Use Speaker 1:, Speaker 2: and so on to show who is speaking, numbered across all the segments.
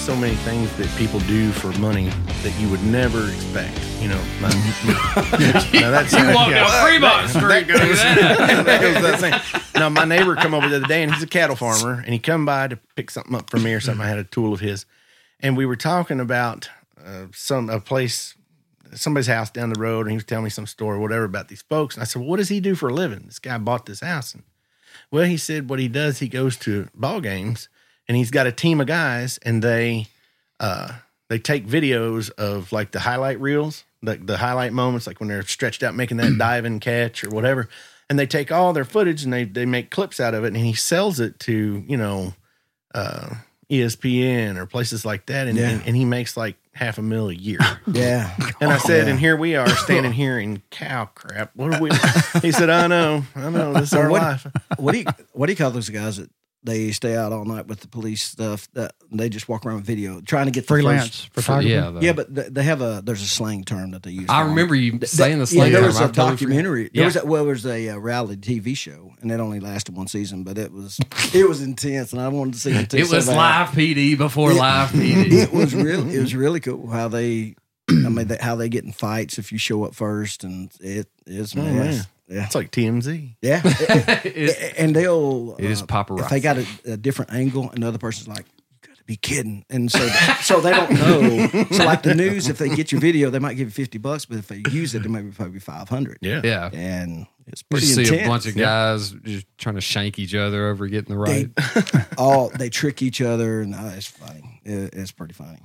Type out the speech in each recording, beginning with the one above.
Speaker 1: so many things that people do for money that you would never expect. You know, my, now that's
Speaker 2: You walk down Fremont Street.
Speaker 1: goes,
Speaker 2: do that.
Speaker 1: that goes without saying. Now my neighbor come over the other day and he's a cattle farmer and he come by to pick something up for me or something. I had a tool of his, and we were talking about uh, some a place, somebody's house down the road, and he was telling me some story, or whatever, about these folks. And I said, well, "What does he do for a living?" This guy bought this house, and well, he said what he does, he goes to ball games and he's got a team of guys and they uh they take videos of like the highlight reels, like the highlight moments, like when they're stretched out making that diving catch or whatever. And they take all their footage and they they make clips out of it and he sells it to, you know, uh ESPN or places like that. And,
Speaker 3: Yeah.
Speaker 1: and, and he makes like half a mil a year.
Speaker 3: Yeah.
Speaker 1: And I said,
Speaker 3: Yeah.
Speaker 1: and here we are standing here in cow crap. What are we? He said, I know, I know, this is our
Speaker 3: What-
Speaker 1: life.
Speaker 3: What do you What do you call those guys that they stay out all night with the police stuff? That they just walk around with video trying to get the
Speaker 4: Freelance
Speaker 3: first-
Speaker 4: photographer.
Speaker 2: Yeah, the-
Speaker 3: yeah, but th- they have a there's a slang term that they use.
Speaker 2: I
Speaker 3: for 'em.
Speaker 2: remember you
Speaker 3: Th-
Speaker 2: saying the
Speaker 3: yeah,
Speaker 2: slang
Speaker 3: there
Speaker 2: term.
Speaker 3: was
Speaker 2: I
Speaker 3: a
Speaker 2: totally forgot.
Speaker 3: documentary. There
Speaker 2: Yeah.
Speaker 3: was a, well, there was a uh, reality TV show, and it only lasted one season, but it was it was intense, and I wanted to see it. too
Speaker 2: It
Speaker 3: so
Speaker 2: was
Speaker 3: bad.
Speaker 2: live PD before
Speaker 3: Yeah.
Speaker 2: live PD.
Speaker 3: It was really it was really cool how they, I mean, that how they get in fights if you show up first, and it is
Speaker 1: Oh,
Speaker 3: mess. Yeah,
Speaker 1: It's like TMZ.
Speaker 3: yeah. It-
Speaker 2: It's-
Speaker 3: it- and they'll uh,
Speaker 2: It is paparazzi.
Speaker 3: If they got a, a different angle, another person's like, "You gotta be kidding," and so so they don't know. So like the news, if they get your video, they might give you fifty bucks, but if they use it, they might be probably five hundred.
Speaker 1: Yeah.
Speaker 2: yeah.
Speaker 3: and it's
Speaker 2: You
Speaker 3: pretty
Speaker 2: just see a
Speaker 3: intense.
Speaker 2: bunch of guys just trying to shank each other over getting the
Speaker 3: They
Speaker 2: right.
Speaker 3: all they trick each other, and uh, it's funny. It- it's pretty funny.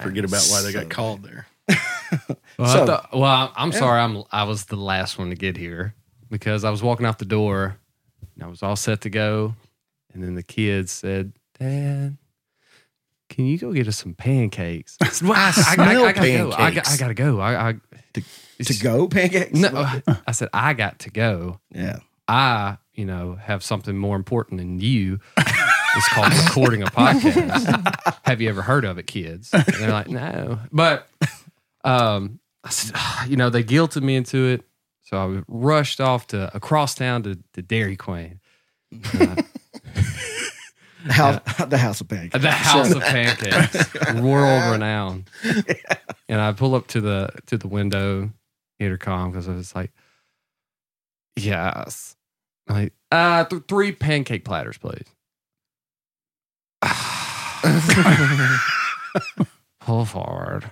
Speaker 1: Forget about why they got called there.
Speaker 2: Well, I
Speaker 3: So-
Speaker 2: thought- well, I- I'm sorry, I'm I was the last one to get here because I was walking out the door and I was all set to go, and then the kids said, "Dad, can you go get us some pancakes?" I said, "Well, I, I- I- I
Speaker 1: smell
Speaker 2: gotta go. I, got- I
Speaker 1: pancakes."
Speaker 2: gotta go. I, I
Speaker 3: To go pancakes?
Speaker 2: no." I said, "I got to go.
Speaker 3: Yeah.
Speaker 2: I, you know, have something more important than you." It's called recording a podcast. have you ever heard of it, kids? And they're like, no. But um, I said, "Ah," you know, they guilted me into it. So I rushed off to across town to, to Dairy Queen,
Speaker 3: House, the house of pancakes.
Speaker 2: the house of pancakes, world renowned. And I pull up to the to the window intercom because I was like, yes, I'm like uh, th- three pancake platters, please. pull forward.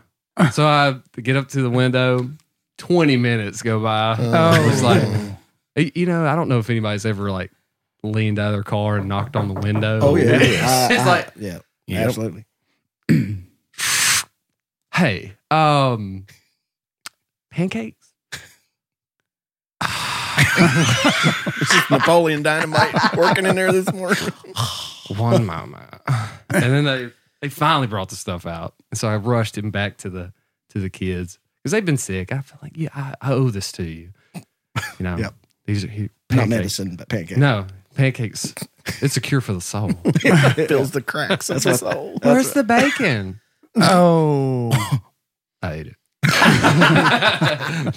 Speaker 2: So I get up to the window. Twenty minutes go by.
Speaker 4: Oh.
Speaker 2: It's like, y- you know, I don't know if anybody's ever like leaned out of their car and knocked on the window.
Speaker 3: Oh yeah,
Speaker 2: It's
Speaker 3: I- I-
Speaker 2: like-
Speaker 3: yeah,
Speaker 1: Yep.
Speaker 3: absolutely.
Speaker 2: Hey, um, pancakes.
Speaker 1: It's just Napoleon Dynamite working in there this morning.
Speaker 2: One mama. and then they they finally brought the stuff out, and so I rushed him back to the to the kids because they've been sick. I feel like yeah, I, I owe this to you. You know,
Speaker 3: Yep.
Speaker 2: these are here,
Speaker 3: Not
Speaker 2: pancakes.
Speaker 3: medicine, but pancakes.
Speaker 2: No pancakes. It's a cure for the soul.
Speaker 1: Fills the cracks of his soul.
Speaker 2: Where's the bacon?
Speaker 4: Oh.
Speaker 2: I ate it.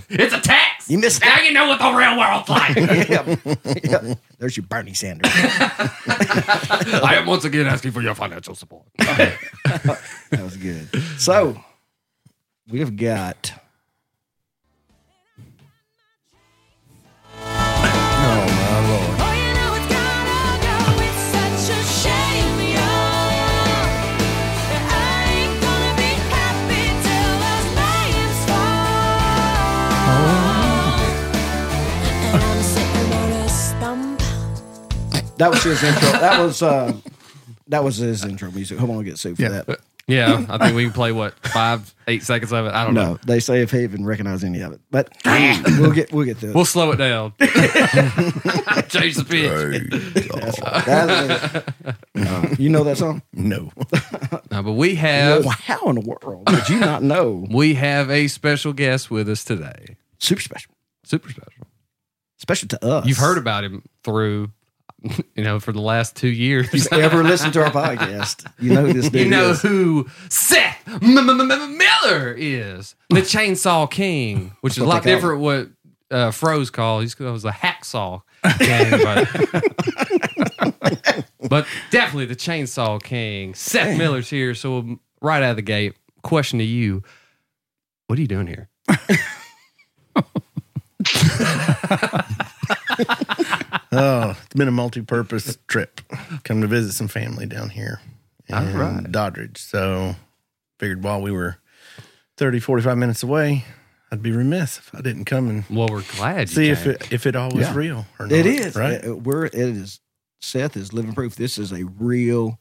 Speaker 2: it's a tax.
Speaker 3: You missed
Speaker 2: Now you know what the real world's like.
Speaker 3: it. Yeah. There's your Bernie Sanders.
Speaker 2: I am once again asking for your financial support.
Speaker 3: That was good. So we've got.
Speaker 5: Oh, you know it's gotta go. It's such a shame, y'all. That I ain't gonna be happy till those names fall. And I'm sitting on a stump.
Speaker 3: That was his intro. That was uh, that was his intro music. Hope I don't get sued for
Speaker 4: Yeah.
Speaker 3: that.
Speaker 2: Yeah, I think we can play what five, eight seconds of it. I don't know.
Speaker 3: No, they say if he even recognized any of it, but we'll get we'll get to it.
Speaker 2: We'll slow it down. Change the pitch.
Speaker 3: That's it. Uh, you know that song?
Speaker 1: No.
Speaker 2: No, but we have
Speaker 3: Well, how in the world did you not know?
Speaker 2: we have a special guest with us today.
Speaker 3: Super special,
Speaker 2: Super special.
Speaker 3: special to us.
Speaker 2: You've heard about him through, you know, for the last two years.
Speaker 3: If you ever listen to our podcast? You know who this dude
Speaker 2: You know
Speaker 3: is.
Speaker 2: who Seth M- M- M- M- Miller is, the Chainsaw King, which is a
Speaker 3: what
Speaker 2: lot
Speaker 3: they call
Speaker 2: different what uh, Froze called. He's called was a hacksaw king, but, but definitely the Chainsaw King. Seth Miller's here, so right out of the gate, question to you: What are you doing here?
Speaker 1: Oh, it's been a multi-purpose trip. Come to visit some family down here in
Speaker 2: All right.
Speaker 1: Doddridge. So figured while we were 30, 45 minutes away, I'd be remiss if I didn't come and
Speaker 2: Well, we're glad. You
Speaker 1: see if
Speaker 2: came.
Speaker 1: it, if it all was
Speaker 3: Yeah.
Speaker 1: real or not.
Speaker 3: It is
Speaker 1: Right?
Speaker 3: Uh, we're it is. Seth is living proof. This is a real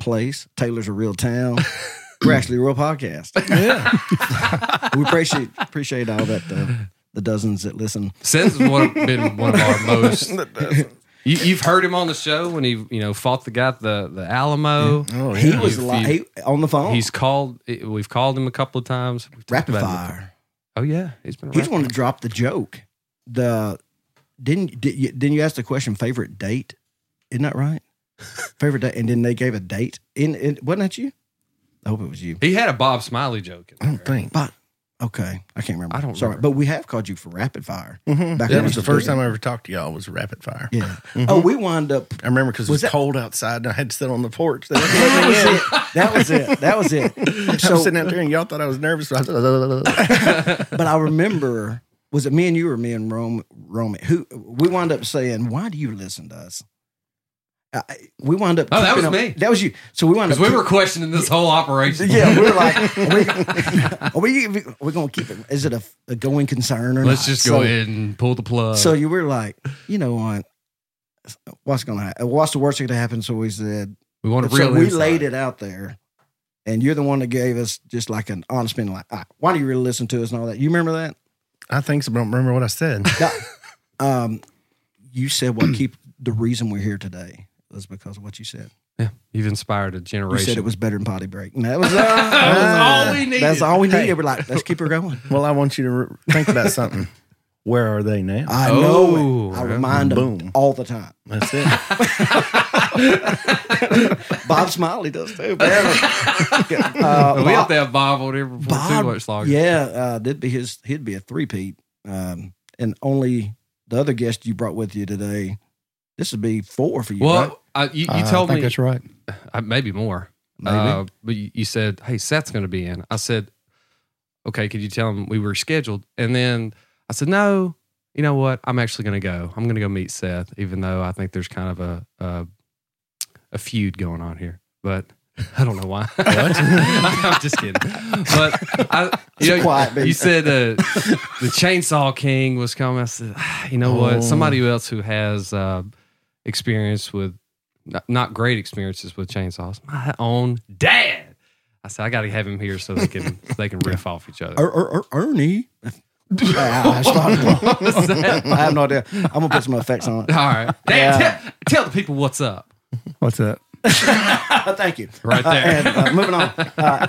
Speaker 3: place. Taylor's a real town. we're actually a real podcast.
Speaker 1: yeah.
Speaker 3: We appreciate appreciate all that uh, the dozens that listen.
Speaker 2: Since has one, been one of our most. You, you've heard him on the show when he, you know, fought the guy at the the Alamo.
Speaker 1: Oh,
Speaker 3: He
Speaker 1: yeah.
Speaker 3: was
Speaker 2: If
Speaker 3: li-
Speaker 2: you-
Speaker 3: he, on the phone.
Speaker 2: He's called. We've called him a couple of times. We've talked
Speaker 3: rapid
Speaker 2: about it.
Speaker 3: fire.
Speaker 2: Oh yeah, he's been.
Speaker 3: He's
Speaker 2: He's
Speaker 3: the one to drop the joke. The didn't did you, didn't you ask the question favorite date? Isn't that right? favorite date, and then they gave a date. In, in wasn't that you? I hope it was you.
Speaker 2: He had a Bob Smiley joke. In
Speaker 1: I
Speaker 2: there.
Speaker 1: don't think.
Speaker 3: But okay, I can't remember.
Speaker 2: I don't
Speaker 3: Sorry,
Speaker 2: remember.
Speaker 3: but we have called you for rapid fire.
Speaker 1: Mhm.
Speaker 3: Mm-hmm. Back
Speaker 1: That
Speaker 3: when
Speaker 1: was the
Speaker 3: I used to do
Speaker 1: first
Speaker 3: that.
Speaker 1: time I ever talked to y'all was rapid fire.
Speaker 3: Yeah.
Speaker 2: Mm-hmm.
Speaker 3: Oh, we wound up.
Speaker 1: I remember because it
Speaker 3: Was
Speaker 1: was,
Speaker 3: that-
Speaker 1: cold outside and I had to sit on the porch. They didn't let me in.
Speaker 3: That was it. That was it. That was it.
Speaker 1: I was
Speaker 3: So,
Speaker 1: sitting out there and y'all thought I was nervous. So I was-
Speaker 3: but I remember. Was it me and you or me and Rome? Rome, who we wound up saying, "Why do you listen to us?" Uh, I, I- we wound up.
Speaker 2: Oh, that
Speaker 3: keeping
Speaker 2: was
Speaker 3: up-
Speaker 2: me.
Speaker 3: That was you. So we wound up.
Speaker 2: Because we were questioning this whole operation.
Speaker 3: Yeah, we were like, are we, are we, are we going to keep it? Is it a, a going concern or
Speaker 2: Let's
Speaker 3: not?
Speaker 2: just go
Speaker 3: So-
Speaker 2: ahead and pull the plug.
Speaker 3: So you were like, you know what? What's going to happen? What's the worst that could happen? So we said,
Speaker 2: we want to
Speaker 3: so
Speaker 2: real
Speaker 3: we
Speaker 2: insight.
Speaker 3: laid it out there, and you're the one that gave us just like an honest opinion, like, "Ah, why do you really listen to us and all that? You remember that?
Speaker 1: I think so, but I don't remember what I said.
Speaker 3: No. um, you said what keep the reason we're here today was because of what you said.
Speaker 2: Yeah, you've inspired a
Speaker 3: You
Speaker 2: generation.
Speaker 3: said it was better than potty break, and that was, uh,
Speaker 2: That was all we needed.
Speaker 3: That's all we needed.
Speaker 1: Hey.
Speaker 3: We're like, let's keep her going.
Speaker 1: Well, I want you to re- think about something. Where are they now?
Speaker 3: I know
Speaker 2: Oh,
Speaker 3: it. I
Speaker 2: yeah.
Speaker 3: remind
Speaker 1: Boom.
Speaker 3: them all the time.
Speaker 1: That's it.
Speaker 3: Bob Smiley does too. man. Uh,
Speaker 2: we
Speaker 3: Bob-
Speaker 2: have to have Bob on here before too much longer.
Speaker 3: Yeah, uh, that'd be his. He'd be a three peat. Um, and only the other guest you brought with you today. This would be four for you. right?
Speaker 2: Well, I, you, you
Speaker 6: I
Speaker 2: told
Speaker 6: think
Speaker 2: me
Speaker 6: that's right.
Speaker 2: uh, maybe more.
Speaker 3: Maybe.
Speaker 2: Uh, but you, you said, "Hey, Seth's going to be in." I said, "Okay, could you tell him we were scheduled?" And then I said, "No, you know what? I'm actually going to go. I'm going to go meet Seth, even though I think there's kind of a a, a feud going on here." But I don't know why. I'm just kidding. But I, you know,
Speaker 3: quiet, baby.
Speaker 2: you said uh, the Chainsaw King was coming. I said, "Ah, you know
Speaker 1: Oh.
Speaker 2: what? Somebody else who has uh, experience with not, not great experiences with chainsaws. My own dad. I said I got to have him here so they can they can riff off each other.
Speaker 3: Er- er- er- Ernie. Ah, I, I stopped.
Speaker 2: What was that?
Speaker 3: I have no idea. I'm gonna put some effects on
Speaker 2: All right, Dad, tell, tell the people what's up
Speaker 6: What's that?
Speaker 3: it. Thank you.
Speaker 2: right
Speaker 3: Uh,
Speaker 2: there.
Speaker 3: and uh, moving on. Uh,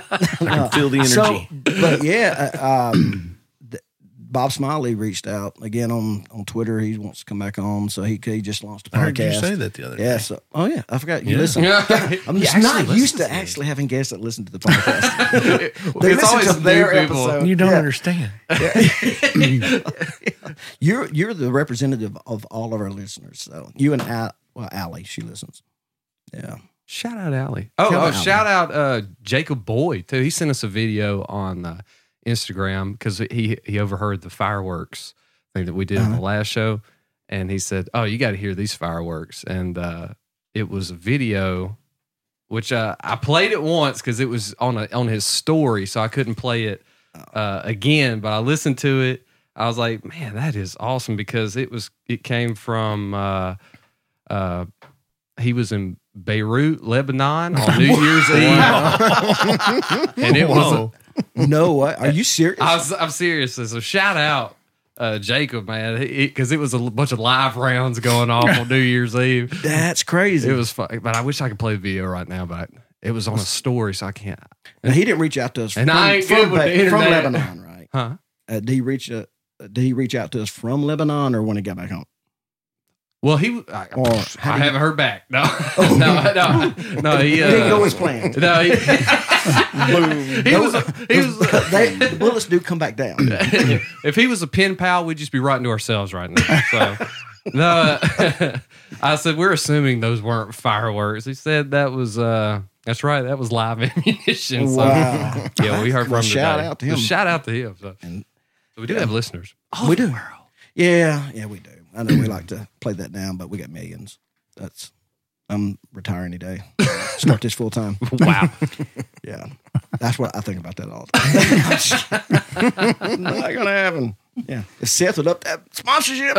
Speaker 1: I can feel the energy.
Speaker 3: So, but yeah, uh, um, th- Bob Smiley reached out again on, on Twitter. He wants to come back on, so he, he just launched a podcast.
Speaker 1: I heard you say that the other day.
Speaker 3: Yeah. So, oh yeah, I forgot you
Speaker 1: Yeah.
Speaker 3: listen.
Speaker 2: Yeah.
Speaker 3: I'm
Speaker 2: He
Speaker 3: just
Speaker 2: actually
Speaker 3: not used
Speaker 2: listens
Speaker 3: to
Speaker 2: me.
Speaker 3: actually having guests that listen to the podcast. They
Speaker 2: it's
Speaker 3: listen
Speaker 2: always
Speaker 3: to their
Speaker 2: new people.
Speaker 3: episode.
Speaker 1: You don't
Speaker 3: Yeah.
Speaker 1: understand.
Speaker 3: you're you're the representative of all of our listeners. So you and Al, well, Allie, she listens. Yeah.
Speaker 2: Shout out Allie. Oh,
Speaker 3: Shout
Speaker 2: oh,
Speaker 3: out,
Speaker 2: shout out uh, Jacob Boyd too. He sent us a video on uh, Instagram because he he overheard the fireworks thing that we did on the last show, and he said, "Oh, you got to hear these fireworks!" And uh, it was a video, which uh, I played it once because it was on a, on his story, so I couldn't play it uh, again. But I listened to it. I was like, "Man, that is awesome!" Because it was it came from. Uh, uh, he was in Beirut, Lebanon on New Year's Eve, and it was.
Speaker 3: No, what? Are you serious?
Speaker 2: I was I'm serious. So shout out. Uh, Jacob, man, because it, was a l- bunch of live rounds going off on New Year's Eve.
Speaker 3: That's crazy.
Speaker 2: It was fun, but I wish I could play the video right now. But it was on a story, so I can't.
Speaker 3: Now, he didn't reach out to us
Speaker 2: And
Speaker 3: from,
Speaker 2: I ain't
Speaker 3: from,
Speaker 2: good with
Speaker 3: Ba-
Speaker 2: the
Speaker 3: from
Speaker 2: internet.
Speaker 3: Lebanon, right?
Speaker 2: Huh?
Speaker 3: Uh, did he reach? Uh, did he reach out to us from Lebanon or when he got back home?
Speaker 2: Well, he. w- I,
Speaker 3: Or Oh,
Speaker 2: I
Speaker 3: how did he-
Speaker 2: haven't heard back. No, no, no, no. He
Speaker 3: It didn't go
Speaker 2: uh,
Speaker 3: as planned.
Speaker 2: no. He, he was. He was.
Speaker 3: they, bullets do come back down.
Speaker 2: if he was a pen pal, we'd just be writing to ourselves right now. So, no, I said we're assuming those weren't fireworks. He said that was uh, That's right. That was live ammunition. So,
Speaker 3: Wow.
Speaker 2: Yeah, we heard from
Speaker 3: Well,
Speaker 2: him
Speaker 3: shout
Speaker 2: today.
Speaker 3: out to
Speaker 2: So
Speaker 3: him.
Speaker 2: shout out to him. So,
Speaker 3: And-
Speaker 2: So we do have listeners.
Speaker 3: we do. Yeah, yeah, we do. I know we like to play that down, but we got millions. That's I'm retiring today. Start this full time.
Speaker 2: Wow.
Speaker 3: Yeah, that's what I think about that all the time. Not gonna happen. Yeah, if Seth would up that sponsorship.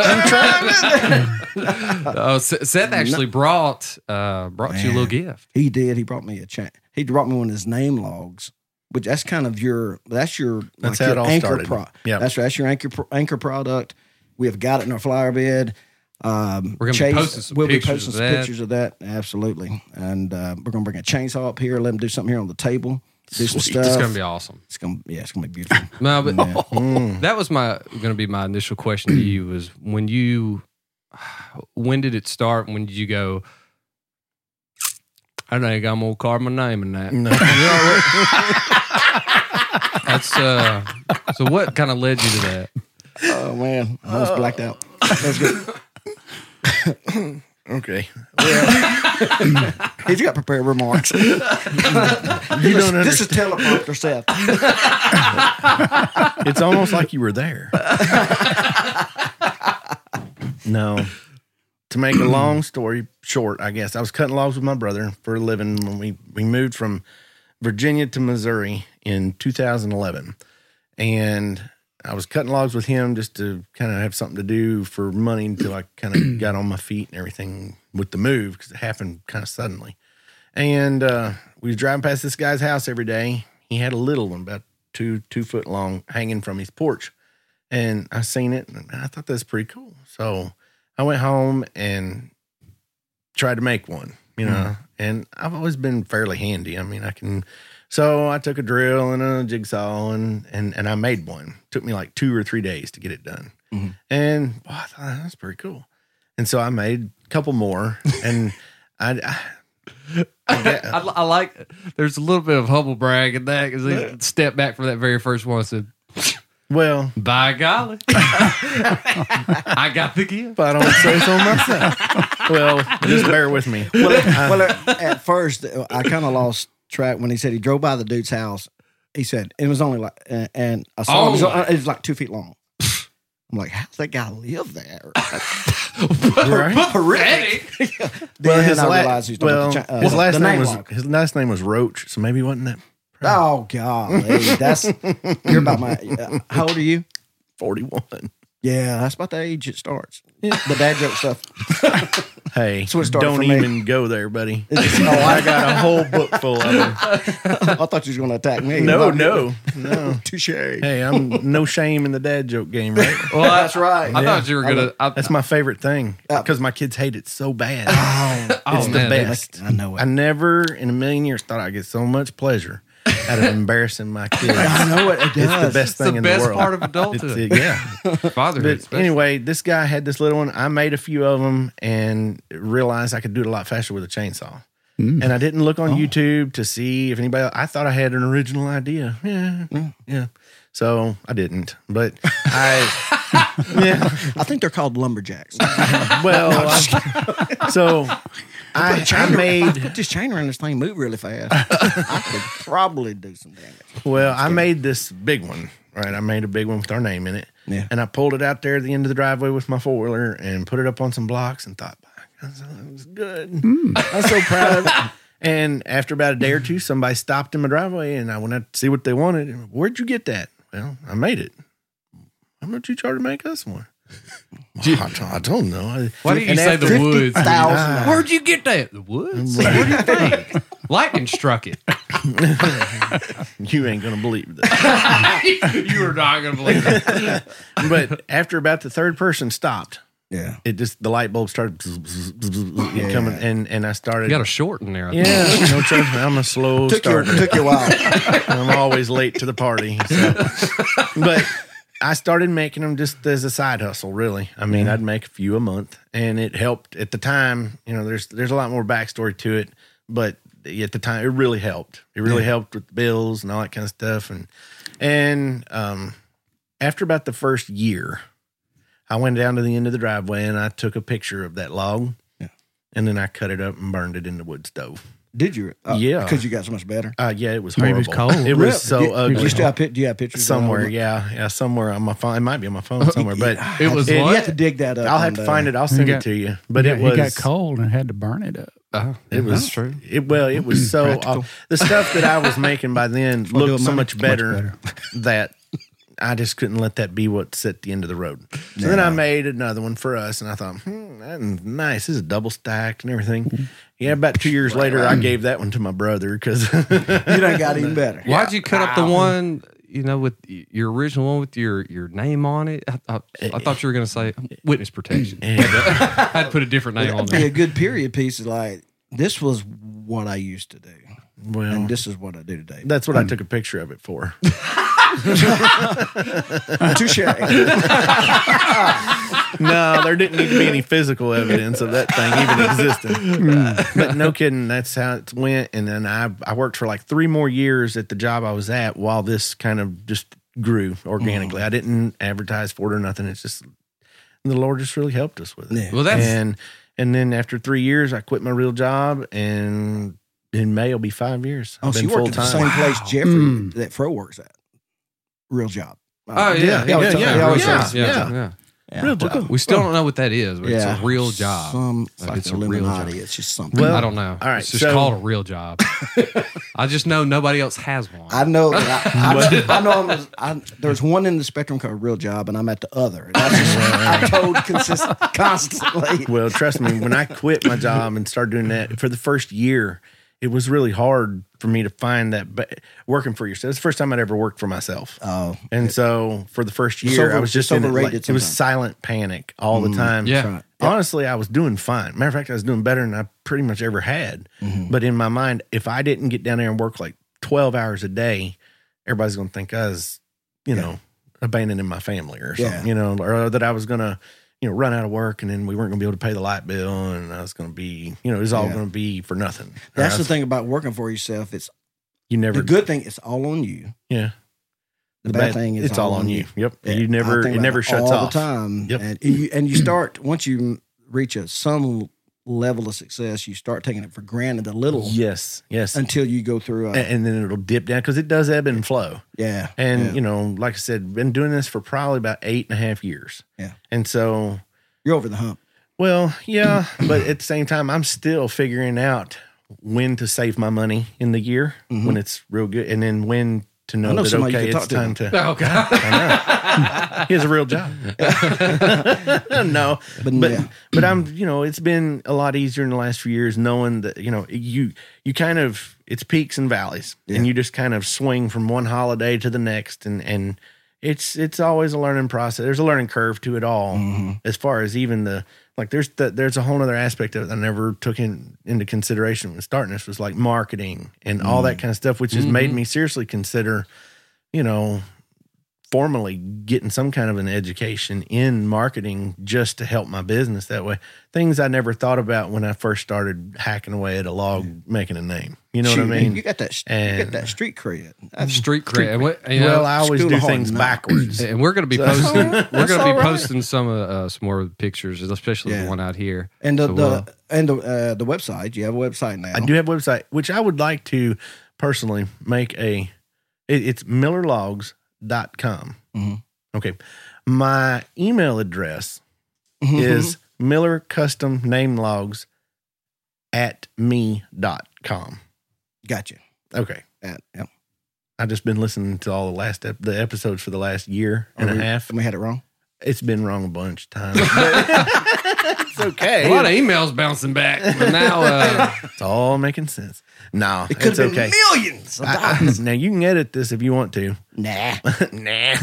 Speaker 2: Oh, Seth Seth actually brought uh, brought you a little gift.
Speaker 3: he did. He brought me a cha- He brought me one of his name logs, which that's kind of your that's your
Speaker 1: That's
Speaker 3: like
Speaker 1: how
Speaker 3: your
Speaker 1: it all
Speaker 3: anchor
Speaker 1: started.
Speaker 3: pro-
Speaker 1: Yeah.
Speaker 3: that's that's your anchor pro- anchor product. We have got it in our flyer bid. Um,
Speaker 2: We're gonna be
Speaker 3: Chase-
Speaker 2: posting some
Speaker 3: we'll
Speaker 2: pictures
Speaker 3: be posting
Speaker 2: of
Speaker 3: some
Speaker 2: that.
Speaker 3: pictures of that. Absolutely, and uh, we're gonna bring a chainsaw up here. Let him do something here on the table. Do some
Speaker 1: Sweet.
Speaker 3: stuff.
Speaker 2: It's gonna be awesome.
Speaker 3: It's gonna yeah. It's gonna be beautiful.
Speaker 2: No, but
Speaker 3: Yeah.
Speaker 2: that was my going to be my initial question to you was when you when did it start? When did you go? I think I'm gonna carve my name in that.
Speaker 1: No.
Speaker 2: That's uh. So what kind of led you to that?
Speaker 3: oh man, I almost blacked out. That's good.
Speaker 1: okay.
Speaker 3: He's got prepared remarks.
Speaker 1: You don't
Speaker 3: this is
Speaker 1: understand.
Speaker 3: teleprompter Seth.
Speaker 1: It's almost like you were there. no. To make a long story short, I guess I was cutting logs with my brother for a living when we, we moved from Virginia to Missouri in 2011. And I was cutting logs with him just to kind of have something to do for money until I kind of got on my feet and everything with the move because it happened kind of suddenly. And uh, we was driving past this guy's house every day. He had a little one, about two two foot long, hanging from his porch. And I seen it, and I thought that's pretty cool. So I went home and tried to make one, you know. And I've always been fairly handy. I mean, I can. So I took a drill and a jigsaw, and and and I made one. Took me like two or three days to get it done.
Speaker 3: Mhm.
Speaker 1: And boy, I thought that's pretty cool. And so I made a couple more, and I. I I get-
Speaker 2: I, I like. There's a little bit of humble brag in that because he stepped back from that very first one and said,
Speaker 1: Well,
Speaker 2: "By golly, I got the gift."
Speaker 1: if I don't say so myself. well, just bear with me.
Speaker 3: well, at- well, at first uh, I kind of lost track when he said he drove by the dude's house. He said it was only like, and, and I saw it,
Speaker 1: Oh.
Speaker 3: was, uh,
Speaker 2: Only.
Speaker 3: it was like two feet long. I'm like, how's that guy live there?
Speaker 1: Right?
Speaker 2: Horrific.
Speaker 1: Well,
Speaker 3: then
Speaker 1: his,
Speaker 3: I
Speaker 1: la-
Speaker 3: realized he's talking
Speaker 1: well,
Speaker 3: about the chi- uh,
Speaker 1: his
Speaker 3: the
Speaker 1: last
Speaker 3: name
Speaker 1: name was
Speaker 3: lock.
Speaker 1: his last name was Roach, so maybe he wasn't that
Speaker 3: Oh god, that's you're about my. uh, how old are you?
Speaker 1: forty one.
Speaker 3: Yeah, that's about the age it starts. The dad joke stuff.
Speaker 1: Hey,
Speaker 3: So it started
Speaker 1: don't
Speaker 3: for me.
Speaker 1: even go there, buddy.
Speaker 3: It's just-
Speaker 1: Oh,
Speaker 3: oh,
Speaker 1: I got a whole book full of them.
Speaker 3: I, I thought you was going to attack me.
Speaker 1: No,
Speaker 3: Like,
Speaker 1: no, no.
Speaker 3: touche.
Speaker 1: Hey, I'm no shame in the dad joke game, right?
Speaker 2: Well, I,
Speaker 3: That's right.
Speaker 2: I thought you were gonna. I,
Speaker 1: That's my favorite thing
Speaker 3: Uh,
Speaker 1: because my kids hate it so bad.
Speaker 3: Oh,
Speaker 2: oh,
Speaker 1: it's
Speaker 2: man,
Speaker 1: the
Speaker 2: dude.
Speaker 1: best.
Speaker 3: I know it.
Speaker 1: I never in a million years thought I'd get so much pleasure out of embarrassing my kids.
Speaker 3: I know it. It does.
Speaker 1: It's the best thing
Speaker 2: the
Speaker 1: in
Speaker 2: best
Speaker 1: the world.
Speaker 2: part of
Speaker 1: It's-
Speaker 2: adulthood.
Speaker 1: yeah.
Speaker 2: Fatherhood.
Speaker 1: But
Speaker 2: especially.
Speaker 1: anyway, this guy had this little one. I made a few of them and realized I could do it a lot faster with a chainsaw. And I didn't look on YouTube to see if anybody. I thought I had an original idea. Yeah, yeah. So I didn't, but I. yeah.
Speaker 3: I think they're called lumberjacks.
Speaker 1: Well, I- so I, I made.
Speaker 3: Put this chain around this thing, move really fast. I could probably do some damage.
Speaker 1: Well, I made this big one, right? I made a big one with our name in it.
Speaker 3: Yeah.
Speaker 1: And I pulled it out there at the end of the driveway with my four wheeler and put it up on some blocks and thought, "By God, that was good.
Speaker 2: Mm.
Speaker 1: I'm so proud of it. And after about a day or two, somebody stopped in my driveway and I went out to see what they wanted. And, Where'd you get that? Well, I made it. How much you charge to make us one? Well, I, don't- I don't know. I-
Speaker 2: Why do you
Speaker 1: and
Speaker 2: say
Speaker 1: after-
Speaker 2: the woods?
Speaker 3: $50,000.
Speaker 2: Where'd you get that? The woods. What do you think? Lightning struck it.
Speaker 1: You ain't going to believe this.
Speaker 2: you were not gonna believe it.
Speaker 1: but after about the third person stopped,
Speaker 3: Yeah.
Speaker 1: it just the light bulb started bzz, bzz, bzz, bzz,
Speaker 3: Yeah.
Speaker 1: coming and and I started
Speaker 2: You got a short in there. I think.
Speaker 1: yeah no trust me I'm a slow
Speaker 3: Took you,
Speaker 1: starter
Speaker 3: took you a while.
Speaker 1: I'm always late to the party so. but I started making them just as a side hustle really I mean I'd make a few a month and it helped at the time you know there's there's a lot more backstory to it but at the time it really helped it really helped with the bills and all that kind of stuff and and um after about the first year I went down to the end of the driveway and I took a picture of that log
Speaker 3: Yeah.
Speaker 1: and then I cut it up and burned it in the wood stove.
Speaker 3: Did you?
Speaker 1: Yeah.
Speaker 3: because you got so much better.
Speaker 1: Uh, yeah, it was
Speaker 2: He
Speaker 1: horrible.
Speaker 2: was cold.
Speaker 1: It
Speaker 3: Really?
Speaker 1: was so
Speaker 3: Did-
Speaker 1: ugly.
Speaker 3: did you still have pic- do you have pictures of it?
Speaker 1: somewhere, yeah, yeah, somewhere on my phone. It might be on my phone somewhere, but
Speaker 2: It was
Speaker 3: You
Speaker 2: what?
Speaker 3: have to dig that up. uh,
Speaker 1: I'll have to find it. I'll send
Speaker 7: uh, He
Speaker 1: it
Speaker 7: got-
Speaker 1: to you. But
Speaker 7: he
Speaker 1: it
Speaker 7: got-
Speaker 1: was
Speaker 7: he got cold and had to burn it up.
Speaker 2: Oh,
Speaker 1: It was
Speaker 2: that's true.
Speaker 1: It well, it was so
Speaker 7: Practical.
Speaker 1: off. the stuff that I was making by then
Speaker 3: we're
Speaker 1: looked
Speaker 3: doing
Speaker 1: so
Speaker 3: money.
Speaker 1: much
Speaker 3: Much
Speaker 1: better,
Speaker 7: better.
Speaker 1: that I just couldn't let that be what's at the end of the road. So then I made another one for us, and I thought, hmm, that's nice. This is double stacked and
Speaker 7: Mm-hmm.
Speaker 1: everything. Yeah, about two years later, I gave that one to my brother because
Speaker 3: You done got even better.
Speaker 2: Why'd you cut up the one? You know, with y- your original one with your your name on it. I, I, I thought you were going to say witness protection. I'd put a different name on
Speaker 3: That'd be a
Speaker 2: it.
Speaker 3: good period piece. is Like this was what I used to do,
Speaker 1: well,
Speaker 3: and this is what I do today.
Speaker 1: that's what I took a picture of it for.
Speaker 3: Touche.
Speaker 1: no, there didn't need to be any physical evidence of that thing even
Speaker 3: Mm.
Speaker 1: existing. but no kidding, that's how it went. And then I I worked for like three more years at the job I was at while this kind of just grew organically.
Speaker 3: Mm.
Speaker 1: I didn't advertise for it or nothing. It's just the Lord just really helped us with it.
Speaker 3: Yeah.
Speaker 2: Well, that's
Speaker 1: and and then after three years, I quit my real job, and in May will be five years.
Speaker 3: Oh,
Speaker 1: I've
Speaker 3: so
Speaker 1: been
Speaker 3: you worked
Speaker 1: full
Speaker 3: at the
Speaker 1: time.
Speaker 3: same place Jeffrey
Speaker 7: Mm.
Speaker 3: that Fro works at. Real job.
Speaker 2: oh yeah, yeah, yeah,
Speaker 3: always
Speaker 2: yeah,
Speaker 3: tell-
Speaker 1: yeah,
Speaker 3: he always
Speaker 1: yeah.
Speaker 3: tells-
Speaker 2: yeah, yeah.
Speaker 1: Real job.
Speaker 2: We still don't know what that is, but it's a real job.
Speaker 3: Some
Speaker 2: Like,
Speaker 3: fucking
Speaker 2: it's a real
Speaker 3: Illuminati.
Speaker 2: job.
Speaker 3: It's just something.
Speaker 1: Well-
Speaker 2: I don't know.
Speaker 1: all right,
Speaker 2: it's just
Speaker 1: so-
Speaker 2: called a real job. I just know nobody else has one.
Speaker 3: I know. That I, I, I know. I'm, as- I, there's one in the spectrum called Real Job, and I'm at the other. And That's just I'm told consist, constantly.
Speaker 1: Well, trust me, when I quit my job and started doing that for the first year, it was really hard for me to find that. But working for yourself, it's the first time I'd ever worked for myself.
Speaker 3: Oh,
Speaker 1: and so for the first
Speaker 3: It's
Speaker 1: year,
Speaker 3: over-
Speaker 1: I was just
Speaker 3: it's
Speaker 1: in it, like,
Speaker 3: overrated
Speaker 1: it was
Speaker 3: sometimes. Mm.
Speaker 1: silent panic all the time.
Speaker 2: Yeah.
Speaker 3: right.
Speaker 1: Honestly, I was doing fine. Matter of fact, I was doing better than I pretty much ever had.
Speaker 3: Mm-hmm.
Speaker 1: But in my mind, if I didn't get down there and work like 12 hours a day, everybody's going to think I was, you know, abandoning my family or something,
Speaker 3: Yeah.
Speaker 1: you know, or that I was going to, you know, run out of work and then we weren't going to be able to pay the light bill and I was going to be, you know, it was all
Speaker 3: Yeah.
Speaker 1: going to be for nothing.
Speaker 3: That's
Speaker 1: Or I
Speaker 3: the
Speaker 1: was-
Speaker 3: thing about working for yourself. It's
Speaker 1: You never,
Speaker 3: the good thing. It's all on you.
Speaker 1: yeah.
Speaker 3: The bad thing is
Speaker 1: it's all on you. Yep.
Speaker 3: Yeah,
Speaker 1: You
Speaker 3: I
Speaker 1: never,
Speaker 3: think
Speaker 1: it
Speaker 3: about
Speaker 1: never
Speaker 3: that
Speaker 1: shuts
Speaker 3: all
Speaker 1: off.
Speaker 3: the time.
Speaker 1: Yep.
Speaker 3: And you and you start once you reach a some level of success, you start taking it for granted a little
Speaker 1: Yes. Yes.
Speaker 3: until you go through. A,
Speaker 1: A- and then it'll dip down because it does ebb and flow.
Speaker 3: yeah,
Speaker 1: And
Speaker 3: yeah.
Speaker 1: you know, like I said, been doing this for probably about eight and a half years.
Speaker 3: Yeah.
Speaker 1: And so,
Speaker 3: you're over the hump.
Speaker 1: well, yeah, but at the same time, I'm still figuring out when to save my money in the year when it's real good, and then when to know,
Speaker 3: Mm-hmm. know
Speaker 1: that
Speaker 3: somebody you
Speaker 1: okay,
Speaker 3: could
Speaker 1: it's
Speaker 3: talk to.
Speaker 1: time to.
Speaker 2: oh god.
Speaker 1: He has a real job. no,
Speaker 3: But,
Speaker 1: but
Speaker 3: yeah.
Speaker 1: but I'm you know it's been a lot easier in the last few years knowing that you know you you kind of it's peaks and valleys and you just kind of swing from one holiday to the next and and it's it's always a learning process. There's a learning curve to it all
Speaker 3: Mm-hmm.
Speaker 1: as far as even the like there's the, there's a whole other aspect of it that I never took in into consideration when starting this was like marketing and all that kind of stuff, which has made me seriously consider you know formally getting some kind of an education in marketing just to help my business that way. Things I never thought about when I first started hacking away at a log, making a name. You know
Speaker 3: Shoot,
Speaker 1: what I
Speaker 3: you-
Speaker 1: mean?
Speaker 3: You got that. sh- you
Speaker 1: And- Mm-hmm.
Speaker 3: got that street cred. That's-
Speaker 2: Street cred. And what- you know,
Speaker 1: well, I always
Speaker 3: school
Speaker 1: do
Speaker 3: hard
Speaker 1: things
Speaker 3: knock.
Speaker 1: backwards.
Speaker 2: And we're going to be
Speaker 1: So-
Speaker 2: posting. We're going to be
Speaker 3: all right.
Speaker 2: posting some uh, uh, some more pictures, especially
Speaker 3: Yeah.
Speaker 2: the one out here.
Speaker 3: And the,
Speaker 2: So,
Speaker 3: the
Speaker 2: uh,
Speaker 3: and the uh, the website. You have a website now.
Speaker 1: I do have a website, which I would like to personally make a. It, it's millerlogs.com.
Speaker 3: Mhm.
Speaker 2: Mm-hmm.
Speaker 1: Okay. My email address
Speaker 3: Mhm.
Speaker 2: Mm-hmm.
Speaker 1: is Miller Custom Name Logs at me.com.
Speaker 3: gotcha.
Speaker 1: Okay.
Speaker 3: That, yep.
Speaker 1: I've just been listening to all the last ep- the episodes for the last year and
Speaker 3: Or
Speaker 1: a
Speaker 3: we-
Speaker 1: half.
Speaker 3: We had it wrong.
Speaker 1: It's been wrong a bunch of times. but it's
Speaker 2: a lot
Speaker 1: okay.
Speaker 2: of emails bouncing back, but now uh,
Speaker 1: It's all making sense. No,
Speaker 3: It could
Speaker 1: it's
Speaker 3: have
Speaker 1: okay.
Speaker 3: been millions of
Speaker 1: I-
Speaker 3: dollars.
Speaker 1: now you can edit this if you want to.
Speaker 3: nah.
Speaker 1: nah.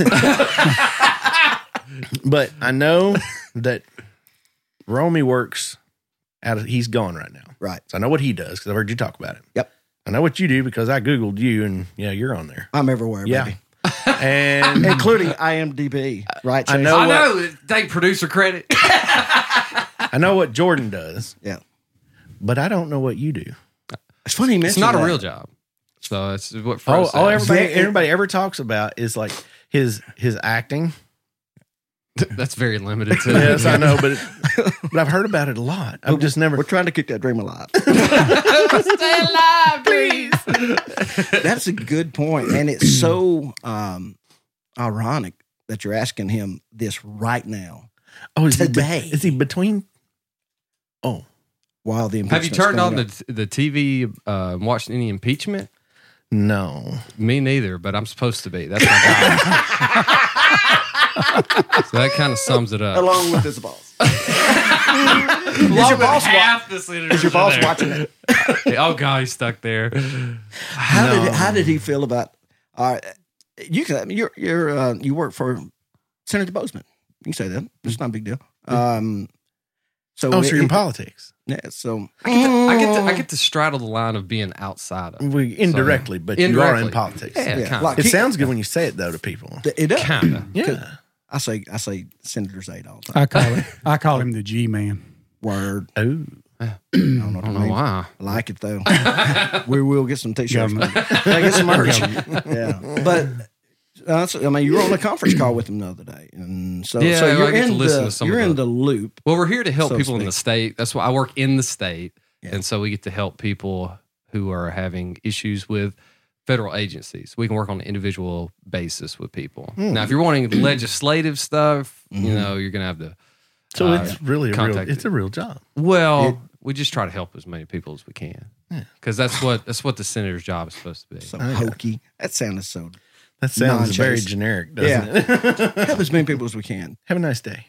Speaker 1: but I know that Romy works out of he's gone right now.
Speaker 3: Right.
Speaker 1: So I know what he does because I've heard you talk about it.
Speaker 3: Yep.
Speaker 1: I know what you do because I Googled you and yeah, you're on there.
Speaker 3: I'm everywhere.
Speaker 1: Yeah.
Speaker 3: Baby. Uh,
Speaker 1: and
Speaker 3: Including IMDb. Right.
Speaker 1: I
Speaker 3: Chase?
Speaker 1: know
Speaker 2: I
Speaker 1: what-
Speaker 2: know. Take producer credit.
Speaker 1: I know what Jordan does,
Speaker 3: Yeah.
Speaker 1: but I don't know what you do.
Speaker 3: It's funny.
Speaker 2: It's not a real job, so it's what. uh,
Speaker 1: All, all
Speaker 2: Fro said.
Speaker 1: Oh, everybody
Speaker 3: Yeah, it-
Speaker 1: everybody ever talks about is like his his acting
Speaker 2: That's very limited. To
Speaker 1: yes, I know, but it, but I've heard about it a lot. I've just
Speaker 3: We're
Speaker 1: never.
Speaker 3: trying to keep that dream alive.
Speaker 2: Stay alive, please.
Speaker 3: That's a good point, and it's so um, ironic that you're asking him this right now
Speaker 1: Oh, is he, be-
Speaker 3: Today.
Speaker 1: is he between? Oh
Speaker 3: while the
Speaker 2: Have you
Speaker 3: impeachment's
Speaker 2: turned on
Speaker 3: going
Speaker 2: the the TV uh, and watched any impeachment?
Speaker 1: no,
Speaker 2: Me neither, but I'm supposed to be. That's my job. so that kind of sums it up.
Speaker 3: up. along with his boss.
Speaker 2: Longer
Speaker 3: your
Speaker 2: than
Speaker 3: boss wa-
Speaker 2: half this is
Speaker 3: Your boss watching it.
Speaker 2: Oh god, he's stuck there.
Speaker 3: How did how did he feel about? All right, you can you're you're uh, you work for Senator Bozeman. You can say that. It's not a big deal. Um, so
Speaker 1: Mm-hmm. oh, so you're in
Speaker 3: it-
Speaker 1: politics.
Speaker 3: yeah, so
Speaker 2: I get to, I get to straddle the line of being outside of.
Speaker 1: We indirectly, but you are in
Speaker 2: Indirectly.
Speaker 1: politics.
Speaker 2: Yeah,
Speaker 3: Mm, Yeah,
Speaker 2: kind
Speaker 3: like-
Speaker 2: of.
Speaker 1: It
Speaker 3: He-
Speaker 1: sounds good when you say it though to people.
Speaker 3: it up.
Speaker 2: Kind of.
Speaker 1: Yeah,
Speaker 3: I say I say Senator Zaid all the time.
Speaker 7: I call it. I call him the G man.
Speaker 3: Word.
Speaker 1: Oh,
Speaker 3: I don't know,
Speaker 2: I don't know why.
Speaker 3: I like it though. we will get some t-shirts.
Speaker 7: Government.
Speaker 3: Can I get some merch. yeah, but. uh, so, I mean, you were on a conference call with him the other day, and so,
Speaker 2: Yeah,
Speaker 3: so
Speaker 2: I
Speaker 3: you're
Speaker 2: get
Speaker 3: in
Speaker 2: to
Speaker 3: the
Speaker 2: listen to some
Speaker 3: you're
Speaker 2: of
Speaker 3: in
Speaker 2: the-
Speaker 3: the loop.
Speaker 2: Well, we're here to help
Speaker 3: So to
Speaker 2: people in the state. That's why I work in the state,
Speaker 3: Yeah.
Speaker 2: and so we get to help people who are having issues with federal agencies. We can work on an individual basis with people.
Speaker 3: Hmm.
Speaker 2: Now, if you're wanting legislative stuff,
Speaker 3: Mm-hmm.
Speaker 2: you know, you're gonna have to.
Speaker 1: so
Speaker 2: Uh,
Speaker 1: it's really a real.
Speaker 2: contact-
Speaker 1: It's a real job.
Speaker 2: Well,
Speaker 3: It-
Speaker 2: we just try to help as many people as we can. Because that's what that's what the senator's job is supposed to be.
Speaker 3: So hokey. That sounded so.
Speaker 1: That sounds very
Speaker 3: Non-chase.
Speaker 1: generic, doesn't it?
Speaker 3: Help as many people as we can.
Speaker 1: Have a nice day.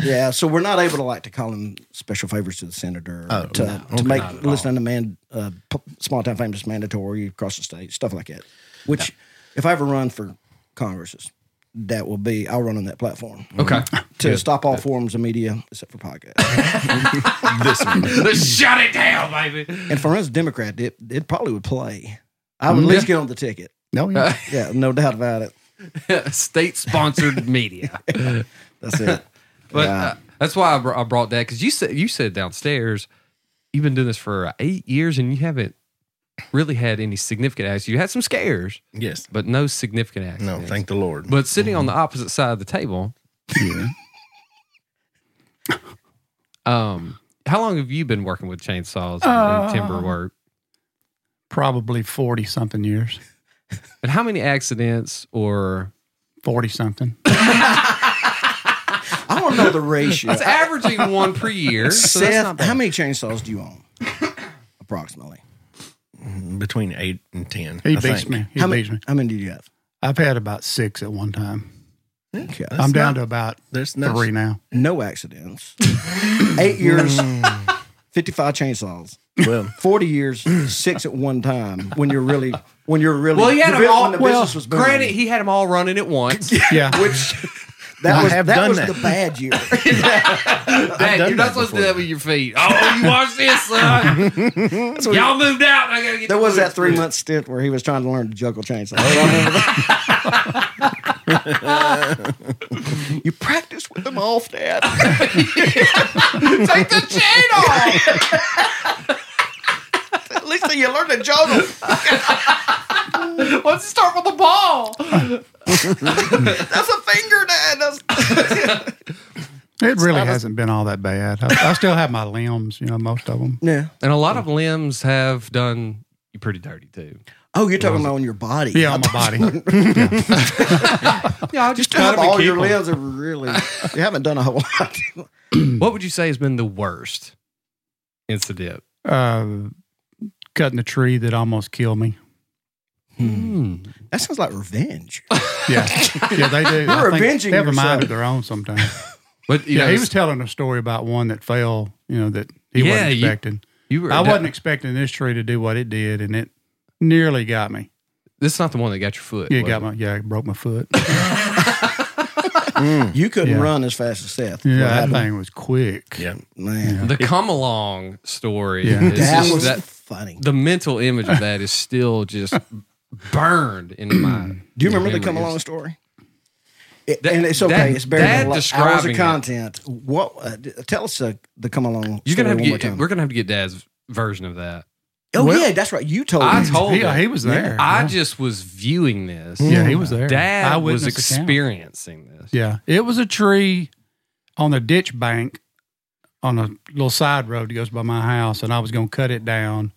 Speaker 3: Yeah, so we're not able to like to call him special favors to the senator, or
Speaker 1: Oh,
Speaker 3: to,
Speaker 1: no,
Speaker 3: to make
Speaker 2: Not at all.
Speaker 3: listening to man uh, p- small town famous mandatory across the state, stuff like that. Which, if I ever run for Congresses, that will be I'll run on that platform
Speaker 2: okay.
Speaker 3: to
Speaker 2: Good.
Speaker 3: stop all forms of media except for podcasts.
Speaker 1: This one.
Speaker 2: Let's shut it down, baby.
Speaker 3: and for us Democrat, it it probably would play. I
Speaker 2: Mm,
Speaker 3: would at least get on the ticket.
Speaker 2: Oh,
Speaker 7: No, yeah.
Speaker 3: Yeah, no doubt about it.
Speaker 2: State sponsored media.
Speaker 3: That's it.
Speaker 2: But
Speaker 3: Yeah.
Speaker 2: uh, that's why I, br- I brought that because you said you said downstairs you've been doing this for uh, eight years and you haven't really had any significant accidents. You had some scares,
Speaker 1: Yes.
Speaker 2: but no significant accidents.
Speaker 1: No, thank the Lord.
Speaker 2: But sitting on the opposite side of the table,
Speaker 7: yeah.
Speaker 2: um, how long have you been working with chainsaws and, and timber work?
Speaker 7: Probably forty something years.
Speaker 2: And how many accidents or
Speaker 7: Forty something.
Speaker 3: I want to know the ratio.
Speaker 2: it's averaging one per year. So that's not
Speaker 3: Seth,
Speaker 2: bad.
Speaker 3: how many chainsaws do you own? Approximately.
Speaker 1: Between eight and ten.
Speaker 7: He
Speaker 1: I
Speaker 7: beats
Speaker 1: think.
Speaker 7: me. He
Speaker 3: How many,
Speaker 7: beats me.
Speaker 3: how many do you have?
Speaker 7: I've had about six at one time.
Speaker 3: Okay.
Speaker 1: That's
Speaker 7: I'm down
Speaker 1: not-
Speaker 7: to about
Speaker 1: There's no
Speaker 7: three now.
Speaker 3: no accidents, eight years,
Speaker 1: Hmm.
Speaker 3: 55 chainsaws,
Speaker 1: Well,
Speaker 3: 40 years, six at one time when you're really, when you're really,
Speaker 2: Well, he had
Speaker 3: the
Speaker 2: them
Speaker 3: real-
Speaker 2: all.
Speaker 3: when the
Speaker 2: well,
Speaker 3: business was booming.
Speaker 2: granted, he had them all running at once.
Speaker 7: Yeah.
Speaker 3: that
Speaker 1: I
Speaker 3: was,
Speaker 1: have
Speaker 3: that
Speaker 1: done
Speaker 3: was
Speaker 1: that.
Speaker 3: the bad year.
Speaker 2: Hey,
Speaker 1: done
Speaker 2: you're not
Speaker 1: that
Speaker 2: supposed to do
Speaker 1: before.
Speaker 2: that with your feet. Oh, you watch this, son. Y'all moved out. I gotta get.
Speaker 3: There was
Speaker 2: the-
Speaker 3: that three month stint where he was trying to learn to juggle chainsaws. I
Speaker 1: Oh,
Speaker 3: remember that. you practice with them off, Dad.
Speaker 2: Take the chain off.
Speaker 3: At least you learn to juggle.
Speaker 2: Let's start with the ball.
Speaker 3: That's a finger, Dad. That's,
Speaker 7: It really hasn't been all that bad. I, I still have my limbs, you know, most of them.
Speaker 3: yeah.
Speaker 2: And a lot of limbs have done you pretty dirty too.
Speaker 3: Oh, you're talking about on your body.
Speaker 7: Yeah, on my body.
Speaker 2: Yeah, I just
Speaker 3: Still have all your limbs are really. You haven't done a whole lot.
Speaker 2: What would you say has been the worst incident?
Speaker 7: Uh, cutting a tree that almost killed me.
Speaker 3: That sounds like revenge.
Speaker 7: Yeah, yeah, they do. I think
Speaker 3: avenging
Speaker 7: they have a mind
Speaker 3: yourself.
Speaker 7: of their own sometimes.
Speaker 2: But you
Speaker 7: Yeah,
Speaker 2: know,
Speaker 7: he was telling a story about one that fell. You know that he
Speaker 2: Yeah,
Speaker 7: wasn't
Speaker 2: you-
Speaker 7: expecting.
Speaker 2: you were.
Speaker 7: I wasn't expecting this tree to do what it did, and it nearly got me.
Speaker 2: This is not the one that got your foot.
Speaker 7: Yeah, it
Speaker 2: was
Speaker 7: got
Speaker 2: it?
Speaker 7: my yeah, it broke my foot.
Speaker 3: You couldn't
Speaker 7: Yeah.
Speaker 3: run as fast as Seth.
Speaker 7: Yeah,
Speaker 3: What
Speaker 7: that
Speaker 3: happened?
Speaker 7: thing was quick.
Speaker 1: yeah.
Speaker 3: man,
Speaker 2: The come along story.
Speaker 7: Yeah.
Speaker 2: is
Speaker 3: that
Speaker 2: just
Speaker 3: was
Speaker 2: that-
Speaker 3: funny.
Speaker 2: the mental image of that is still just burned in my.
Speaker 3: Do you remember the
Speaker 2: memory
Speaker 3: come
Speaker 2: is-
Speaker 3: along story? It-
Speaker 2: That-
Speaker 3: and it's okay.
Speaker 2: that-
Speaker 3: it's buried
Speaker 2: that
Speaker 3: in a lot hours
Speaker 2: describing
Speaker 3: of
Speaker 2: it.
Speaker 3: content. What? Uh, d- tell us uh, the come along.
Speaker 2: You're
Speaker 3: story
Speaker 2: gonna have
Speaker 3: one
Speaker 2: to
Speaker 3: more
Speaker 2: get.
Speaker 3: time.
Speaker 2: We're gonna have to get Dad's version of that.
Speaker 8: Oh
Speaker 7: Well-
Speaker 8: yeah, that's right. You told
Speaker 2: I
Speaker 8: me.
Speaker 2: told
Speaker 7: Yeah,
Speaker 2: him.
Speaker 7: he was there.
Speaker 2: I just was viewing this.
Speaker 7: yeah, he was there.
Speaker 2: Dad was
Speaker 7: Eyewitness account.
Speaker 2: experiencing this.
Speaker 7: Yeah, it was a tree on a ditch bank on a little side road that goes by my house, and I was going to cut it down.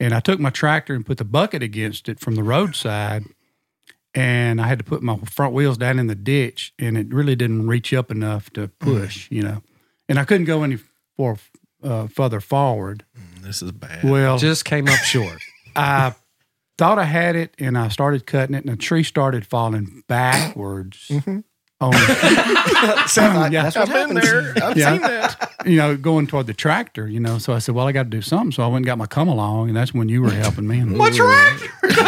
Speaker 7: And I took my tractor and put the bucket against it from the roadside, and I had to put my front wheels down in the ditch, and it really didn't reach up enough to push, you know. And I couldn't go any for, uh, further forward.
Speaker 1: This is bad.
Speaker 7: Well,
Speaker 2: Just came up short.
Speaker 7: I thought I had it, and I started cutting it, and the tree started falling backwards. on,
Speaker 8: Sounds like
Speaker 7: Yeah.
Speaker 8: that's what
Speaker 1: I've been
Speaker 8: happens.
Speaker 1: there. I've
Speaker 7: Yeah.
Speaker 1: seen that.
Speaker 7: you know, going toward the tractor, you know. So I said, well, I got to do something. So I went and got my come along, and that's when you were helping me. And,
Speaker 2: What's right?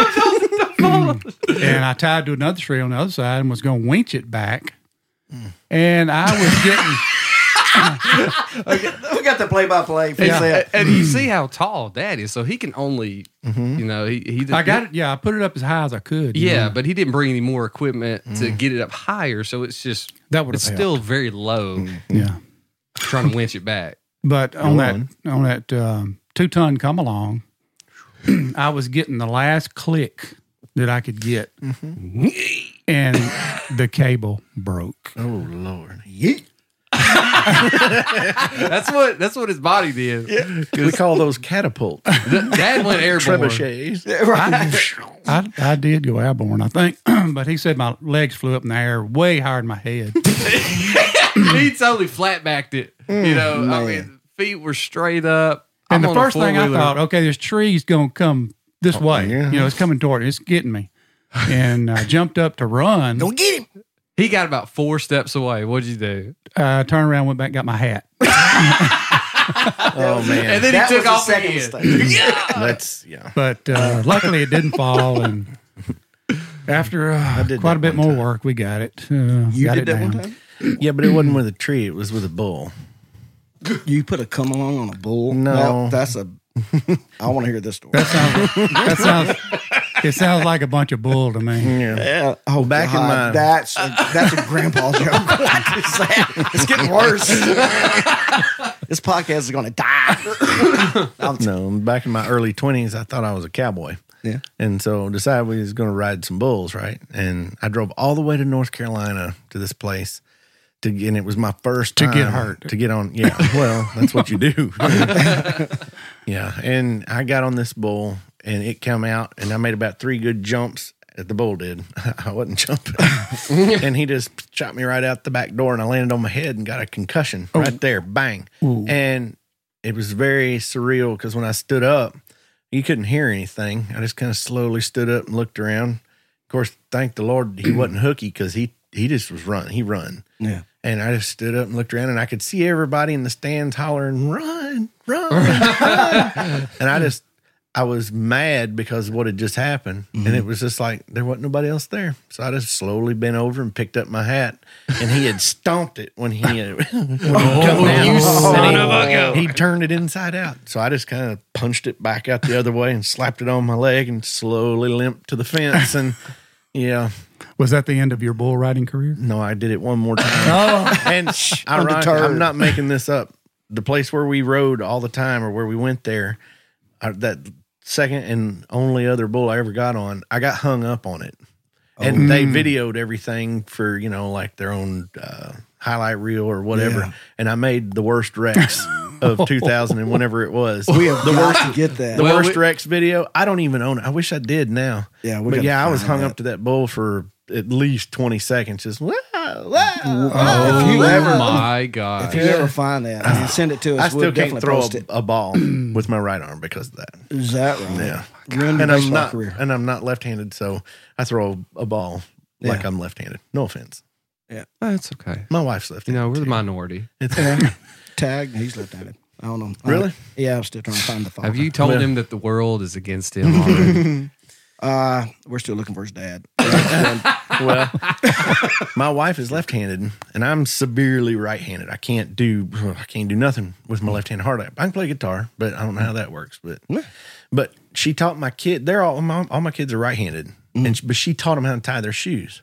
Speaker 7: and I tied to another tree on the other side and was going to winch it back. And I was getting,
Speaker 8: We got the play by play.
Speaker 7: Yeah.
Speaker 2: And you
Speaker 7: Mm.
Speaker 2: see how tall Dad is, so he can only, you know, he he.
Speaker 7: Mm-hmm. I got it. Mm-hmm. Yeah, I put it up as high as I could. you
Speaker 2: Yeah,
Speaker 7: know.
Speaker 2: but he didn't bring any more equipment to get it up higher, so it's just
Speaker 7: Mm. that Mm. would
Speaker 2: it's
Speaker 7: have
Speaker 2: still very low.
Speaker 7: yeah.
Speaker 2: Trying to winch it back.
Speaker 7: But on
Speaker 1: Go
Speaker 7: that
Speaker 1: on.
Speaker 7: on that um, two ton come along, I was getting the last click that I could get,
Speaker 1: Mm-hmm.
Speaker 7: and the cable broke.
Speaker 1: Oh Lord.
Speaker 2: That's what that's what his body did.
Speaker 1: We call those catapult
Speaker 2: Th- Dad went airborne.
Speaker 1: trebuchets.
Speaker 7: I, I did go airborne, I think, but he said my legs flew up in the air way higher than my head.
Speaker 2: he totally flat backed it. you know, I mean, feet were straight up.
Speaker 7: Mm. And
Speaker 2: I'm
Speaker 7: the
Speaker 2: on a
Speaker 7: first thing I
Speaker 2: four-wheeler.
Speaker 7: thought, okay, this tree's gonna come this way.
Speaker 1: yeah.
Speaker 7: You know, it's coming toward. It's getting me. And I jumped up to run.
Speaker 8: Go get him.
Speaker 2: he got about four steps away. What'd you do?
Speaker 7: Uh, turned around, went back, got my hat.
Speaker 1: Oh man.
Speaker 2: And then
Speaker 8: That
Speaker 2: he
Speaker 8: was
Speaker 2: took
Speaker 8: the
Speaker 2: off
Speaker 8: second
Speaker 2: again.
Speaker 8: mistake.
Speaker 1: That's yeah.
Speaker 7: But uh, luckily, it didn't fall. And after uh,
Speaker 1: did
Speaker 7: quite a
Speaker 1: that
Speaker 7: bit
Speaker 1: one
Speaker 7: more work, we got it. Uh,
Speaker 8: You
Speaker 7: got
Speaker 8: did
Speaker 7: it
Speaker 8: that one
Speaker 7: down.
Speaker 8: time?
Speaker 1: Yeah, but it wasn't with a tree, it was with a bull.
Speaker 8: You put a come along on a bull.
Speaker 1: No.
Speaker 8: That- that's a. I want to hear this story.
Speaker 7: That sounds. that sounds. It sounds like a bunch of bull to me.
Speaker 1: Yeah.
Speaker 8: Yeah. Oh,
Speaker 1: Back in
Speaker 8: God,
Speaker 1: my-
Speaker 8: that's a, that's a grandpa joke. It's sad. it's getting worse. this podcast is going to die.
Speaker 1: No, back in my early twenties, I thought I was a cowboy.
Speaker 8: Yeah.
Speaker 1: And so decided we was going to ride some bulls, right? And I drove all the way to North Carolina to this place to and it was my first
Speaker 7: To get
Speaker 1: time
Speaker 7: hurt.
Speaker 1: to get on. Yeah, well, that's what you do. yeah, and I got on this bull and it come out and I made about three good jumps. that The bull did. I wasn't jumping, and he just shot me right out the back door, and I landed on my head and got a concussion
Speaker 7: Oh.
Speaker 1: right there, bang. And it was very surreal because when I stood up, you couldn't hear anything. I just kind of slowly stood up and looked around. Of course, thank the Lord he wasn't hooky because he he just was run. He run.
Speaker 8: Yeah.
Speaker 1: And I just stood up and looked around and I could see everybody in the stands hollering, run, run, run. and I just I was mad because of what had just happened.
Speaker 2: Mm-hmm.
Speaker 1: And it was just like there wasn't nobody else there. So I just slowly bent over and picked up my hat. And he had stomped it when he had
Speaker 2: Oh, you son
Speaker 1: he,
Speaker 2: of a gun.
Speaker 1: he turned it inside out. So I just kind of punched it back out the other way and slapped it on my leg and slowly limped to the fence. And yeah,
Speaker 7: Was that the end of your bull riding career?
Speaker 1: no, I did it one more time.
Speaker 7: Oh,
Speaker 1: And ironic,
Speaker 8: Undeterred.
Speaker 1: I'm not making this up. The place where we rode all the time or where we went there, I, that second and only other bull I ever got on, I got hung up on it. And they videoed everything for, you know, like their own uh, highlight reel or whatever.
Speaker 8: Yeah.
Speaker 1: And I made the worst wrecks of 2000 and whenever it was.
Speaker 8: We have got to get that.
Speaker 1: The
Speaker 2: Well,
Speaker 1: worst
Speaker 2: we-
Speaker 1: Rex video. I don't even own it. I wish I did now.
Speaker 8: Yeah, we
Speaker 1: but
Speaker 8: gotta
Speaker 1: yeah, I was
Speaker 8: find
Speaker 1: hung
Speaker 8: that.
Speaker 1: up to that bull for at least twenty seconds. Just wow, wow,
Speaker 8: Oh,
Speaker 1: wow.
Speaker 8: if you ever-
Speaker 2: my
Speaker 8: if
Speaker 2: God.
Speaker 8: you ever find that, man, send it to us.
Speaker 1: I still
Speaker 8: we'll
Speaker 1: can't
Speaker 8: definitely
Speaker 1: throw a,
Speaker 8: post it.
Speaker 1: a ball with my right arm because of that.
Speaker 8: Is that right?
Speaker 1: Yeah.
Speaker 8: Ruined your
Speaker 1: And I'm
Speaker 8: baseball
Speaker 1: not,
Speaker 8: career.
Speaker 1: and I'm not left-handed, so I throw a ball like
Speaker 8: Yeah.
Speaker 1: I'm left-handed. No offense,
Speaker 2: Oh, That's okay.
Speaker 1: my wife's left.
Speaker 2: You know, we're the minority.
Speaker 8: Tag. He's left-handed. I don't know. Uh,
Speaker 1: Really?
Speaker 8: yeah, I'm still trying to find the phone.
Speaker 2: Have you told
Speaker 1: Yeah.
Speaker 2: him that the world is against him already?
Speaker 8: Uh, we're still looking for his dad.
Speaker 1: well, my wife is left-handed, and I'm severely right-handed. I can't do I can't do nothing with my left hand hard. I can play guitar, but I don't know how that works. But but she taught my kid. They're all my, all my kids are right-handed,
Speaker 8: Mm-hmm.
Speaker 1: and she, but she taught them how to tie their shoes,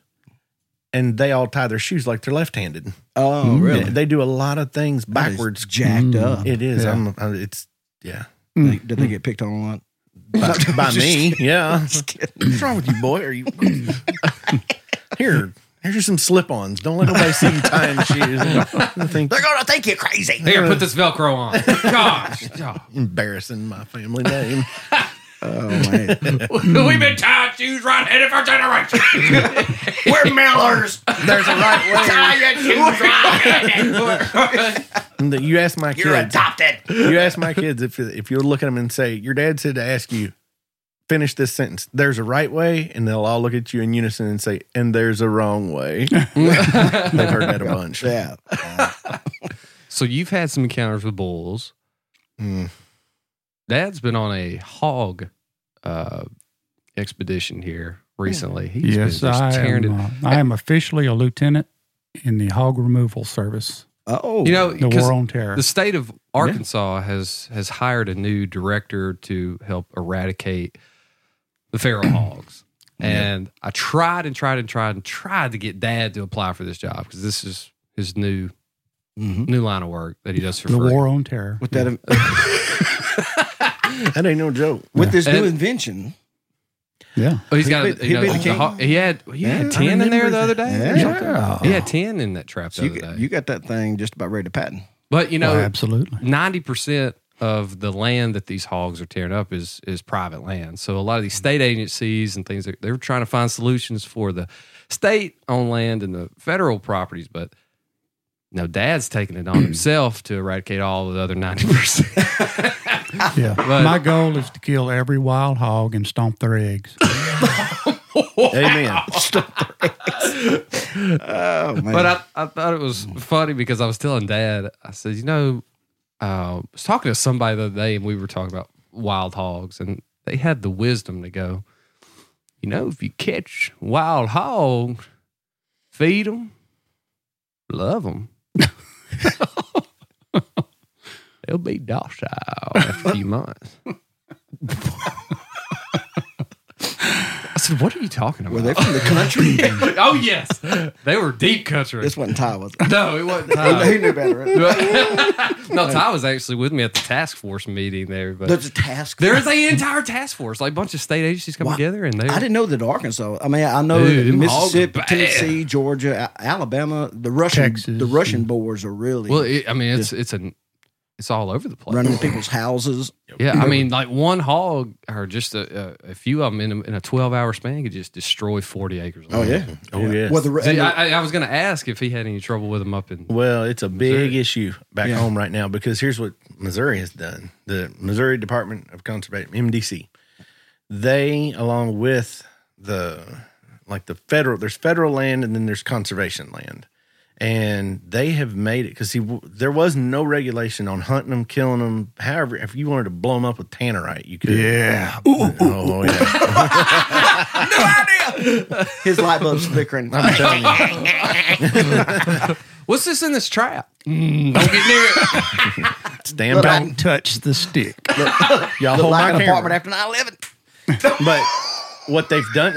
Speaker 1: and they all tie their shoes like they're left-handed.
Speaker 8: oh, really?
Speaker 1: They do a lot of things
Speaker 8: That is
Speaker 1: Mm,
Speaker 2: Mm.
Speaker 1: backwards. Mm.
Speaker 8: jacked up.
Speaker 1: It is. I'm, I- it's yeah.
Speaker 8: They- Did they get picked on a lot?
Speaker 1: by, by me. Yeah.
Speaker 8: Just kidding.
Speaker 1: What's wrong with you, boy? Are you here? Here's some slip-ons. Don't let nobody see you tying shoes. I think
Speaker 8: They're gonna think you're crazy.
Speaker 2: Here, put this Velcro on. Gosh, oh.
Speaker 1: embarrassing my family name.
Speaker 8: Oh man.
Speaker 2: we've been tied shoes right headed for generations.
Speaker 8: We're millers.
Speaker 1: There's a right way. That you ask my kids.
Speaker 8: adopted.
Speaker 1: You ask my kids if if you look at them and say, "Your dad said to ask you." Finish this sentence. There's a right way, and they'll all look at you in unison and say, "And there's a wrong way." They've heard that a bunch.
Speaker 8: Yeah.
Speaker 2: so you've had some encounters with bulls.
Speaker 1: Mm.
Speaker 2: Dad's been on a hog uh, expedition here recently. He's
Speaker 7: yes,
Speaker 2: been just
Speaker 7: I
Speaker 2: tearing it.
Speaker 7: am. uh, I am officially a lieutenant in the hog removal service,
Speaker 8: Oh.
Speaker 2: You know,
Speaker 7: the
Speaker 2: 'cause
Speaker 7: war on terror.
Speaker 2: the state of Arkansas has has hired a new director to help eradicate the feral hogs. And I tried and tried and tried and tried to get dad to apply for this job because this is his new
Speaker 8: Mhm.
Speaker 2: new line of work that he does for
Speaker 7: the
Speaker 2: free.
Speaker 7: war on terror.
Speaker 8: with that
Speaker 1: That ain't no joke.
Speaker 8: with this new
Speaker 2: And-
Speaker 8: invention.
Speaker 7: Yeah.
Speaker 2: Oh, he's
Speaker 1: He
Speaker 2: got
Speaker 1: been-
Speaker 2: you
Speaker 1: he
Speaker 2: know,
Speaker 1: been
Speaker 2: the
Speaker 1: king.
Speaker 2: ho- he had he
Speaker 8: Yeah, I
Speaker 2: had ten in there the other day.
Speaker 8: Yeah.
Speaker 2: He had ten in that trap
Speaker 8: So
Speaker 2: the
Speaker 8: you,
Speaker 2: other
Speaker 8: got-
Speaker 2: day.
Speaker 8: you got that thing just about ready to patent.
Speaker 2: but you
Speaker 7: Oh,
Speaker 2: know,
Speaker 7: absolutely.
Speaker 2: ninety percent of the land that these hogs are tearing up is is private land. So a lot of these state agencies and things they're, they're trying to find solutions for the state owned land and the federal properties, but no, Dad's taking it on himself to eradicate all of the other ninety percent.
Speaker 7: Yeah.
Speaker 2: But-
Speaker 7: My goal is to kill every wild hog and stomp their eggs.
Speaker 1: Amen.
Speaker 8: Oh man.
Speaker 2: But uh, I, I thought it was funny because I was telling Dad, I said, you know, uh, I was talking to somebody the other day and we were talking about wild hogs, and they had the wisdom to go, you know, if you catch wild hog, feed them, love them. They'll be docile after a few months. I said, what are you talking
Speaker 8: were
Speaker 2: about?
Speaker 8: they from the country?
Speaker 2: oh, yes. They were deep country.
Speaker 8: this wasn't Ty, was it?
Speaker 2: No, it wasn't
Speaker 8: He
Speaker 2: Ty.
Speaker 8: knew better. Right?
Speaker 2: no, Ty was actually with me at the task force meeting there. But
Speaker 8: There's a task.
Speaker 2: there is an entire task force, like a bunch of state agencies come
Speaker 8: Wow.
Speaker 2: together, and they.
Speaker 8: I didn't know that Arkansas. I mean, I know
Speaker 2: Dude,
Speaker 8: that
Speaker 2: them
Speaker 8: Mississippi,
Speaker 2: hogs are bad.
Speaker 8: Tennessee, Georgia, A- Alabama, the Russian,
Speaker 7: Texas.
Speaker 8: the Russian boars are really
Speaker 2: Well, it, I mean, it's it's an it's all over the place.
Speaker 8: running to people's houses.
Speaker 2: Yeah, I mean, like one hog or just a, a, a few of them in a, in a twelve hour span could just destroy forty acres. of land.
Speaker 1: Oh yeah.
Speaker 8: Well, the, Ru-
Speaker 2: See,
Speaker 8: and the-
Speaker 2: I, I- I was going to ask if he had any trouble with them up in.
Speaker 1: Well, it's a big issue back
Speaker 8: Yeah.
Speaker 1: home right now because here's what Missouri has done. The Missouri Department of Conservation, MDC, they along with the like the federal there's federal land and then there's conservation land. And they have made it because see, w- there was no regulation on hunting them, killing them. However, if you wanted to blow them up with tannerite, you could.
Speaker 7: Yeah.
Speaker 1: Oh, yeah.
Speaker 8: his light bulb's flickering.
Speaker 1: I'm telling you.
Speaker 2: What's this in this trap? Mm, don't get near it.
Speaker 1: Stand back.
Speaker 7: Don't touch the stick.
Speaker 1: Y'all
Speaker 8: Look
Speaker 1: hold my
Speaker 8: like an
Speaker 1: camera.
Speaker 8: apartment after 9-11.
Speaker 1: But what they've done.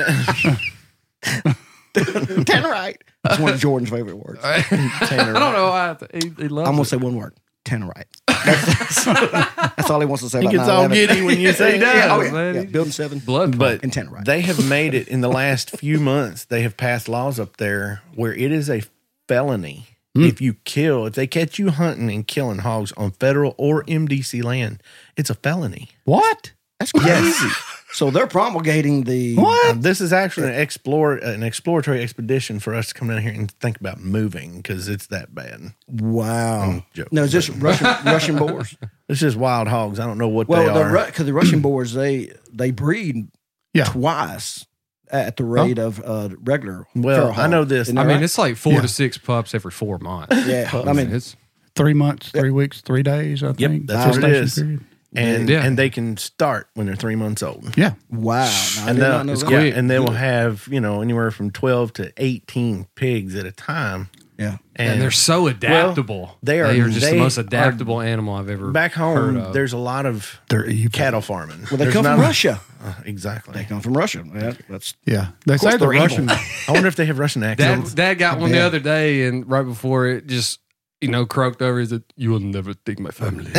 Speaker 8: Ten right. It's one of Jordan's favorite words.
Speaker 2: I don't know. why he, he loves
Speaker 8: I'm
Speaker 2: it.
Speaker 8: gonna say one word. Ten right. That's, that's all he wants to say.
Speaker 1: He
Speaker 8: about
Speaker 1: gets all
Speaker 8: 9/11.
Speaker 1: giddy when you say that.
Speaker 8: Yeah, oh,
Speaker 2: does,
Speaker 8: yeah,
Speaker 2: man.
Speaker 8: yeah.
Speaker 2: He-
Speaker 8: Building seven.
Speaker 2: blood.
Speaker 1: But
Speaker 8: And ten right.
Speaker 1: they have made it in the last few months. They have passed laws up there where it is a felony
Speaker 2: Hmm.
Speaker 1: if you kill, if they catch you hunting and killing hogs on federal or MDC land, it's a felony.
Speaker 7: What?
Speaker 8: That's crazy. so they're promulgating the
Speaker 1: Uh, this is actually an explore an exploratory expedition for us to come down here and think about moving because it's that bad.
Speaker 8: Wow.
Speaker 1: joking.
Speaker 8: No, it's just Russian Russian boars.
Speaker 1: It's just wild hogs. I don't know what
Speaker 8: Well,
Speaker 1: they
Speaker 8: the
Speaker 1: are.
Speaker 8: Ru- cause the Russian boars they they breed
Speaker 7: Yeah.
Speaker 8: twice at the rate of uh, regular.
Speaker 1: Well,
Speaker 8: feral
Speaker 1: I know
Speaker 8: hog.
Speaker 1: this.
Speaker 8: Isn't
Speaker 2: I
Speaker 8: that
Speaker 2: mean,
Speaker 8: right?
Speaker 2: it's like four
Speaker 7: Yeah.
Speaker 2: to six pups every four months.
Speaker 8: yeah. I mean,
Speaker 2: it's
Speaker 7: Three months, three weeks, three days, I
Speaker 1: Yep,
Speaker 7: think.
Speaker 1: that's what it
Speaker 7: Gestation
Speaker 1: is.
Speaker 7: period.
Speaker 1: And
Speaker 2: Yeah.
Speaker 1: and they can start when they're three months old.
Speaker 7: Yeah.
Speaker 8: wow. I
Speaker 1: and
Speaker 8: did not
Speaker 1: they'll,
Speaker 8: know
Speaker 1: it's
Speaker 8: that.
Speaker 1: quick.
Speaker 2: Yeah.
Speaker 1: and they will have you know anywhere from 12 to 18 pigs at a time
Speaker 8: Yeah.
Speaker 1: and,
Speaker 2: and, they're so adaptable.
Speaker 1: they are-
Speaker 2: They are just
Speaker 1: they
Speaker 2: the most
Speaker 1: are-
Speaker 2: adaptable animal I've ever
Speaker 1: back
Speaker 2: Heard
Speaker 1: home
Speaker 2: of.
Speaker 1: there's a lot of
Speaker 7: They're evil.
Speaker 1: cattle farming
Speaker 8: Well, they
Speaker 1: There's
Speaker 8: come
Speaker 1: not
Speaker 8: from
Speaker 1: a- Uh,
Speaker 8: Russia. They
Speaker 1: exactly
Speaker 8: come from Russia. Yeah, that's
Speaker 7: Yeah. They
Speaker 8: course
Speaker 7: say the
Speaker 8: they're evil.
Speaker 7: Russian
Speaker 1: i wonder if they have russian
Speaker 2: Dad,
Speaker 1: accents
Speaker 2: Dad got one the other day, and right before it just you know, croaked over is that you will never think my family.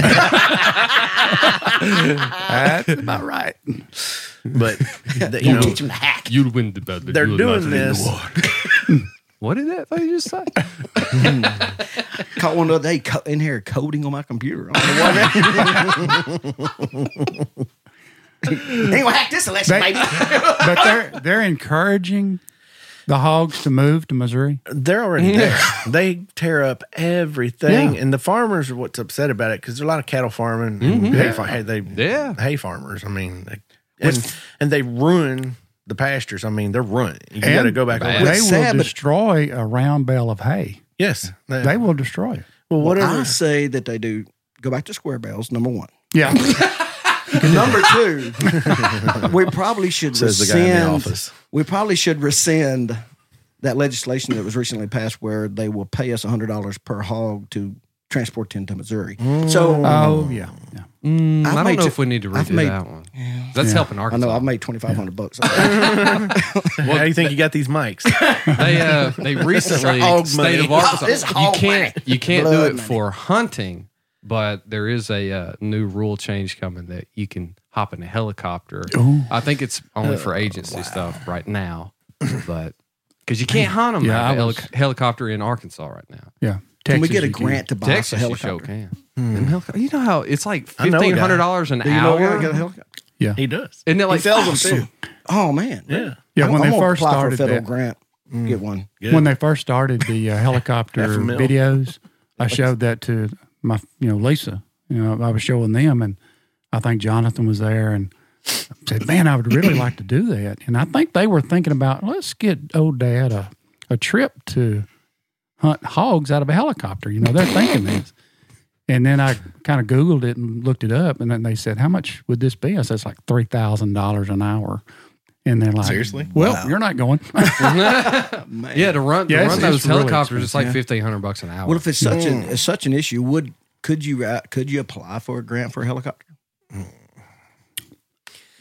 Speaker 7: That's about right.
Speaker 1: But the, you know,
Speaker 8: them to hack.
Speaker 2: You'll win the battle.
Speaker 1: They're
Speaker 2: you will
Speaker 1: doing
Speaker 2: not win
Speaker 1: this.
Speaker 2: The war. what did that thing just say?
Speaker 8: Caught one the other day co- in here coding on my computer. I don't know what happened. They ain't gonna hack this election,
Speaker 7: They- But they're they're encouraging the hogs to move to Missouri.
Speaker 1: they're already there. They tear up everything,
Speaker 2: Yeah.
Speaker 1: and the farmers are what's upset about it because there's a lot of cattle farming. and Hay, far- hey, they
Speaker 2: Yeah.
Speaker 1: hay farmers. I mean, they, and and they ruin the pastures. I mean, they're ruined. You got to
Speaker 7: And
Speaker 1: go back.
Speaker 2: bad.
Speaker 1: over
Speaker 7: They
Speaker 1: that.
Speaker 7: will
Speaker 8: sad, but-
Speaker 7: destroy a round bale of hay.
Speaker 1: Yes, they,
Speaker 7: They will destroy it.
Speaker 1: well,
Speaker 8: I
Speaker 1: whatever.
Speaker 8: say that they do go back to square bells, number one.
Speaker 7: Yeah.
Speaker 8: Number two, we probably should
Speaker 1: Says the guy in
Speaker 8: rescind.
Speaker 1: the office.
Speaker 8: We probably should rescind that legislation that was recently passed, where they will pay us hundred dollars per hog to transport them to Missouri. So
Speaker 7: oh yeah. Yeah.
Speaker 2: Mm, I
Speaker 8: I've
Speaker 2: don't
Speaker 8: made
Speaker 2: know
Speaker 8: ju-
Speaker 2: if we need to
Speaker 8: I've
Speaker 2: redo
Speaker 8: made-
Speaker 2: that one. That's helping
Speaker 8: I
Speaker 2: Arkansas.
Speaker 8: know I've made twenty five hundred bucks.
Speaker 1: How do you think you got these mics?
Speaker 2: they uh, they recently
Speaker 1: hog
Speaker 2: state of
Speaker 1: money.
Speaker 2: Arkansas.
Speaker 8: It's
Speaker 2: You
Speaker 8: hog
Speaker 2: can't you can't do
Speaker 8: Blood
Speaker 2: it
Speaker 8: money.
Speaker 2: for hunting, but there is a uh, new rule change coming that you can hop in a helicopter. I think it's only
Speaker 8: Uh,
Speaker 2: for agency stuff right now, but because you can't hunt them
Speaker 7: Yeah,
Speaker 2: out of
Speaker 7: I
Speaker 2: a
Speaker 7: was-
Speaker 2: heli- helicopter in Arkansas right now.
Speaker 7: Yeah.
Speaker 8: Can we
Speaker 7: Texas,
Speaker 8: get a
Speaker 7: you do.
Speaker 8: grant to buy us a
Speaker 2: Texas, you sure
Speaker 8: helicopter? Hmm.
Speaker 2: can. Them helicopter- You know how it's like
Speaker 1: I know a guy.
Speaker 2: fifteen hundred dollars an
Speaker 8: Do you know where I
Speaker 2: hour.
Speaker 8: get a helicopter?
Speaker 1: he does.
Speaker 2: Isn't it like
Speaker 1: sells them too.
Speaker 8: Oh man,
Speaker 1: Yeah.
Speaker 7: Yeah,
Speaker 8: I'm-
Speaker 7: when
Speaker 8: I'm
Speaker 7: they
Speaker 8: gonna
Speaker 7: first
Speaker 8: apply for
Speaker 7: started
Speaker 8: a federal
Speaker 7: that,
Speaker 8: grant, get one.
Speaker 1: Good.
Speaker 7: when they first started the uh, helicopter
Speaker 1: Half a mil.
Speaker 7: videos, I showed that to my, you know, Lisa. You know, I was showing them, and I think Jonathan was there, and I said, "Man, I would really like to do that." And I think they were thinking about let's get old dad a, a trip to hunt hogs out of a helicopter. You know, they're thinking this. And then I kind of Googled it and looked it up, and then they said, "How much would this be?" I said, "It's like three thousand dollars an hour." And they're like,
Speaker 1: Seriously?
Speaker 7: Well, you're not going.
Speaker 2: yeah to run
Speaker 7: Yeah,
Speaker 2: to
Speaker 7: it's-
Speaker 2: run those
Speaker 7: it's really
Speaker 2: helicopters? It's like fifteen hundred bucks an hour.
Speaker 8: Well, if it's such an it's such an issue, would could you uh, could you apply for a grant for a helicopter?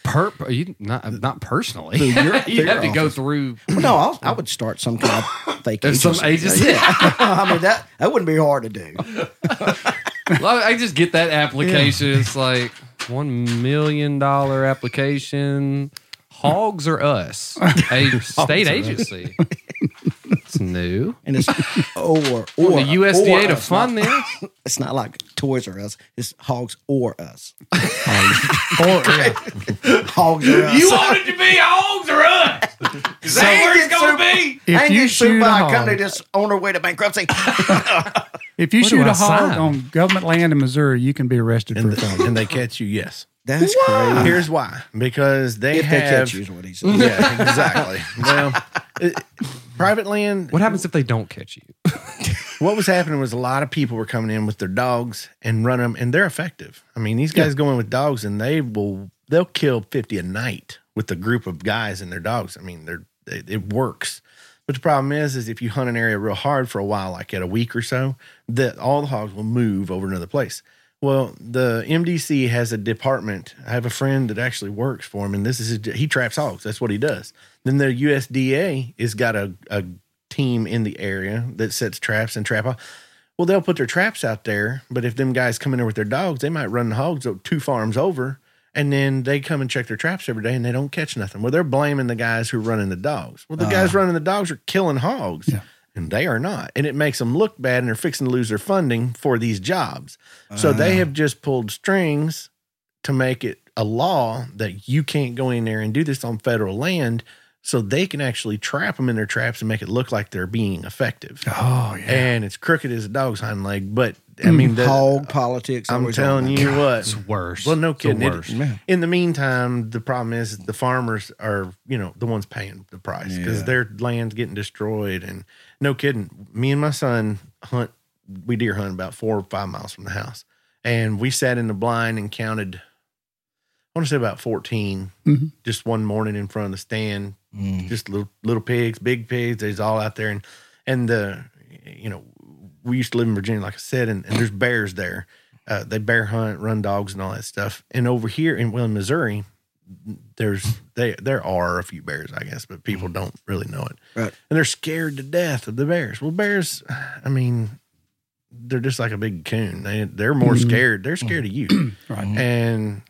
Speaker 2: per uh, you not not personally.
Speaker 8: Through your- through
Speaker 2: you have to
Speaker 8: your
Speaker 2: go through
Speaker 8: Well, no, I'll, I would start some kind of fake
Speaker 2: There's some agency.
Speaker 8: Yeah, I mean that that wouldn't be hard to do.
Speaker 2: Well, I just get that application. It's like one million dollar application. Hogs or us? A state agency. it's new.
Speaker 8: And it's or or
Speaker 2: The USDA
Speaker 8: uh, or
Speaker 2: to
Speaker 8: us,
Speaker 2: fund
Speaker 8: not-
Speaker 2: this.
Speaker 8: It's not like Toys R Us. It's Hogs or Us.
Speaker 7: or, yeah.
Speaker 8: Hogs or Us.
Speaker 2: want it to be hogs or us? Is that
Speaker 8: where it's gonna
Speaker 2: be?
Speaker 7: If
Speaker 8: I ain't
Speaker 7: you
Speaker 8: getting
Speaker 7: shoot
Speaker 8: sued
Speaker 7: a
Speaker 8: by a
Speaker 7: hog-
Speaker 8: company that's on their way to bankruptcy.
Speaker 7: If you
Speaker 2: What do
Speaker 7: shoot
Speaker 2: I
Speaker 7: a hog
Speaker 2: sign?
Speaker 7: on government land in Missouri, you can be arrested for
Speaker 1: And,
Speaker 7: felony.
Speaker 1: th- and they catch you, yes.
Speaker 8: That's crazy.
Speaker 1: Here's why. Because they
Speaker 8: Ah. If they
Speaker 1: have
Speaker 8: catch you, is what he said.
Speaker 1: Yeah, exactly. well, it, private land.
Speaker 2: What happens if they don't catch you?
Speaker 1: What was happening was a lot of people were coming in with their dogs and run them, and they're effective. I mean, these guys go in with dogs, and they will they'll kill fifty a night with a group of guys and their dogs. I mean, they're it, it works. But the problem is, is if you hunt an area real hard for a while, like at a week or so, that all the hogs will move over to another place. Well, the MDC has a department. I have a friend that actually works for him, and this is his, he traps hogs. That's what he does. Then the USDA has got a, a team in the area that sets traps and trap. hog- Well, they'll put their traps out there, but if them guys come in there with their dogs, they might run the hogs o- two farms over, and then they come and check their traps every day, and they don't catch nothing. Well, they're blaming the guys who are running the dogs. Well, the guys running the dogs are killing hogs. And they are not. And it makes them look bad and they're fixing to lose their funding for these jobs. So they have just pulled strings to make it a law that you can't go in there and do this on federal land so they can actually trap them in their traps and make it look like they're being effective.
Speaker 7: Oh yeah.
Speaker 1: And it's crooked as a dog's hind leg, but I mean, the,
Speaker 8: Hog politics.
Speaker 1: I'm
Speaker 8: always on
Speaker 1: telling
Speaker 8: that.
Speaker 1: you what.
Speaker 2: Worse.
Speaker 1: Well, no
Speaker 2: It's the
Speaker 1: kidding. It-
Speaker 2: worst.
Speaker 8: Yeah.
Speaker 1: In the meantime, the problem is the farmers are, you know, the ones paying the price because
Speaker 8: Yeah.
Speaker 1: their land's getting destroyed. And no kidding, me and my son hunt, we deer hunt about four or five miles from the house. And we sat in the blind and counted, I want to say about 14,
Speaker 7: Mhm.
Speaker 1: just one morning in front of the stand,
Speaker 8: Mm.
Speaker 1: just little little pigs, big pigs. They's all out there, and and the you know we used to live in Virginia, like I said, and, and there's bears there. Uh, they bear hunt, run dogs, and all that stuff. And over here in well in Missouri, there's they there are a few bears, I guess, but people don't really know it.
Speaker 8: Mm-hmm. Right.
Speaker 1: And they're scared to death of the bears. Well, bears, I mean, they're just like a big coon. They they're more
Speaker 8: Mm-hmm.
Speaker 1: scared. They're scared of you.
Speaker 7: Right.
Speaker 2: Mm-hmm.
Speaker 1: And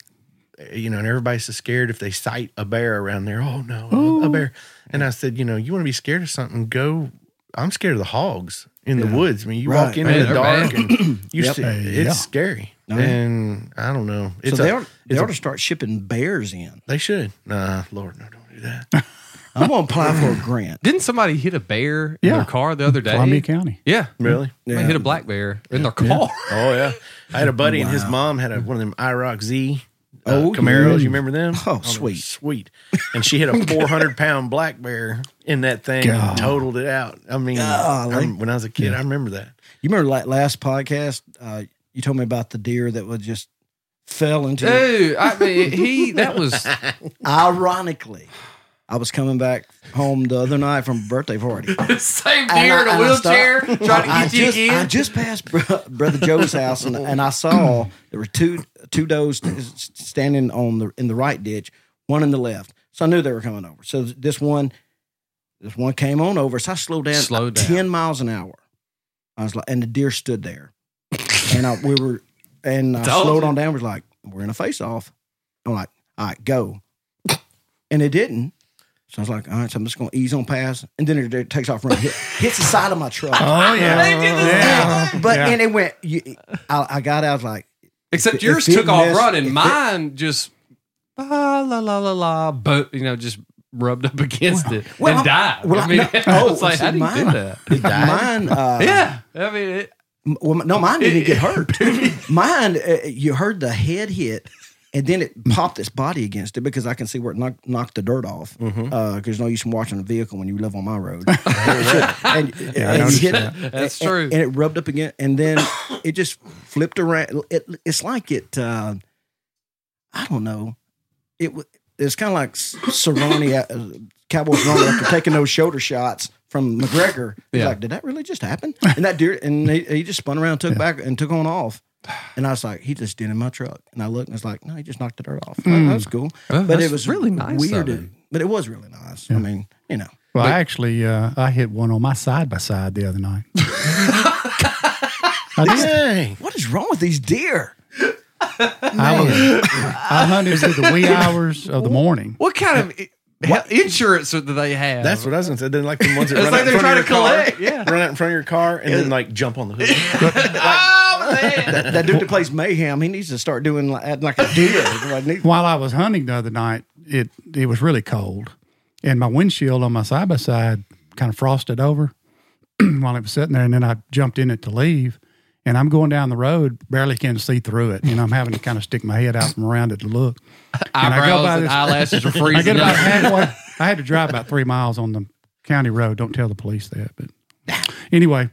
Speaker 1: uh, you know, and everybody's so scared if they sight a bear around there. Oh no, a- a bear. And I said, you know, you want to be scared of something, go I'm scared of the hogs in the woods. I mean, you walk
Speaker 8: Right.
Speaker 1: in,
Speaker 2: Man,
Speaker 1: in the
Speaker 2: they're
Speaker 1: dark and you
Speaker 8: Yep.
Speaker 1: see,
Speaker 7: Uh,
Speaker 1: it's
Speaker 7: yeah.
Speaker 1: scary.
Speaker 8: Oh, yeah.
Speaker 1: And I don't know.
Speaker 8: So
Speaker 1: It's
Speaker 8: they
Speaker 1: a-
Speaker 8: ought, they
Speaker 1: it's a-
Speaker 8: ought to start shipping bears in.
Speaker 1: they should. Nah, Lord, no, don't do that.
Speaker 8: I'm gonna apply for a grant.
Speaker 2: Didn't somebody hit a bear in
Speaker 7: Yeah.
Speaker 2: their car the other day?
Speaker 7: Columbia County.
Speaker 2: Yeah.
Speaker 1: Really?
Speaker 2: They
Speaker 8: Yeah.
Speaker 2: hit a black bear in their car.
Speaker 1: Oh yeah. I had a buddy and his
Speaker 8: Wow.
Speaker 1: mom had a, one of them IROC Z uh,
Speaker 8: Oh,
Speaker 1: Camaros.
Speaker 8: yeah.
Speaker 1: You remember them?
Speaker 8: Oh,
Speaker 1: they're
Speaker 8: sweet.
Speaker 1: sweet. And she hit a 400 pound black bear in that thing and totaled it out. I mean,
Speaker 8: Golly.
Speaker 1: I'm- when I was a kid, I remember that.
Speaker 8: You remember like last podcast? Uh, you told me about the deer that was just fell into.
Speaker 2: Dude, I mean, he, that was,
Speaker 8: Ironically, I was coming back home the other night from a birthday party. And
Speaker 2: same deer
Speaker 8: I-
Speaker 2: in
Speaker 8: and
Speaker 2: a
Speaker 8: I stopped.
Speaker 2: wheelchair trying to get
Speaker 8: I
Speaker 2: you
Speaker 8: just, I
Speaker 2: again.
Speaker 8: just passed Bro- Brother Joe's house and, and I saw there were two two does standing on the in the right ditch, one in the left. So I knew they were coming over. So this one, this one came on over. So I slowed down,
Speaker 2: Slowed down.
Speaker 8: ten miles an hour. I was like, and the deer stood there, and I, we were, and I
Speaker 2: Told
Speaker 8: slowed
Speaker 2: you.
Speaker 8: on down. Was like, we're in a face off. I'm like, all right, go, and it didn't. So I was like, all right, so I'm just gonna ease on past, and then it, it takes off running, hit, hits the side of my truck.
Speaker 7: Oh yeah. yeah.
Speaker 8: But
Speaker 7: Uh-huh. Yeah.
Speaker 8: and it went. You, I, I got. out, I was like,
Speaker 2: Except
Speaker 8: if
Speaker 2: yours
Speaker 8: it
Speaker 2: took off
Speaker 8: missed- if
Speaker 2: running.
Speaker 8: it-
Speaker 2: Mine just, la, la, la, la, la, but, you know, just rubbed up against it
Speaker 8: well,
Speaker 2: and
Speaker 8: I'm-
Speaker 2: died.
Speaker 8: well,
Speaker 2: I mean,
Speaker 8: no-
Speaker 2: I
Speaker 8: oh,
Speaker 2: was like,
Speaker 8: see,
Speaker 2: how do you do
Speaker 8: mine-
Speaker 2: that?
Speaker 8: mine. Uh,
Speaker 2: Yeah. I mean, it,
Speaker 8: m- Well, no, mine didn't get hurt. mine. Uh, you heard the head hit, and then it popped its body against it because I can see where it knocked, knocked the dirt off. Because
Speaker 7: Mm-hmm.
Speaker 8: there's no use in watching a vehicle when you live on my road. and and you
Speaker 7: noticed
Speaker 8: hit
Speaker 7: that.
Speaker 8: it.
Speaker 2: That's
Speaker 8: and-
Speaker 2: true.
Speaker 8: And, it rubbed up again, and then it just flipped around. It, it's like it. Uh, I don't know. It wa- it's kind of like S- Cerrone, uh, Cowboy Cerrone after taking those shoulder shots from McGregor. He's
Speaker 2: Yeah.
Speaker 8: like, did that really just happen? And that deer, and he, he just spun around, took back, and took on off. And I was like, he just did in my truck. And I looked and it's like, no, he just knocked the dirt off. Like, that was cool.
Speaker 2: Oh,
Speaker 8: but it
Speaker 2: that's
Speaker 8: was
Speaker 2: really nice of
Speaker 8: Weird.
Speaker 2: him.
Speaker 8: But it was really nice. I mean, you know.
Speaker 7: Well, I actually, uh, I hit one on my side by side the other night. I did.
Speaker 1: Dang.
Speaker 8: What is wrong with these deer?
Speaker 7: I, was, I hunted through the wee hours of the morning.
Speaker 2: What kind of what? insurance do they have?
Speaker 1: That's what I was gonna say. Then like the ones that
Speaker 2: It's
Speaker 1: run
Speaker 2: like
Speaker 1: out
Speaker 2: they're
Speaker 1: in front of your
Speaker 2: trying to
Speaker 1: car,
Speaker 2: collect. Yeah.
Speaker 1: run out in front of your car, and then like jump on the hood.
Speaker 2: Oh man!
Speaker 8: That, that dude that plays Mayhem, he needs to start doing like, acting like a deer. Like, he-
Speaker 7: While I was hunting the other night, it it was really cold, and my windshield on my side by side kind of frosted over while it was sitting there. And then I jumped in it to leave, and I'm going down the road, barely can see through it. You know, I'm having to kind of stick my head out from around it to look. And I go
Speaker 2: Eyebrows
Speaker 7: by
Speaker 2: and
Speaker 7: this-
Speaker 2: eyelashes are
Speaker 7: I get
Speaker 2: freezing.
Speaker 7: about
Speaker 2: up.
Speaker 7: halfway. I had to drive about three miles on the county road. Don't tell the police that, but anyway.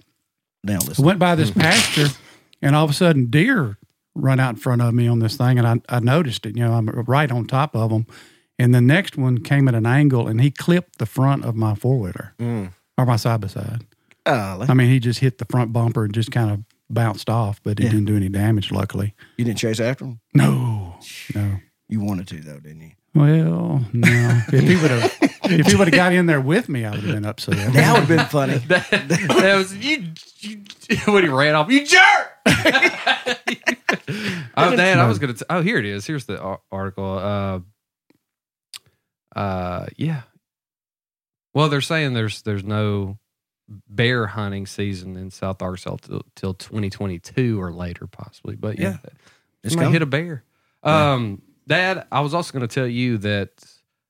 Speaker 8: now
Speaker 7: I
Speaker 8: listen.
Speaker 7: went by this pasture, and all of a sudden, deer run out in front of me on this thing, and I, I noticed it. You know, I'm right on top of them, and the next one came at an angle, and he clipped the front of my four wheeler
Speaker 8: Mm.
Speaker 7: or my side by side.
Speaker 8: Golly.
Speaker 7: I mean, he just hit the front bumper and just kind of bounced off, but it didn't do any damage. Luckily,
Speaker 8: You didn't chase after him?
Speaker 7: no, no.
Speaker 8: You wanted to, though, didn't you?
Speaker 7: Well, no. If he would have, if he would have got in there with me, I would have been upset.
Speaker 8: That would have been funny.
Speaker 2: that, that was you, you. When he ran off, you jerk! oh, Dad, I was gonna. T- oh, here it is. Here's the ar- article. Uh, uh, yeah. Well, they're saying there's there's no bear hunting season in South Arkansas till, till 2022 or later, possibly. But yeah,
Speaker 8: It's
Speaker 2: It's might
Speaker 8: coming.
Speaker 2: hit a bear. Um, Dad, I was also going to tell you that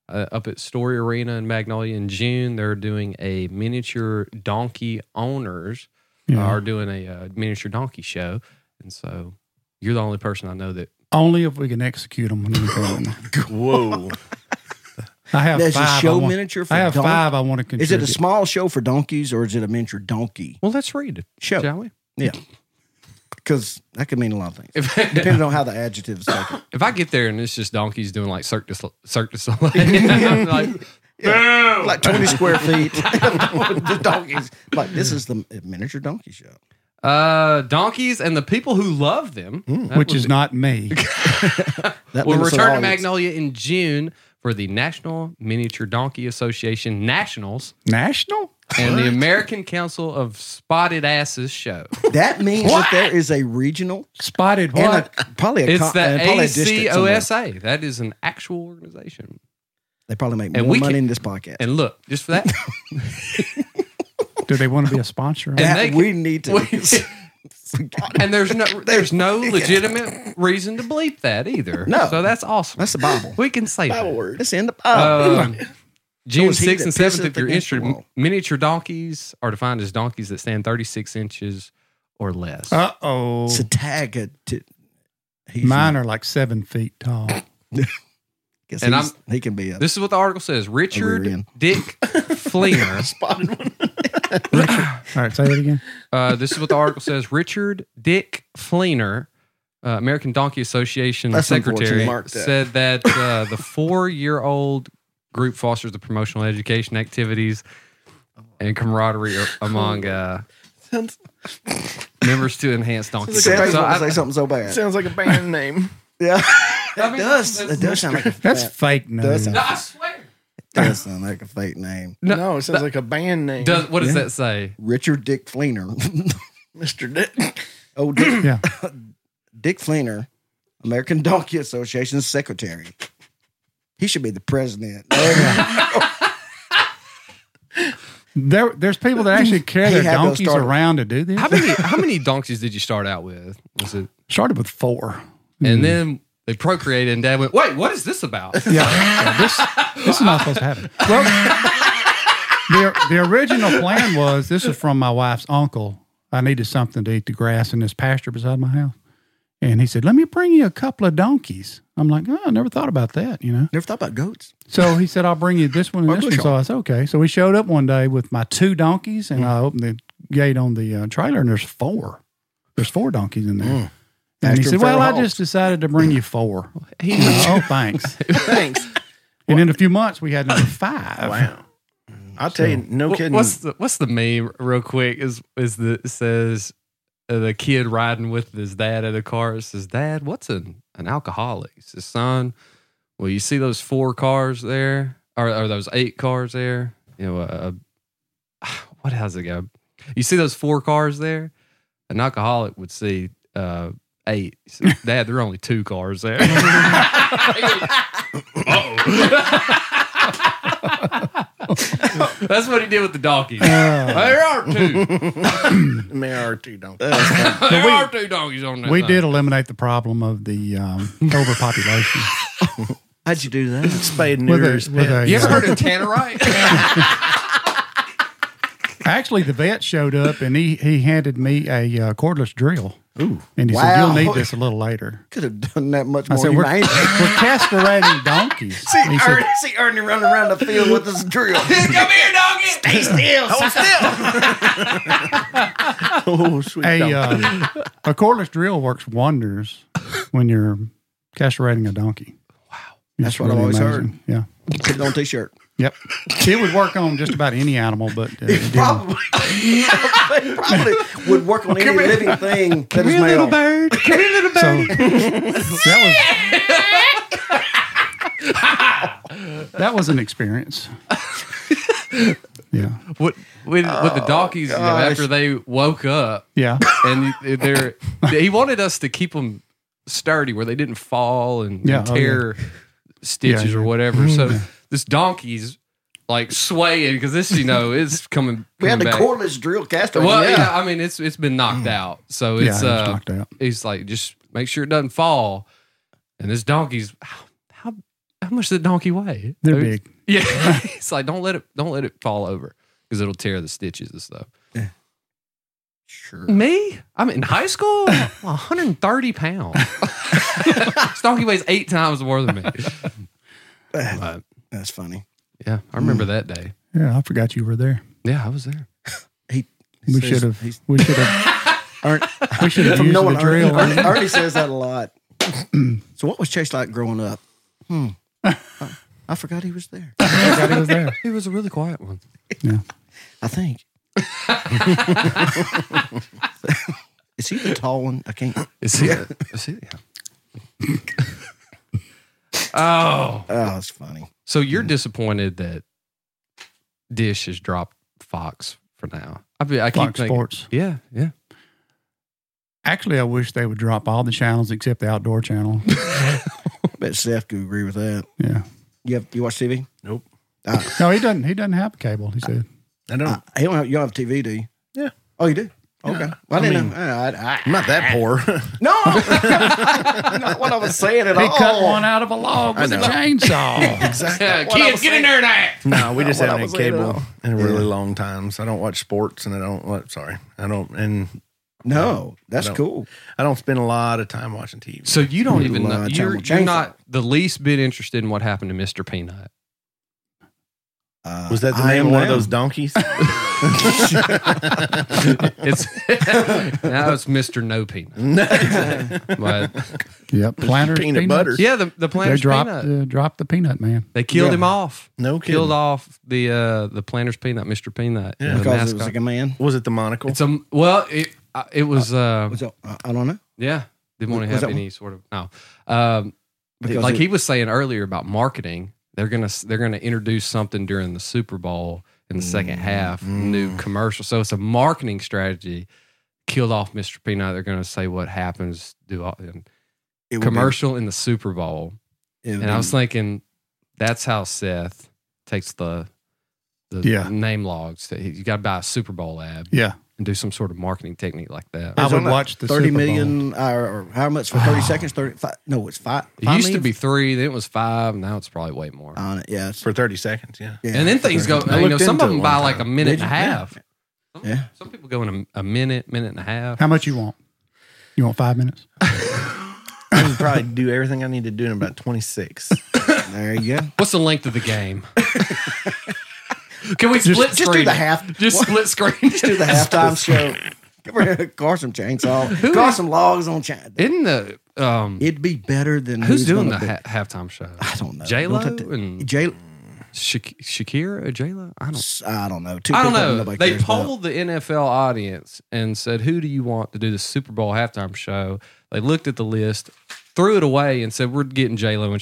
Speaker 2: uh, up at Story Arena in Magnolia in June, they're doing a miniature donkey owners
Speaker 7: Yeah.
Speaker 2: are doing a uh, miniature donkey show, and so you're the only person I know that.
Speaker 7: Only if we can execute him. When we kill him.
Speaker 1: Whoa.
Speaker 7: I have
Speaker 8: There's
Speaker 7: five.
Speaker 8: a
Speaker 7: I
Speaker 8: show
Speaker 7: want-
Speaker 8: miniature for
Speaker 7: I have
Speaker 8: donkeys.
Speaker 7: five I want to contribute.
Speaker 8: Is it a small show for donkeys or is it a miniature donkey
Speaker 2: Well, let's read it,
Speaker 7: Oh.
Speaker 8: show?
Speaker 2: shall we?
Speaker 8: Yeah. Because that could mean a lot of things.
Speaker 2: If,
Speaker 8: Depending on how the adjectives take it.
Speaker 2: if I get there and it's just donkeys doing like Cirque du, Sol- Cirque du Soleil, I'm like,
Speaker 8: Like 20 square feet. the donkeys. Like, this is the miniature donkey show.
Speaker 2: uh, donkeys and the people who love them, That
Speaker 7: Mm, which
Speaker 2: would
Speaker 7: is not me.
Speaker 8: That
Speaker 2: We'll
Speaker 8: limits the
Speaker 2: return to
Speaker 8: audience.
Speaker 2: Magnolia in June for the National Miniature Donkey Association Nationals
Speaker 7: National?
Speaker 2: and the American Council of Spotted Asses show.
Speaker 8: That means that there is a regional
Speaker 7: Spotted
Speaker 8: and
Speaker 7: what?
Speaker 8: a, probably a
Speaker 2: It's
Speaker 8: con-
Speaker 2: the
Speaker 8: and uh, probably a district somewhere.
Speaker 2: ACOSA. That is an actual organization.
Speaker 8: They probably make
Speaker 2: And
Speaker 8: more
Speaker 2: we
Speaker 8: money
Speaker 2: can-
Speaker 8: in this podcast.
Speaker 2: And look, just for that,
Speaker 7: Do they want to be a sponsor?
Speaker 2: and
Speaker 8: that
Speaker 2: they can-
Speaker 8: we need to.
Speaker 2: and there's no there's no legitimate reason to bleep that either.
Speaker 8: No.
Speaker 2: so that's awesome.
Speaker 8: That's the Bible. Oh.
Speaker 2: we can say that.
Speaker 8: It's in the Bible.
Speaker 2: Um, June
Speaker 8: was he
Speaker 2: 6th
Speaker 8: that
Speaker 2: and 7th,
Speaker 8: pisseth
Speaker 2: if you're
Speaker 8: against the
Speaker 2: interested,
Speaker 8: wall.
Speaker 2: miniature donkeys are defined as donkeys that stand 36 inches or less.
Speaker 7: Uh oh.
Speaker 8: it's a tag. To, he's
Speaker 7: Mine are like seven feet tall.
Speaker 8: Guess
Speaker 2: and
Speaker 8: he's- he can be a.
Speaker 2: this is what the article says Richard
Speaker 8: in.
Speaker 2: Dick Fleamer.
Speaker 7: All right, say that again.
Speaker 2: Uh, this is what the article says Richard Dick Fleaner, uh, American Donkey Association
Speaker 8: That's
Speaker 2: secretary,
Speaker 8: unfortunate.
Speaker 1: Mark that.
Speaker 2: said that uh, the four year old group fosters the promotional education activities and camaraderie among uh,
Speaker 1: Sounds,
Speaker 2: members to enhance donkey.
Speaker 8: Sam
Speaker 2: culture.
Speaker 8: was
Speaker 2: So
Speaker 8: gonna
Speaker 2: I-
Speaker 8: say something so bad.
Speaker 1: sounds like a band name.
Speaker 8: yeah,
Speaker 2: I
Speaker 8: it
Speaker 2: mean,
Speaker 8: does.
Speaker 2: that's-
Speaker 8: It does sound like a,
Speaker 7: That's
Speaker 8: that
Speaker 7: fake news.
Speaker 8: does sound,
Speaker 2: I swear.
Speaker 8: does sound like a fake name.
Speaker 1: No,
Speaker 2: No,
Speaker 1: it sounds like a band name.
Speaker 2: Does, what does that say?
Speaker 8: Richard Dick Fleener.
Speaker 1: Mr. Dick.
Speaker 8: oh, Dick,
Speaker 7: Yeah.
Speaker 8: Dick Fleener, American Donkey Association's secretary. He should be the president.
Speaker 7: Oh, There, there's people that actually carry
Speaker 8: He
Speaker 7: their
Speaker 8: had those
Speaker 7: donkeys
Speaker 8: started-
Speaker 7: around to do this.
Speaker 2: How many how many donkeys did you start out with? Was it,
Speaker 7: Started with four.
Speaker 8: Hmm.
Speaker 2: and then they procreated, and Dad went, "Wait, what is this about?"
Speaker 7: Yeah. Yeah, this, this is not supposed to happen. Well, the, the original plan was this is from my wife's uncle. I needed something to eat the grass in this pasture beside my house. And he said, Let me bring you a couple of donkeys. I'm like, Oh, I never thought about that, you know?
Speaker 8: Never thought about goats.
Speaker 7: So he said, I'll bring you this one and this one. So I said, Okay. So we showed up one day with my two donkeys, and I opened the gate on the uh, trailer, and there's four. There's four donkeys in there. And
Speaker 8: After
Speaker 7: he said,
Speaker 8: Pharaoh
Speaker 7: Well, I
Speaker 8: Hall's.
Speaker 7: just decided to bring you four. oh, thanks.
Speaker 1: Thanks.
Speaker 7: And in a few months, we had another five.
Speaker 1: Wow. I'll tell you, no
Speaker 2: Wha-
Speaker 1: kidding.
Speaker 2: What's the what's the meme real quick? Is is the it says uh, the kid riding with his dad in a car? It says, "Dad, what's an an alcoholic?" He says, "Son, well, you see those four cars there, or, or those eight cars there? You know, uh, uh, what how's it go? You see those four cars there? An alcoholic would see uh, eight. He says, Dad, there are only two cars there." That's what he did with the donkey.
Speaker 7: Uh.
Speaker 2: there are two.
Speaker 1: May I or two don't.
Speaker 2: there are two donkeys on that.
Speaker 7: We
Speaker 2: thing.
Speaker 7: did eliminate the problem of the um, overpopulation.
Speaker 8: How'd you do that?
Speaker 1: Spade and
Speaker 7: With a-
Speaker 1: neuter is
Speaker 7: with
Speaker 1: pet.
Speaker 7: a- uh,
Speaker 2: You ever heard of Tannerite?
Speaker 7: Actually, the vet showed up and he, he handed me a uh, cordless drill. Ooh. And he
Speaker 8: Wow.
Speaker 7: said, You'll need this a little later.
Speaker 8: Could have done that much
Speaker 7: I
Speaker 8: more.
Speaker 7: said, We're,
Speaker 8: humane.
Speaker 7: we're castrating donkeys. And he said,
Speaker 8: see Ernie running around the field with his drill.
Speaker 2: Come here, doggy. Stay still.
Speaker 1: Oh, sweet.
Speaker 7: a,
Speaker 1: dog.
Speaker 7: um, a cordless drill works wonders when you're castrating a donkey. Wow.
Speaker 8: That's what I always heard.
Speaker 7: Yeah.
Speaker 8: Put it on a t-shirt.
Speaker 7: Yep. It would work on just about any animal, but uh, it didn't.
Speaker 8: Probably, it probably would work on any living thing that is male.
Speaker 7: bird. Come here, little bird. that was that was an experience. Yeah,
Speaker 2: What with, with
Speaker 8: Oh,
Speaker 2: the donkeys? you know, after they woke up,
Speaker 7: yeah.
Speaker 2: and they're he wanted us to keep them sturdy where they didn't fall and,
Speaker 7: Yeah,
Speaker 2: and
Speaker 7: oh, yeah.
Speaker 2: tear stitches
Speaker 7: Yeah, Mm-hmm.
Speaker 2: or
Speaker 7: yeah.
Speaker 2: whatever. So this donkey's like swaying because this you know is coming.
Speaker 8: We had the
Speaker 2: coming back.
Speaker 8: cordless drill cast on.
Speaker 2: Well,
Speaker 8: yeah.
Speaker 2: yeah. I mean it's it's been knocked out, so
Speaker 7: Yeah,
Speaker 2: it's
Speaker 7: it was
Speaker 2: uh,
Speaker 7: knocked out.
Speaker 2: He's like, just make sure it doesn't fall. And this donkey's how how, how much does the donkey weigh?
Speaker 7: They're
Speaker 2: I mean,
Speaker 7: big.
Speaker 2: Yeah, it's like don't let it don't let it fall over because it'll tear the stitches and stuff.
Speaker 8: Sure.
Speaker 2: Me? I'm in high school? 130 pounds. this donkey weighs eight times more than me. But,
Speaker 8: That's funny.
Speaker 2: yeah, I remember that day.
Speaker 7: Yeah, I forgot you were there.
Speaker 2: Yeah, I was there.
Speaker 8: He,
Speaker 7: We
Speaker 8: says-
Speaker 7: should have.
Speaker 8: he's-
Speaker 7: We should have. we should have
Speaker 8: From
Speaker 7: used
Speaker 8: knowing
Speaker 7: the
Speaker 8: Ernie,
Speaker 7: drill.
Speaker 8: Ernie, Ernie says that a lot. so, what was Chase like growing up? Hmm. I, I forgot he was there.
Speaker 7: I forgot he was there.
Speaker 2: It was a really quiet one.
Speaker 7: Yeah.
Speaker 8: I think. is he the tall one? I can't.
Speaker 2: Is it? Yeah. Is it? Yeah. oh,
Speaker 8: Oh, it's funny.
Speaker 2: so you're disappointed that Dish has dropped Fox for now. I, mean, I keep
Speaker 7: Fox
Speaker 2: thinking,
Speaker 7: Sports.
Speaker 2: yeah, yeah.
Speaker 7: Actually, I wish they would drop all the channels except the outdoor channel.
Speaker 3: I bet Seth could agree with that.
Speaker 7: Yeah.
Speaker 3: You have, you watch TV?
Speaker 1: Nope.
Speaker 7: No, he doesn't. He doesn't have cable. He said.
Speaker 1: I don't.
Speaker 3: Uh, he don't have, you don't have TV, do you?
Speaker 1: Yeah.
Speaker 3: Oh, you do? Okay. Well, I,
Speaker 1: I
Speaker 3: didn't
Speaker 1: mean-
Speaker 3: know. I, I, I,
Speaker 1: I'm not that poor.
Speaker 3: no. Not what I was saying at
Speaker 7: He
Speaker 3: all.
Speaker 7: cut one out of a log
Speaker 1: I
Speaker 7: with a
Speaker 1: know.
Speaker 7: chainsaw.
Speaker 1: exactly.
Speaker 2: Yeah,
Speaker 3: what I was
Speaker 2: kids, get in there now.
Speaker 1: No, we just
Speaker 3: What I
Speaker 1: haven't had
Speaker 3: was saying at
Speaker 1: cable
Speaker 3: all.
Speaker 1: in a really
Speaker 3: Yeah.
Speaker 1: long time. So I don't watch sports, and I don't. wa- Sorry, I don't, and
Speaker 3: No, that's
Speaker 1: No.
Speaker 3: cool.
Speaker 1: I don't spend a lot of time watching TV.
Speaker 2: So you don't even
Speaker 3: Little,
Speaker 2: know.
Speaker 3: uh,
Speaker 2: You're,
Speaker 3: channel
Speaker 2: you're
Speaker 3: chainsaw.
Speaker 2: not the least bit interested in what happened to Mr. Peanut.
Speaker 3: Uh,
Speaker 1: was that the
Speaker 3: I
Speaker 1: name
Speaker 3: am
Speaker 1: of one
Speaker 3: now.
Speaker 1: of those donkeys?
Speaker 2: It's now it's Mr. No Peanut.
Speaker 1: No.
Speaker 2: But
Speaker 7: yep. Planters
Speaker 1: Peanut
Speaker 7: peanuts.
Speaker 1: butter.
Speaker 2: yeah, the the
Speaker 7: They
Speaker 2: Planters
Speaker 7: dropped
Speaker 2: Peanut.
Speaker 7: uh, dropped the peanut man.
Speaker 2: They killed him
Speaker 1: Yeah.
Speaker 2: off.
Speaker 1: No kidding.
Speaker 2: Killed off the uh, the Planters Peanut, Mr. Peanut.
Speaker 1: Yeah.
Speaker 2: you know, the
Speaker 3: Because it was
Speaker 2: mascot.
Speaker 3: like a man.
Speaker 1: Was it the monocle?
Speaker 2: It's a well. It uh, it was uh,
Speaker 3: Was that, I I don't know.
Speaker 2: yeah. Didn't want to
Speaker 3: was
Speaker 2: have
Speaker 3: that-
Speaker 2: any sort of no. Um,
Speaker 3: Because
Speaker 2: like
Speaker 3: it-
Speaker 2: he was saying earlier about marketing, they're gonna they're gonna introduce something during the Super Bowl in the second
Speaker 3: Mm.
Speaker 2: half, new commercial. So it's a marketing strategy. Killed off Mr. Peanut. They're gonna say what happens. Do all, and
Speaker 3: It would be-
Speaker 2: commercial in the Super Bowl,
Speaker 3: it would
Speaker 2: and I
Speaker 3: be-
Speaker 2: was thinking that's how Seth takes the the
Speaker 7: Yeah.
Speaker 2: name logs. That he, you got to buy a Super Bowl ad
Speaker 7: Yeah.
Speaker 2: and do some sort of marketing technique like that.
Speaker 7: I
Speaker 3: It's
Speaker 7: would
Speaker 3: on that
Speaker 7: watch the
Speaker 3: Thirty
Speaker 7: Super Bowl.
Speaker 3: million, uh, or, or how much for thirty seconds? Thirty five? No, it's five.
Speaker 2: It
Speaker 3: five
Speaker 2: used to
Speaker 3: million?
Speaker 2: be three, then it was five, now it's probably way more.
Speaker 3: on it. Yeah, it's-
Speaker 1: for 30 seconds, yeah.
Speaker 3: yeah.
Speaker 2: and then things go.
Speaker 1: I
Speaker 2: you know,
Speaker 1: looked
Speaker 2: some
Speaker 1: into
Speaker 2: of them
Speaker 1: it
Speaker 2: buy
Speaker 1: one
Speaker 2: like a
Speaker 1: time.
Speaker 2: minute
Speaker 3: Did
Speaker 2: and a
Speaker 3: you?
Speaker 2: half.
Speaker 3: Yeah.
Speaker 2: Some people go in a, a minute, minute and a half.
Speaker 7: How much you want? You want five minutes?
Speaker 1: I can probably do everything I need to do in about 26.
Speaker 3: There you go.
Speaker 2: What's the length of the game? Can we split
Speaker 3: just do
Speaker 2: screen?
Speaker 3: the
Speaker 2: it?
Speaker 3: half.
Speaker 2: Just split screen.
Speaker 3: Do the halftime show. Come here, Car some chainsaw. Car some logs on chain.
Speaker 2: Isn't the um
Speaker 3: It'd be better than
Speaker 2: who's, doing the
Speaker 3: gonna
Speaker 2: ha- halftime show?
Speaker 3: be- I don't know.
Speaker 2: J Lo
Speaker 3: Don't touch it.
Speaker 2: and
Speaker 3: J.
Speaker 2: Shak- Shakira, J Lo. I don't.
Speaker 3: I don't know. Two
Speaker 2: I
Speaker 3: people
Speaker 2: don't know.
Speaker 3: nobody
Speaker 2: They
Speaker 3: cares about.
Speaker 2: polled the NFL audience and said, "Who do you want to do the Super Bowl halftime show?" They looked at the list, threw it away, and said, "We're getting J Lo and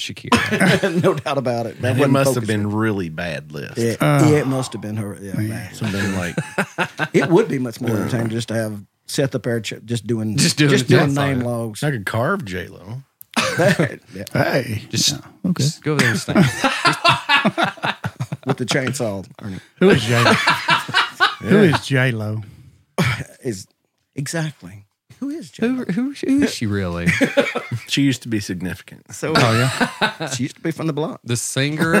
Speaker 2: Shakira."
Speaker 3: no doubt about it.
Speaker 1: Man, it
Speaker 3: wasn't
Speaker 1: must have
Speaker 3: focused.
Speaker 1: been really bad list.
Speaker 3: It, yeah, it must have been her. Yeah, man.
Speaker 1: Something like Uh,
Speaker 3: it would be much more entertaining just to have Seth up there ch- just doing
Speaker 2: Just doing
Speaker 3: just
Speaker 2: the
Speaker 3: doing
Speaker 2: chainsaw.
Speaker 3: name logs.
Speaker 1: I could carve J Lo.
Speaker 3: Yeah,
Speaker 7: Hey.
Speaker 2: Just
Speaker 7: Okay.
Speaker 2: just go there and stand.
Speaker 3: with the chainsaw. Ernie.
Speaker 7: Who is J? Who is J Lo?
Speaker 3: Is exactly who is J.
Speaker 2: who, who, who is she really?
Speaker 1: She used to be significant.
Speaker 3: So
Speaker 7: yeah.
Speaker 3: Oh, she used to be from the block.
Speaker 2: The singer,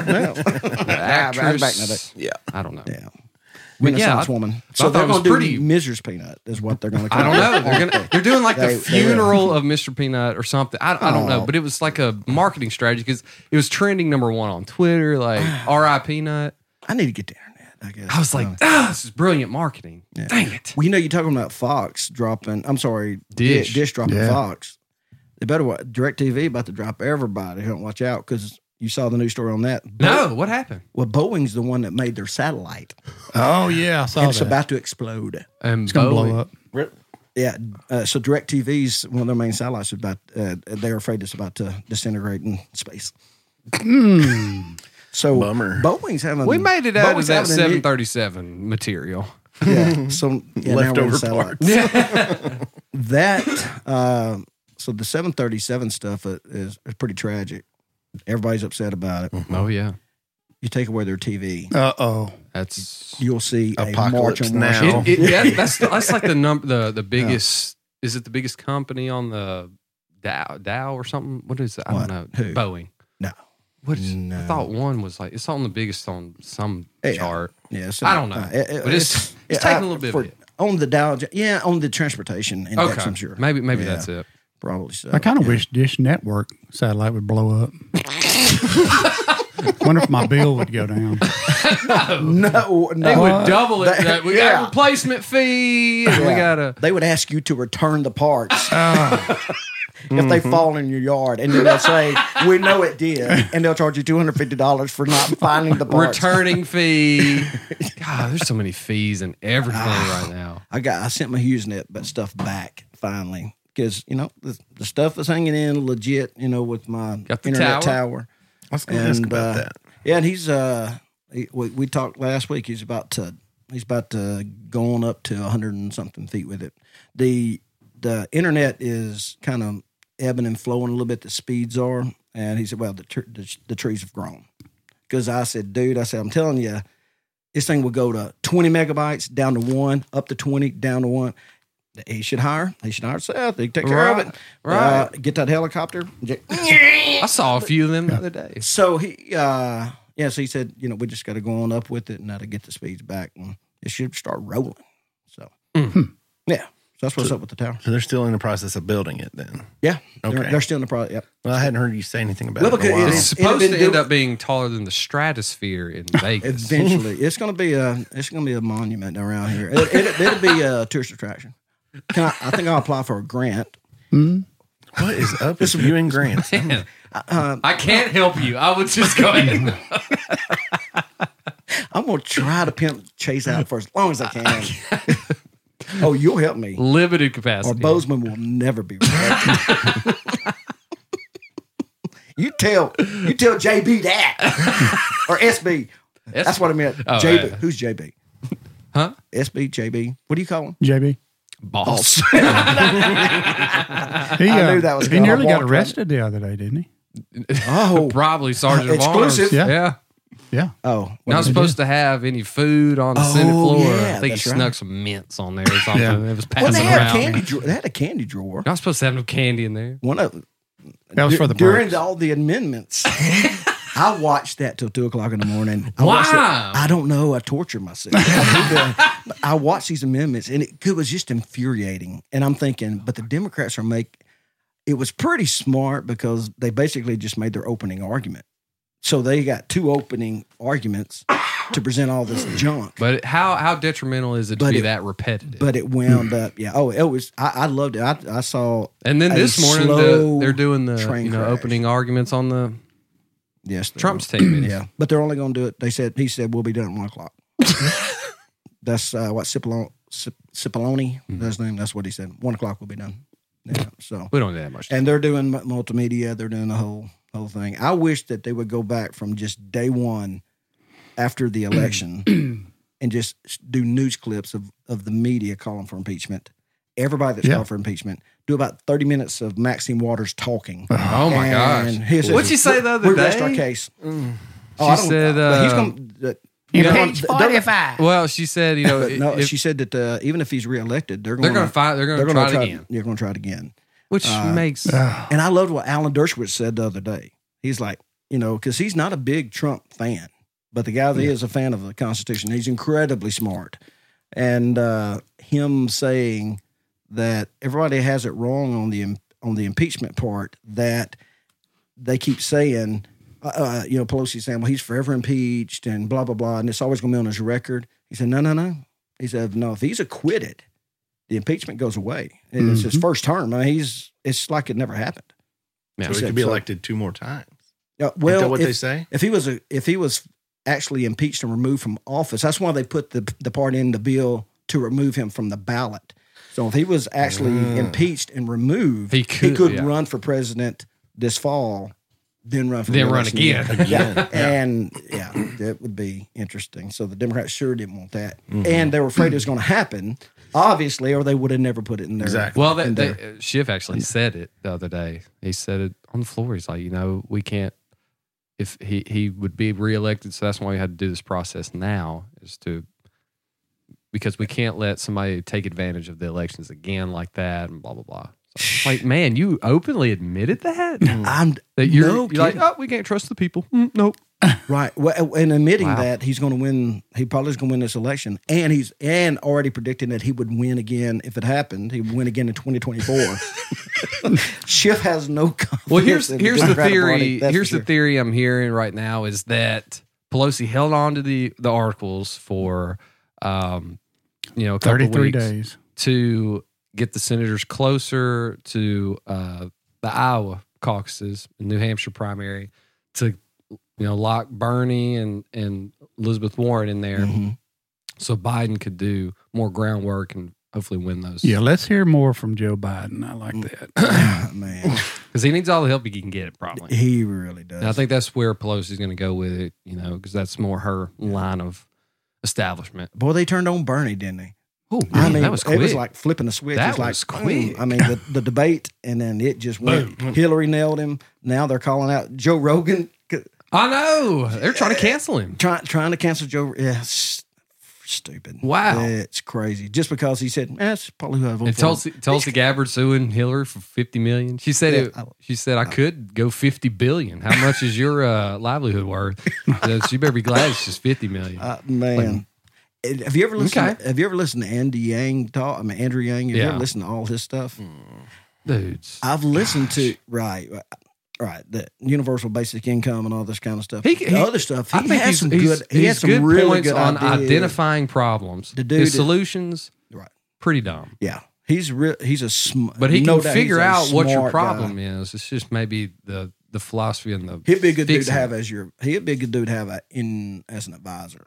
Speaker 2: the
Speaker 3: I'm back now,
Speaker 2: actress.
Speaker 3: but- yeah.
Speaker 2: I don't know.
Speaker 3: Yeah.
Speaker 2: But yeah,
Speaker 3: Renaissance
Speaker 2: I-
Speaker 3: woman.
Speaker 2: I
Speaker 3: So
Speaker 2: thought
Speaker 3: they're
Speaker 2: it was
Speaker 3: going to do
Speaker 2: pretty-
Speaker 3: Mrs. Peanut is what they're going to.
Speaker 2: I don't know. They're gonna they're doing like
Speaker 3: They-
Speaker 2: the
Speaker 3: they will.
Speaker 2: funeral of Mr. Peanut or something. I, I don't know,
Speaker 3: Oh.
Speaker 2: but it was like a marketing strategy because it was trending number one on Twitter, like R.I. Peanut.
Speaker 3: I need to get the internet. I guess.
Speaker 2: I was like,
Speaker 3: Uh,
Speaker 2: ah, this is brilliant marketing. Dang it.
Speaker 3: well, you know, you're talking about Fox dropping. I'm sorry, Di-
Speaker 2: Dish.
Speaker 3: Dish, dropping
Speaker 7: Yeah.
Speaker 3: Fox. They better watch Directv about to drop everybody. Don't watch out because you saw the news story on that.
Speaker 2: No, what happened?
Speaker 3: Well, Boeing's the one that made their satellite,
Speaker 7: Oh yeah. I saw
Speaker 3: and it's
Speaker 7: that. Oh,
Speaker 3: about to explode.
Speaker 2: And
Speaker 7: it's gonna blow up.
Speaker 3: Yeah. Uh, so DirecTV's one of their main satellites is about. Uh, they're afraid it's about to disintegrate in space. so
Speaker 1: Bummer.
Speaker 3: Boeing's having.
Speaker 2: Hmm. We made it out
Speaker 3: Boeing's
Speaker 2: of that
Speaker 3: having a new-
Speaker 2: 737 material. Oh,
Speaker 3: Yeah, some yeah, now we're in
Speaker 1: Leftover
Speaker 3: satellite.
Speaker 1: parts.
Speaker 3: That uh, so the 737 stuff is, is pretty tragic. Everybody's upset about it.
Speaker 2: Oh, yeah.
Speaker 3: You take away their TV,
Speaker 7: Uh oh.
Speaker 2: That's
Speaker 3: you'll see a march
Speaker 1: Apocalypse
Speaker 3: on Washington.
Speaker 1: Now.
Speaker 2: It, it, yeah, that's that's like the number the the biggest is it the biggest company on the Dow Dow or something? What is it? I
Speaker 3: What?
Speaker 2: don't know.
Speaker 3: Who?
Speaker 2: Boeing.
Speaker 3: No.
Speaker 2: What is I
Speaker 3: No.
Speaker 2: thought one was like it's on the biggest on some
Speaker 3: Yeah.
Speaker 2: chart.
Speaker 3: Yeah, so,
Speaker 2: I don't know.
Speaker 3: it- it-
Speaker 2: But it's- it's taking a little bit of
Speaker 3: for-
Speaker 2: it.
Speaker 3: on the Dow. Jones- Yeah, on the transportation index.
Speaker 2: Okay.
Speaker 3: I'm sure.
Speaker 2: Maybe maybe
Speaker 3: Yeah,
Speaker 2: that's it.
Speaker 3: Probably so.
Speaker 7: I kind of wish Dish Network satellite would blow up. Wonder if my bill would go down.
Speaker 3: no, no.
Speaker 2: They would
Speaker 7: What?
Speaker 2: double it.
Speaker 3: They-
Speaker 2: that we got
Speaker 3: yeah.
Speaker 2: a replacement fee. and We Ah.
Speaker 3: Yeah.
Speaker 2: got a
Speaker 3: They would ask you to return the parts if they fall in your yard, and then they'll say, "We know it did," and they'll charge you two hundred fifty dollars for not finding the parts.
Speaker 2: returning fee. God, there's so many fees and everything
Speaker 3: Ah.
Speaker 2: right now.
Speaker 3: I got I sent my HughesNet but stuff back finally because you know the, the stuff is hanging in legit. You know with my
Speaker 2: Got the
Speaker 3: internet
Speaker 2: tower?
Speaker 3: tower.
Speaker 1: I was going to ask
Speaker 3: And,
Speaker 1: about
Speaker 3: uh,
Speaker 1: that.
Speaker 3: Yeah, and he's uh he, we, we talked last week. He's about to
Speaker 8: He's about to go on up to hundred and something feet with it. the The internet is kind of ebbing and flowing a little bit. The speeds are, and he said, "Well, the tr- the, the trees have grown." Because I said, "Dude, I said I'm telling you, this thing will go to twenty megabytes, down to one, up to twenty, down to one." He should hire. He should hire Seth. He can take care of
Speaker 2: Right,
Speaker 8: it.
Speaker 2: right.
Speaker 8: Uh, get that helicopter. Get-
Speaker 2: I saw a few of them the other day.
Speaker 8: so he uh yeah so he said you know we just got to go on up with it and how to get the speeds back and it should start rolling so
Speaker 2: Hmm.
Speaker 8: yeah so that's what's up with the tower
Speaker 1: So they're still in the process of building it then.
Speaker 8: yeah they're,
Speaker 1: Okay.
Speaker 8: they're still in the project yep
Speaker 1: Well, I hadn't heard you say anything about
Speaker 8: Well,
Speaker 1: it. In a
Speaker 8: because it
Speaker 1: while.
Speaker 2: It's
Speaker 8: is-
Speaker 2: supposed
Speaker 8: been
Speaker 2: to end
Speaker 8: do-
Speaker 2: up being taller than the stratosphere in Vegas.
Speaker 8: eventually it's gonna be a it's gonna be a monument around here it, it, it'll be a tourist attraction Can I, I think i'll apply for a grant
Speaker 1: what is up with you and Grant?
Speaker 2: Man, I can't help you. I would just go ahead.
Speaker 8: i'm gonna try to pimp chase out for as long as i can oh you'll help me
Speaker 2: Limited
Speaker 8: or
Speaker 2: capacity.
Speaker 8: Bozeman will never be right. you tell you tell JB that or SB. That's what I meant.
Speaker 2: Oh,
Speaker 8: JB.
Speaker 2: yeah.
Speaker 8: Who's JB?
Speaker 2: Huh?
Speaker 8: SB JB. What do you call him?
Speaker 7: JB.
Speaker 2: Boss.
Speaker 7: He,
Speaker 8: I
Speaker 7: uh,
Speaker 8: knew that was
Speaker 7: he
Speaker 8: gonna- I
Speaker 7: nearly
Speaker 8: walked
Speaker 7: got
Speaker 8: right-
Speaker 7: arrested the other day, didn't he?
Speaker 8: Oh,
Speaker 2: Probably Sergeant of Arms.
Speaker 8: Exclusive.
Speaker 2: Yeah.
Speaker 7: Yeah. Yeah.
Speaker 8: oh,
Speaker 2: Not supposed to have any food on the Senate
Speaker 8: Oh,
Speaker 2: floor.
Speaker 8: yeah,
Speaker 2: I think he
Speaker 8: that's
Speaker 2: snuck
Speaker 8: right.
Speaker 2: some mints on there or something. It was
Speaker 8: well,
Speaker 2: passing
Speaker 8: they had a
Speaker 2: around.
Speaker 8: candy. Drawer. They had a candy drawer.
Speaker 2: Not supposed to have no candy in there.
Speaker 8: One of
Speaker 7: That was for the
Speaker 8: during
Speaker 7: birds.
Speaker 8: all the amendments. I watched that till two o'clock in the morning. I
Speaker 2: Why?
Speaker 8: watched it- I don't know. I torture myself. I, did the- I watched these amendments, and it, it was just infuriating. And I'm thinking, but the Democrats are make it was pretty smart because they basically just made their opening argument. So they got two opening arguments to present all this junk.
Speaker 2: But how how detrimental is it to
Speaker 8: But
Speaker 2: be
Speaker 8: it-
Speaker 2: that repetitive?
Speaker 8: But it wound up, yeah. Oh, it was. I, I loved it. I, I saw.
Speaker 2: and then
Speaker 8: a
Speaker 2: this morning the,
Speaker 8: slow
Speaker 2: they're doing the
Speaker 8: train
Speaker 2: you know
Speaker 8: crash.
Speaker 2: opening arguments on the
Speaker 8: Yes, they
Speaker 2: Trump's tape.
Speaker 8: Yeah, but they're only going to do it. They said he said we'll be done at one o'clock. that's uh, what Cipollone, Cip- Cipollone that's his name. That's what he said. One o'clock we'll be done. Yeah. So
Speaker 2: We don't do that much.
Speaker 8: and they're doing mu- multimedia. They're doing the whole whole thing. I wish that they would go back from just day one after the election and just s- do news clips of of the media calling for impeachment. Everybody that's
Speaker 7: Yeah.
Speaker 8: called for impeachment do about thirty minutes of Maxine Waters talking.
Speaker 2: oh my
Speaker 8: And
Speaker 2: gosh!
Speaker 8: his-
Speaker 2: What'd she say the other
Speaker 8: we
Speaker 2: day? Mm.
Speaker 8: rest our case. Oh,
Speaker 2: She
Speaker 8: I don't,
Speaker 2: said,
Speaker 8: but he's
Speaker 2: uh,
Speaker 8: going. to
Speaker 7: Impeach 45.
Speaker 2: Well, she said you know
Speaker 8: But no,
Speaker 2: if-
Speaker 8: she said that uh, even if he's reelected, they're going.
Speaker 2: they're going to find they're going to try it again,
Speaker 8: They're going to uh, try it again.
Speaker 2: which makes
Speaker 8: And I loved what Alan Dershowitz said the other day. He's like, you know, because he's not a big Trump fan, but the guy that is a fan of the Constitution. He's incredibly smart, and uh, him saying that everybody has it wrong on the im- on the impeachment part that they keep saying, uh, uh, you know, Pelosi saying, well, he's forever impeached and blah blah blah, and it's always going to be on his record. He said, no, no, no. He said, no, if he's acquitted, the impeachment goes away. And
Speaker 1: Mm-hmm.
Speaker 8: It's his first term. I mean, he's it's like it never happened.
Speaker 2: Yeah.
Speaker 1: So he could be elected two more times.
Speaker 8: Uh,
Speaker 1: Well,
Speaker 8: well,
Speaker 1: what
Speaker 8: if,
Speaker 1: they say?
Speaker 8: if he was a, if he was actually impeached and removed from office, that's why they put the the part in the bill to remove him from the ballot. So if he was actually impeached and removed,
Speaker 2: He could, yeah.
Speaker 8: run for president this fall, then run for
Speaker 2: Then run
Speaker 8: re-election
Speaker 2: again.
Speaker 8: Yeah. and yeah, that would be interesting. So the Democrats sure didn't want that, and they were afraid it was going to happen, obviously, or they would have never put it in there.
Speaker 1: Exactly.
Speaker 2: Well, that, they, uh, Schiff actually said it the other day. He said it on the floor. He's like, you know, we can't. If he he would be reelected, so that's why we had to do this process now, is to because we can't let somebody take advantage of the elections again like that and blah blah blah. So, like, man, you openly admitted that
Speaker 8: I'm
Speaker 2: that you're,
Speaker 8: No
Speaker 2: you're like,
Speaker 8: kidding.
Speaker 2: oh, we can't trust the people. Mm, nope.
Speaker 8: Right. Well, and admitting
Speaker 2: Wow.
Speaker 8: that he's going to win, he probably is going to win this election, and he's and already predicting that he would win again if it happened. He would win again in 2024. Schiff has no confidence.
Speaker 2: Well, here's
Speaker 8: in
Speaker 2: here's the
Speaker 8: Democratic
Speaker 2: theory.
Speaker 8: Party, that's
Speaker 2: Here's
Speaker 8: for
Speaker 2: the
Speaker 8: sure.
Speaker 2: theory I'm hearing right now is that Pelosi held on to the the articles for, um, you know, a couple
Speaker 7: 33
Speaker 2: weeks
Speaker 7: days.
Speaker 2: to get the senators closer to uh, the Iowa caucuses, New Hampshire primary, to you know lock Bernie and and Elizabeth Warren in there,
Speaker 8: Mhm.
Speaker 2: so Biden could do more groundwork and hopefully win those.
Speaker 7: Yeah, let's hear more from Joe Biden. I like
Speaker 2: Mm.
Speaker 7: that.
Speaker 8: Ah, man,
Speaker 2: because he needs all the help he can get. Probably.
Speaker 8: he really does.
Speaker 2: And I think that's where Pelosi's going to go with it, you know, because that's more her line of establishment.
Speaker 8: Boy, they turned on Bernie, didn't they?
Speaker 2: Oh,
Speaker 8: I mean,
Speaker 2: that was quick.
Speaker 8: it was like flipping a switch.
Speaker 2: That
Speaker 8: It's like,
Speaker 2: was quick.
Speaker 8: mm, I mean, the, the debate, and then it just went. Hillary nailed him. Now they're calling out Joe Rogan, c-
Speaker 2: I know they're trying to cancel him.
Speaker 8: trying trying to cancel Joe. Yeah, s- stupid.
Speaker 2: Wow.
Speaker 8: it's crazy. Just because he said that's probably who I voted
Speaker 2: And
Speaker 8: for.
Speaker 2: Tulsi, Tulsi Gabbard suing Hillary for fifty million. She said it,
Speaker 8: Yeah, I-
Speaker 2: she said I could go fifty billion. How much is your uh, livelihood worth? So she better be glad it's just fifty million.
Speaker 8: Uh, man. And have you ever listened?
Speaker 2: Okay.
Speaker 8: Have you ever listened to Andy Yang talk? I mean, Andrew Yang. Have you
Speaker 2: Yeah.
Speaker 8: ever listened to all his stuff?
Speaker 2: Dudes,
Speaker 8: I've listened to right, right, right, the universal basic income and all this kind of stuff.
Speaker 2: He-
Speaker 8: the
Speaker 2: he-
Speaker 8: other stuff. He
Speaker 2: think
Speaker 8: has
Speaker 2: he's-
Speaker 8: some
Speaker 2: he's-
Speaker 8: good. He
Speaker 2: he's
Speaker 8: has some really
Speaker 2: points
Speaker 8: good
Speaker 2: on
Speaker 8: ideas.
Speaker 2: identifying problems.
Speaker 8: The dude
Speaker 2: His
Speaker 8: that-
Speaker 2: solutions,
Speaker 8: Right.
Speaker 2: Pretty dumb,
Speaker 8: Yeah, he's real. He's a smart.
Speaker 2: but he can figure out what your problem is. It's just maybe the the philosophy and the
Speaker 8: He'd be a good dude to
Speaker 2: fixing
Speaker 8: have as your. He'd be a good dude to have a, in as an advisor.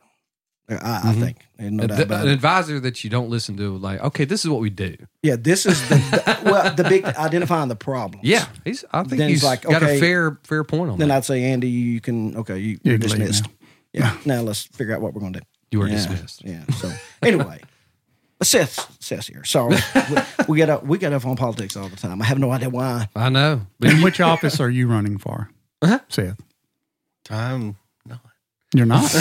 Speaker 8: I, I
Speaker 2: Mm-hmm.
Speaker 8: think. There's no
Speaker 2: it.
Speaker 8: doubt
Speaker 2: Th-
Speaker 8: about
Speaker 2: an
Speaker 8: it.
Speaker 2: advisor that you don't listen to. Like, okay, this is what we do.
Speaker 8: Yeah, this is the, the well the big identifying the problem.
Speaker 2: Yeah, he's. I think
Speaker 8: Then
Speaker 2: he's
Speaker 8: it's like,
Speaker 2: got a
Speaker 8: okay,
Speaker 2: fair fair point on
Speaker 8: Then
Speaker 2: that.
Speaker 8: I'd say, Andy, you can okay, you,
Speaker 7: You
Speaker 8: you're
Speaker 7: can leave
Speaker 8: dismissed. Yeah. Now let's figure out what we're gonna do.
Speaker 2: you are
Speaker 8: yeah,
Speaker 2: dismissed.
Speaker 8: Yeah. So anyway, Seth, Seth here. Sorry, we, we get up. We get up on politics all the time. I have no idea why.
Speaker 2: I know, but
Speaker 7: And which office are you running for,
Speaker 2: Uh-huh.
Speaker 7: Seth?
Speaker 1: Time. No.
Speaker 7: You're not.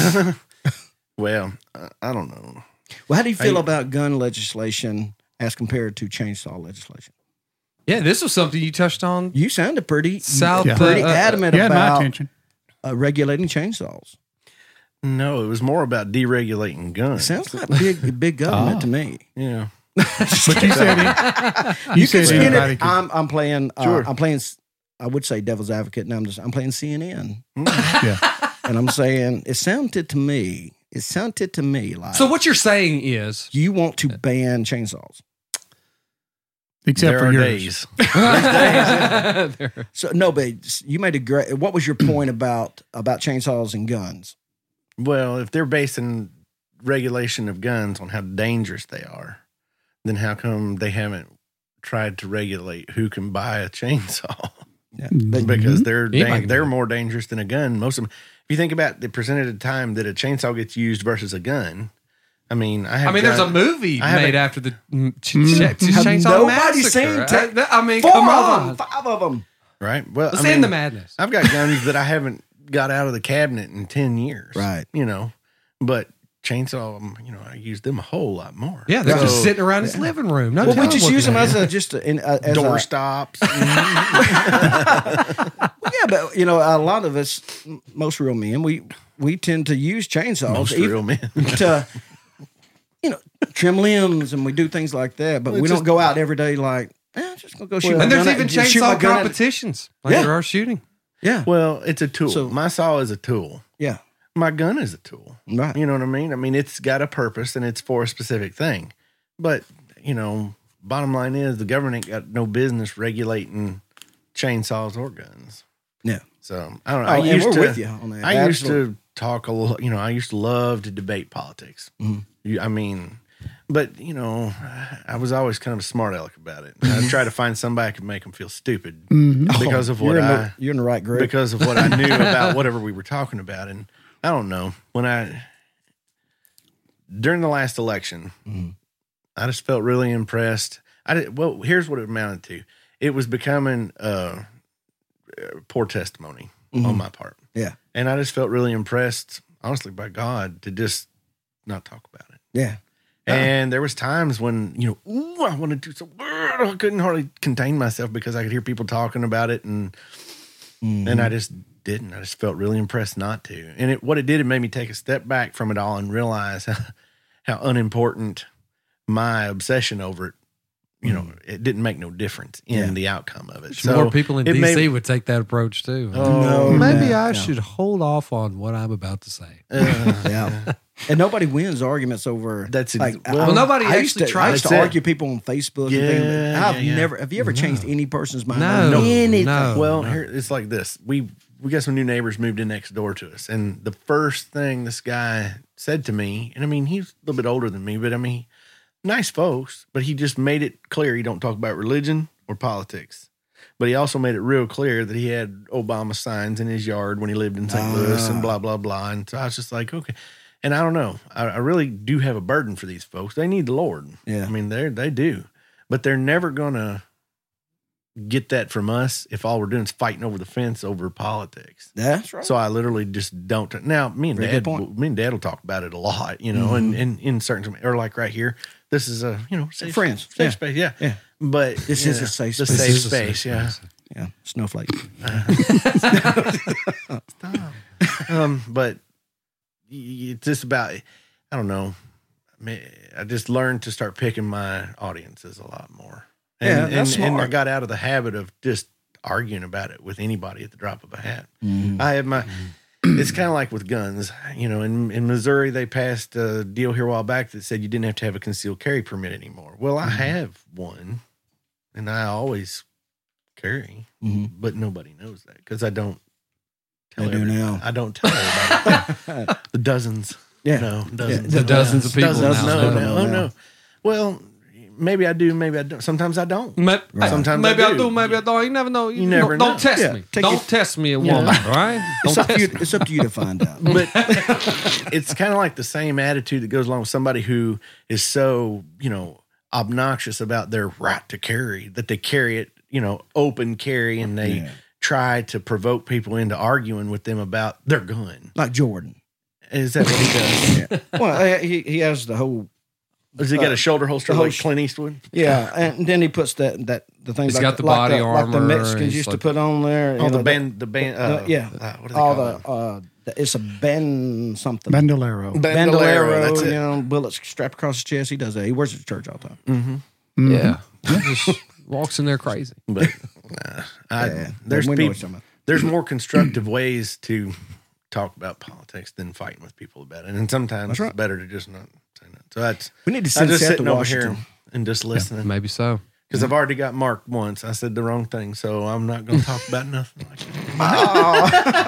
Speaker 1: Well, I, I don't know.
Speaker 8: Well, how do you feel
Speaker 1: Hey.
Speaker 8: about gun legislation as compared to chainsaw legislation?
Speaker 2: yeah, this was something you touched on.
Speaker 8: You sounded pretty
Speaker 2: South,
Speaker 8: you- pretty
Speaker 2: uh, uh,
Speaker 8: adamant
Speaker 7: you had my
Speaker 8: about
Speaker 7: attention.
Speaker 8: uh, regulating chainsaws.
Speaker 1: No, it was more about deregulating
Speaker 8: It
Speaker 1: guns.
Speaker 8: sounds like big big government
Speaker 7: Ah.
Speaker 8: to me.
Speaker 1: Yeah.
Speaker 7: But you said it. Ah, You, said
Speaker 8: Skinner,
Speaker 7: anybody
Speaker 1: Um,
Speaker 7: could.
Speaker 8: I'm I'm playing. Uh,
Speaker 1: Sure.
Speaker 8: I'm playing. s- I would say devil's advocate, and I'm just I'm playing CNN,
Speaker 7: yeah.
Speaker 8: and I'm saying it sounded to me. It sounded to me like
Speaker 2: So what you're saying is,
Speaker 8: you want to ban chainsaws.
Speaker 7: Except
Speaker 1: there
Speaker 7: for
Speaker 1: are
Speaker 7: yours.
Speaker 1: days.
Speaker 2: There-
Speaker 8: So no, but it's- you made a great. What was your point about about chainsaws and guns?
Speaker 1: Well, if they're basing regulation of guns on how dangerous they are, then how come they haven't tried to regulate who can buy a chainsaw?
Speaker 8: Yeah.
Speaker 7: Mhm.
Speaker 1: because they're
Speaker 2: Anybody
Speaker 1: dang,
Speaker 2: can
Speaker 1: they're
Speaker 2: do Mm-hmm. it.
Speaker 1: more dangerous than a gun. Most of them, if you think about the percentage of time that a chainsaw gets used versus a gun, I mean, I have
Speaker 2: I mean, there's a
Speaker 1: gun-
Speaker 2: movie
Speaker 1: I haven't-
Speaker 2: made after the mm, ch-
Speaker 7: Mm.
Speaker 2: ch- ch-
Speaker 8: Mm-hmm. Have
Speaker 2: Chainsaw
Speaker 8: nobody
Speaker 2: Massacre.
Speaker 8: seen
Speaker 2: I-
Speaker 8: Tech-
Speaker 2: that- I mean,
Speaker 8: Four
Speaker 2: come
Speaker 8: of
Speaker 2: on.
Speaker 8: them, five of them.
Speaker 1: right. Well,
Speaker 2: Let's
Speaker 1: I mean,
Speaker 2: end the madness.
Speaker 1: I've got guns that I haven't got out of the cabinet in ten years,
Speaker 8: Right.
Speaker 1: You know, but chainsaw, um, you know, I use them a whole lot more.
Speaker 2: Yeah, they're just
Speaker 1: So,
Speaker 2: sitting around his living room. No
Speaker 8: Well, we
Speaker 2: telling
Speaker 8: just
Speaker 2: what
Speaker 8: use
Speaker 2: they
Speaker 8: them as
Speaker 2: have.
Speaker 8: a just a, in, uh, as
Speaker 1: door
Speaker 8: a,
Speaker 1: stops.
Speaker 8: yeah, but you know, a lot of us, m- most real men, we we tend to use chainsaws
Speaker 1: Most
Speaker 2: Mm-hmm.
Speaker 8: even
Speaker 1: real men.
Speaker 8: to you know trim limbs and we do things like that, but we don't go out every day like. eh, I'm just gonna go shoot. my
Speaker 2: and there's
Speaker 8: gun at-
Speaker 2: even
Speaker 8: just shoot my
Speaker 2: chainsaw
Speaker 8: gun at-
Speaker 2: competitions. Like
Speaker 8: Yeah.
Speaker 2: there are shooting.
Speaker 8: Yeah,
Speaker 1: well, it's a tool.
Speaker 8: So-
Speaker 1: My saw is a tool.
Speaker 8: yeah,
Speaker 1: My gun is a tool.
Speaker 8: right.
Speaker 1: You know what I mean? I mean, it's got a purpose and it's for a specific thing. But, you know, bottom line is the government ain't got no business regulating chainsaws or guns.
Speaker 8: Yeah.
Speaker 1: So I don't know.
Speaker 8: Oh,
Speaker 1: I
Speaker 8: and
Speaker 1: used
Speaker 8: we're
Speaker 1: to,
Speaker 8: with you on that.
Speaker 1: I
Speaker 8: Absolutely.
Speaker 1: used to talk a lot, you know, I used to love to debate politics.
Speaker 8: Mm-hmm.
Speaker 1: You, I mean, but, you know, I was always kind of a smart aleck about it. I tried to find somebody that could make them feel stupid
Speaker 7: Mm-hmm.
Speaker 1: because of what
Speaker 8: Oh, you're, in
Speaker 1: I
Speaker 8: the, you're in the right group.
Speaker 1: because of what I knew about whatever we were talking about. And I don't know when I during the last election,
Speaker 8: Mm-hmm.
Speaker 1: I just felt really impressed. I did, well, here's what it amounted to: it was becoming uh, uh, poor testimony on my part,
Speaker 8: Mm-hmm. yeah,
Speaker 1: and I just felt really impressed, honestly, by God to just not talk about it.
Speaker 8: yeah.
Speaker 1: And there was times when you know, ooh, I want to do so. I couldn't hardly contain myself because I could hear people talking about it, and
Speaker 8: Mm-hmm.
Speaker 1: and I just didn't. I just felt really impressed not to. And it, what it did, it made me take a step back from it all and realize how, how unimportant my obsession over it. You know, it didn't make no difference in
Speaker 8: Mm. Yeah.
Speaker 1: the outcome of it.
Speaker 2: More people in
Speaker 1: it
Speaker 2: DC
Speaker 1: made-
Speaker 2: would take that approach too.
Speaker 1: Oh,
Speaker 8: No,
Speaker 2: Maybe
Speaker 8: no,
Speaker 2: I
Speaker 8: no.
Speaker 2: should hold off on what I'm about to say.
Speaker 1: uh,
Speaker 8: Yeah. and nobody wins arguments over
Speaker 1: That's it. Well,
Speaker 2: Well, nobody
Speaker 8: I used
Speaker 2: actually
Speaker 8: to, I
Speaker 2: tries
Speaker 8: used to
Speaker 1: to-
Speaker 8: argue people on Facebook. and things, but
Speaker 1: Yeah,
Speaker 8: I've
Speaker 1: yeah, yeah.
Speaker 8: never. Have you ever changed any person's mind?
Speaker 2: No,
Speaker 8: on
Speaker 2: no,
Speaker 8: anything?
Speaker 2: no.
Speaker 1: Well, here it's like this. We we got some new neighbors moved in next door to us, and the first thing this guy said to me, and I mean he's a little bit older than me, but I mean nice folks, but he just made it clear he don't talk about religion or politics. But he also made it real clear that he had Obama signs in his yard when he lived in St. Louis and blah blah blah. And so I was just like, okay. And I don't know. I, I really do have a burden for these folks. They need the Lord.
Speaker 8: Yeah.
Speaker 1: I mean, they they do, but they're never gonna get that from us if all we're doing is fighting over the fence over politics.
Speaker 8: That's right.
Speaker 1: So I literally just don't. Now me and
Speaker 8: Very
Speaker 1: dad,
Speaker 8: good point. Mm-hmm.
Speaker 1: me and dad will talk about it a lot, you know, and, and in certain or like right here, this is a you know safe,
Speaker 8: Friends,
Speaker 1: safe
Speaker 8: yeah.
Speaker 1: space, yeah,
Speaker 8: Yeah.
Speaker 1: But
Speaker 8: This
Speaker 1: you
Speaker 8: is a safe
Speaker 1: the
Speaker 8: space.
Speaker 1: safe
Speaker 8: This is
Speaker 1: space, yeah.
Speaker 8: yeah, snowflake.
Speaker 1: Um, but y- y- it's just about I don't know. I mean, I just learned to start picking my audiences a lot more. And,
Speaker 8: Yeah, that's
Speaker 1: and, and I
Speaker 8: smart.
Speaker 1: got out of the habit of just arguing about it with anybody at the drop of a hat.
Speaker 8: Mm-hmm.
Speaker 1: I have my. It's kind of like with guns, you know. In in Missouri, they passed a deal here a while back that said you didn't have to have a concealed carry permit anymore. Well,
Speaker 8: Mm-hmm.
Speaker 1: I have one, and I always carry,
Speaker 8: Mhm.
Speaker 1: but nobody knows that because I don't.
Speaker 8: They do
Speaker 1: everybody.
Speaker 8: now.
Speaker 1: I don't tell everybody. the dozens.
Speaker 8: Yeah.
Speaker 1: No, dozens.
Speaker 8: the
Speaker 1: No.
Speaker 2: dozens of people
Speaker 1: Dozens.
Speaker 2: now.
Speaker 1: No,
Speaker 8: Dozens
Speaker 1: no,
Speaker 8: now.
Speaker 1: oh, no. Well, maybe I do. Maybe I don't. Sometimes I don't.
Speaker 2: Maybe,
Speaker 1: Sometimes
Speaker 2: maybe
Speaker 1: I
Speaker 2: I,
Speaker 1: do.
Speaker 2: do. Maybe I don't. You never know. You,
Speaker 1: never
Speaker 2: don't, don't
Speaker 1: know.
Speaker 2: test
Speaker 8: Yeah,
Speaker 2: me.
Speaker 8: take
Speaker 2: Don't
Speaker 8: your-
Speaker 2: test me, a
Speaker 1: Yeah.
Speaker 2: woman. All right. Don't
Speaker 8: It's up, to
Speaker 2: test
Speaker 8: you,
Speaker 2: me.
Speaker 8: it's up to you to find out.
Speaker 1: but it's kind of like the same attitude that goes along with somebody who is so you know obnoxious about their right to carry that they carry it you know open carry and they
Speaker 8: Yeah.
Speaker 1: try to provoke people into arguing with them about their gun
Speaker 8: Like Jordan.
Speaker 1: is that what he does
Speaker 8: Well, he, he has the whole
Speaker 1: does he got a shoulder holster
Speaker 8: The whole
Speaker 1: like
Speaker 8: sh-
Speaker 1: clint eastwood
Speaker 8: yeah, uh, and then he puts that that the things
Speaker 2: He's
Speaker 8: like,
Speaker 2: got the
Speaker 8: like
Speaker 2: body
Speaker 8: like the
Speaker 2: armor, and
Speaker 8: Mexicans
Speaker 2: he's
Speaker 8: used to
Speaker 2: like-
Speaker 8: put on there.
Speaker 1: oh
Speaker 8: you know,
Speaker 1: the
Speaker 8: that-
Speaker 1: band the band uh,
Speaker 8: uh, yeah.
Speaker 1: uh, what do they
Speaker 8: all
Speaker 1: call
Speaker 8: the uh, the- it's a band something
Speaker 7: Bandolero.
Speaker 1: that?
Speaker 8: bandolero,
Speaker 1: that's
Speaker 8: you
Speaker 1: it
Speaker 8: know, bullets strapped across his chest. He does that. He wears it to church all the time.
Speaker 7: Mm-hmm.
Speaker 2: Yeah. Just walks in there crazy.
Speaker 1: but uh, I,
Speaker 8: Yeah,
Speaker 1: there's
Speaker 8: we know
Speaker 1: peop-
Speaker 8: what you're talking about.
Speaker 1: there's more constructive ways to talk about politics than fighting with people about it. And sometimes
Speaker 8: That's right.
Speaker 1: it's better to just not say that. So that's
Speaker 8: We need to
Speaker 1: I'm
Speaker 8: send
Speaker 1: just
Speaker 8: Seth to
Speaker 1: sitting over here
Speaker 8: Washington.
Speaker 1: and just listening
Speaker 2: Maybe so.
Speaker 1: because I've already got marked once. I said the wrong thing, so I'm not going to talk about nothing. Like that.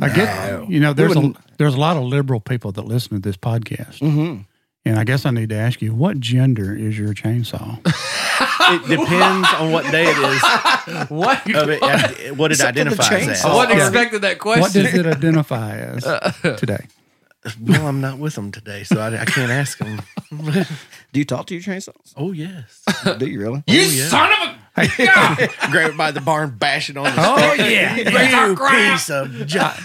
Speaker 7: I get you know there's a there's a lot of liberal people that listen to this podcast,
Speaker 1: Mm-hmm.
Speaker 7: and I guess I need to ask you what gender is your chainsaw?
Speaker 1: It depends on what day it is.
Speaker 2: What?
Speaker 1: Of it, and what it
Speaker 8: Something to
Speaker 1: identifies
Speaker 8: change.
Speaker 1: as.
Speaker 2: I wasn't
Speaker 8: Yeah.
Speaker 2: expecting that
Speaker 7: what
Speaker 2: question.
Speaker 7: does it identify
Speaker 1: Uh,
Speaker 7: as today?
Speaker 1: Well, I'm not with them today, so I, I can't ask them.
Speaker 8: Do you talk to your chainsaws?
Speaker 1: oh yes,
Speaker 8: Do you really?
Speaker 2: you son of a God!
Speaker 1: grab it by the barn, bash it on the. Oh yeah, you piece of junk.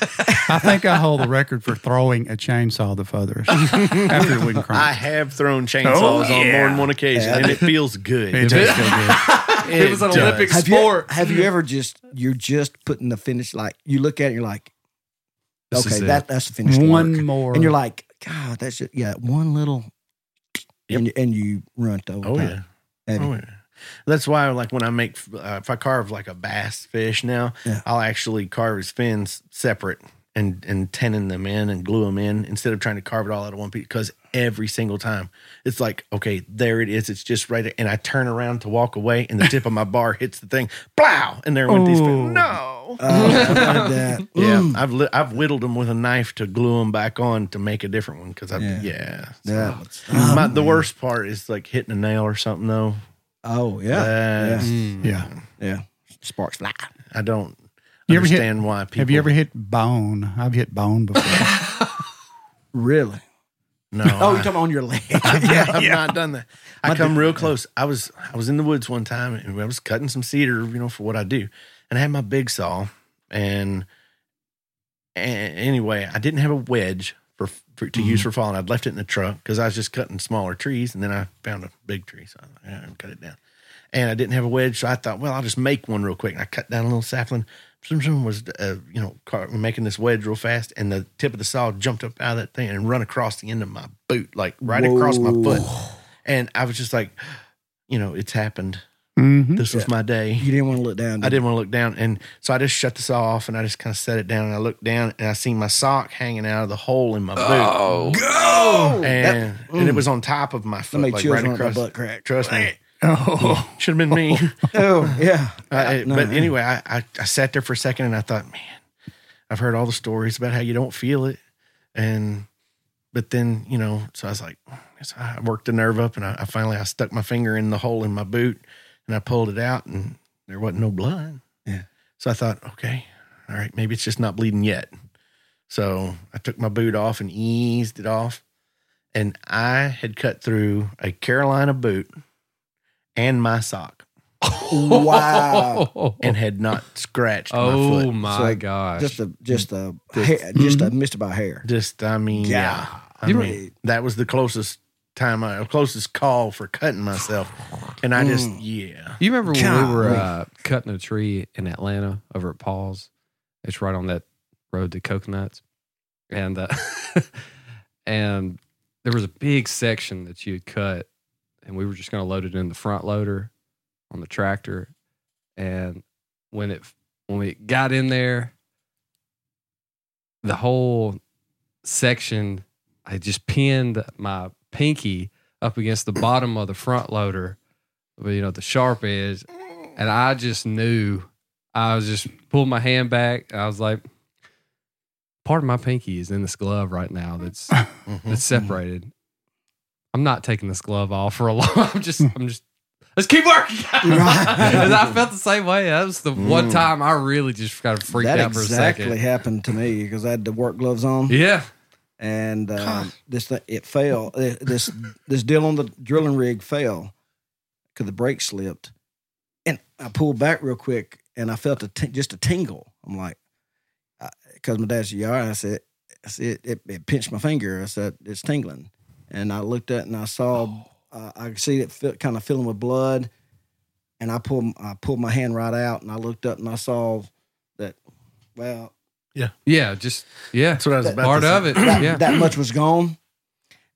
Speaker 7: I think I hold the record for throwing a chainsaw the furthest after it wouldn't
Speaker 1: I
Speaker 7: cry.
Speaker 1: have thrown chainsaws on more than one occasion, and it feels good.
Speaker 7: It does feel good.
Speaker 2: It, was an
Speaker 1: does.
Speaker 2: Olympic
Speaker 8: Have you, e-
Speaker 2: sport.
Speaker 8: have you ever just you're just putting the finish like you look at it and you're like,
Speaker 2: This is
Speaker 8: okay,
Speaker 2: it.
Speaker 8: that that's the finished
Speaker 7: One
Speaker 8: work.
Speaker 7: more.
Speaker 8: and you're like, God, that's just, yeah, one little,
Speaker 1: Yep.
Speaker 8: and, and you run the whole
Speaker 1: Oh
Speaker 8: time.
Speaker 1: yeah.
Speaker 8: Have you?
Speaker 1: Oh, yeah. That's why, like, when I make, uh, if I carve like a bass fish now,
Speaker 8: Yeah.
Speaker 1: I'll actually carve his fins separate and and tenon them in and glue them in instead of trying to carve it all out of one piece. Because every single time, it's like, okay, there it is. It's just right there. And I turn around to walk away, and the tip of my bar hits the thing, blow, and there went these fins. No.
Speaker 8: Oh, I've heard that.
Speaker 1: yeah,
Speaker 8: Mm.
Speaker 1: I've li- I've whittled them with a knife to glue them back on to make a different one because I yeah.
Speaker 8: Yeah.
Speaker 1: So,
Speaker 8: Yeah.
Speaker 1: my, the worst part is like hitting a nail or something though.
Speaker 8: Oh yeah,
Speaker 1: That's-
Speaker 7: Mm.
Speaker 8: yeah,
Speaker 7: yeah.
Speaker 8: yeah. Sparks fly.
Speaker 1: I don't
Speaker 7: You ever hit-
Speaker 1: understand why people.
Speaker 7: Have you ever hit bone? I've hit bone before.
Speaker 8: Really?
Speaker 1: No.
Speaker 8: Oh,
Speaker 1: I-
Speaker 8: you're talking on your leg.
Speaker 1: yeah, I've not done that. I come real close. I was I was in the woods one time and I was cutting some cedar, you know, for what I do, and I had my big saw, and, and anyway, I didn't have a wedge for, for to use for falling. I'd left it in the truck because I was just cutting smaller trees, and then I found a big tree, so I yeah, cut it down. And I didn't have a wedge, so I thought, well, I'll just make one real quick. And I cut down a little sapling. Someone was, uh, you know, car- making this wedge real fast, and the tip of the saw jumped up out of that thing and run across the end of my boot, like right across my foot. And I was just like, you know, it's happened.
Speaker 7: Mhm.
Speaker 1: This was my day.
Speaker 8: You didn't want to look down.
Speaker 1: I didn't want to look down. And so I just shut the saw off and I just kind of set it down and I looked down and I seen my sock hanging out of the hole in my boot.
Speaker 2: Oh,
Speaker 1: and, and it was on top of my foot,
Speaker 8: mm. made
Speaker 1: like
Speaker 8: chills
Speaker 1: right
Speaker 8: run up my
Speaker 1: across.
Speaker 8: butt crack.
Speaker 1: Trust me.
Speaker 7: Oh,
Speaker 1: Should have been me.
Speaker 8: Oh yeah.
Speaker 1: I,
Speaker 8: No,
Speaker 1: but
Speaker 8: no.
Speaker 1: anyway, I, I, I sat there for a second and I thought, man, I've heard all the stories about how you don't feel it. And, but then, you know, so I was like, so I worked the nerve up and I, I finally, I stuck my finger in the hole in my boot and I pulled it out and there wasn't no blood.
Speaker 8: Yeah.
Speaker 1: So I thought, okay, all right, maybe it's just not bleeding yet. So I took my boot off and eased it off. And I had cut through a Carolina boot and my sock
Speaker 8: Wow.
Speaker 1: and had not scratched my
Speaker 2: oh
Speaker 1: foot.
Speaker 2: my
Speaker 8: So,
Speaker 2: gosh.
Speaker 8: Just a just mm-hmm. a hair, just a missed by hair.
Speaker 1: Just, I mean, yeah. I
Speaker 2: You
Speaker 1: mean,
Speaker 8: right.
Speaker 1: that was the closest time, I, closest call for cutting myself. And I just, yeah.
Speaker 2: you remember when we were
Speaker 8: Golly.
Speaker 2: uh, cutting a tree in Atlanta over at Paul's? It's right on that road to Coconuts. And uh, and there was a big section that you had cut, and we were just going to load it in the front loader on the tractor. And when it when we got in there, the whole section, I just pinned my pinky up against the bottom of the front loader, but you know the sharp edge, and I just knew. I was just pulled my hand back. And I was like, "Part of my pinky is in this glove right now. That's
Speaker 1: Mhm.
Speaker 2: that's separated. I'm not taking this glove off for a long. I'm just, I'm just. Let's keep working. and I felt the same way. That was the one time I really just kind of freaked
Speaker 8: Mm. That
Speaker 2: out for a
Speaker 8: exactly
Speaker 2: second.
Speaker 8: happened to me because I had the work gloves on
Speaker 2: Yeah.
Speaker 8: and uh, this thing, it fell. Uh, This this deal on the drilling rig fell because the brake slipped, and I pulled back real quick and I felt a t- just a tingle. I'm like, because my dad said, "You all right?" I said, I said, it, it, it pinched my finger. I said, "It's tingling," and I looked at it and I saw, uh, I could see it feel, kind of filling with blood, and I pulled I pulled my hand right out and I looked up and I saw that, well,
Speaker 2: Yeah. Just, yeah.
Speaker 1: That's what I was about
Speaker 2: Part
Speaker 1: to say.
Speaker 2: of it.
Speaker 8: that,
Speaker 2: yeah.
Speaker 8: that much was gone.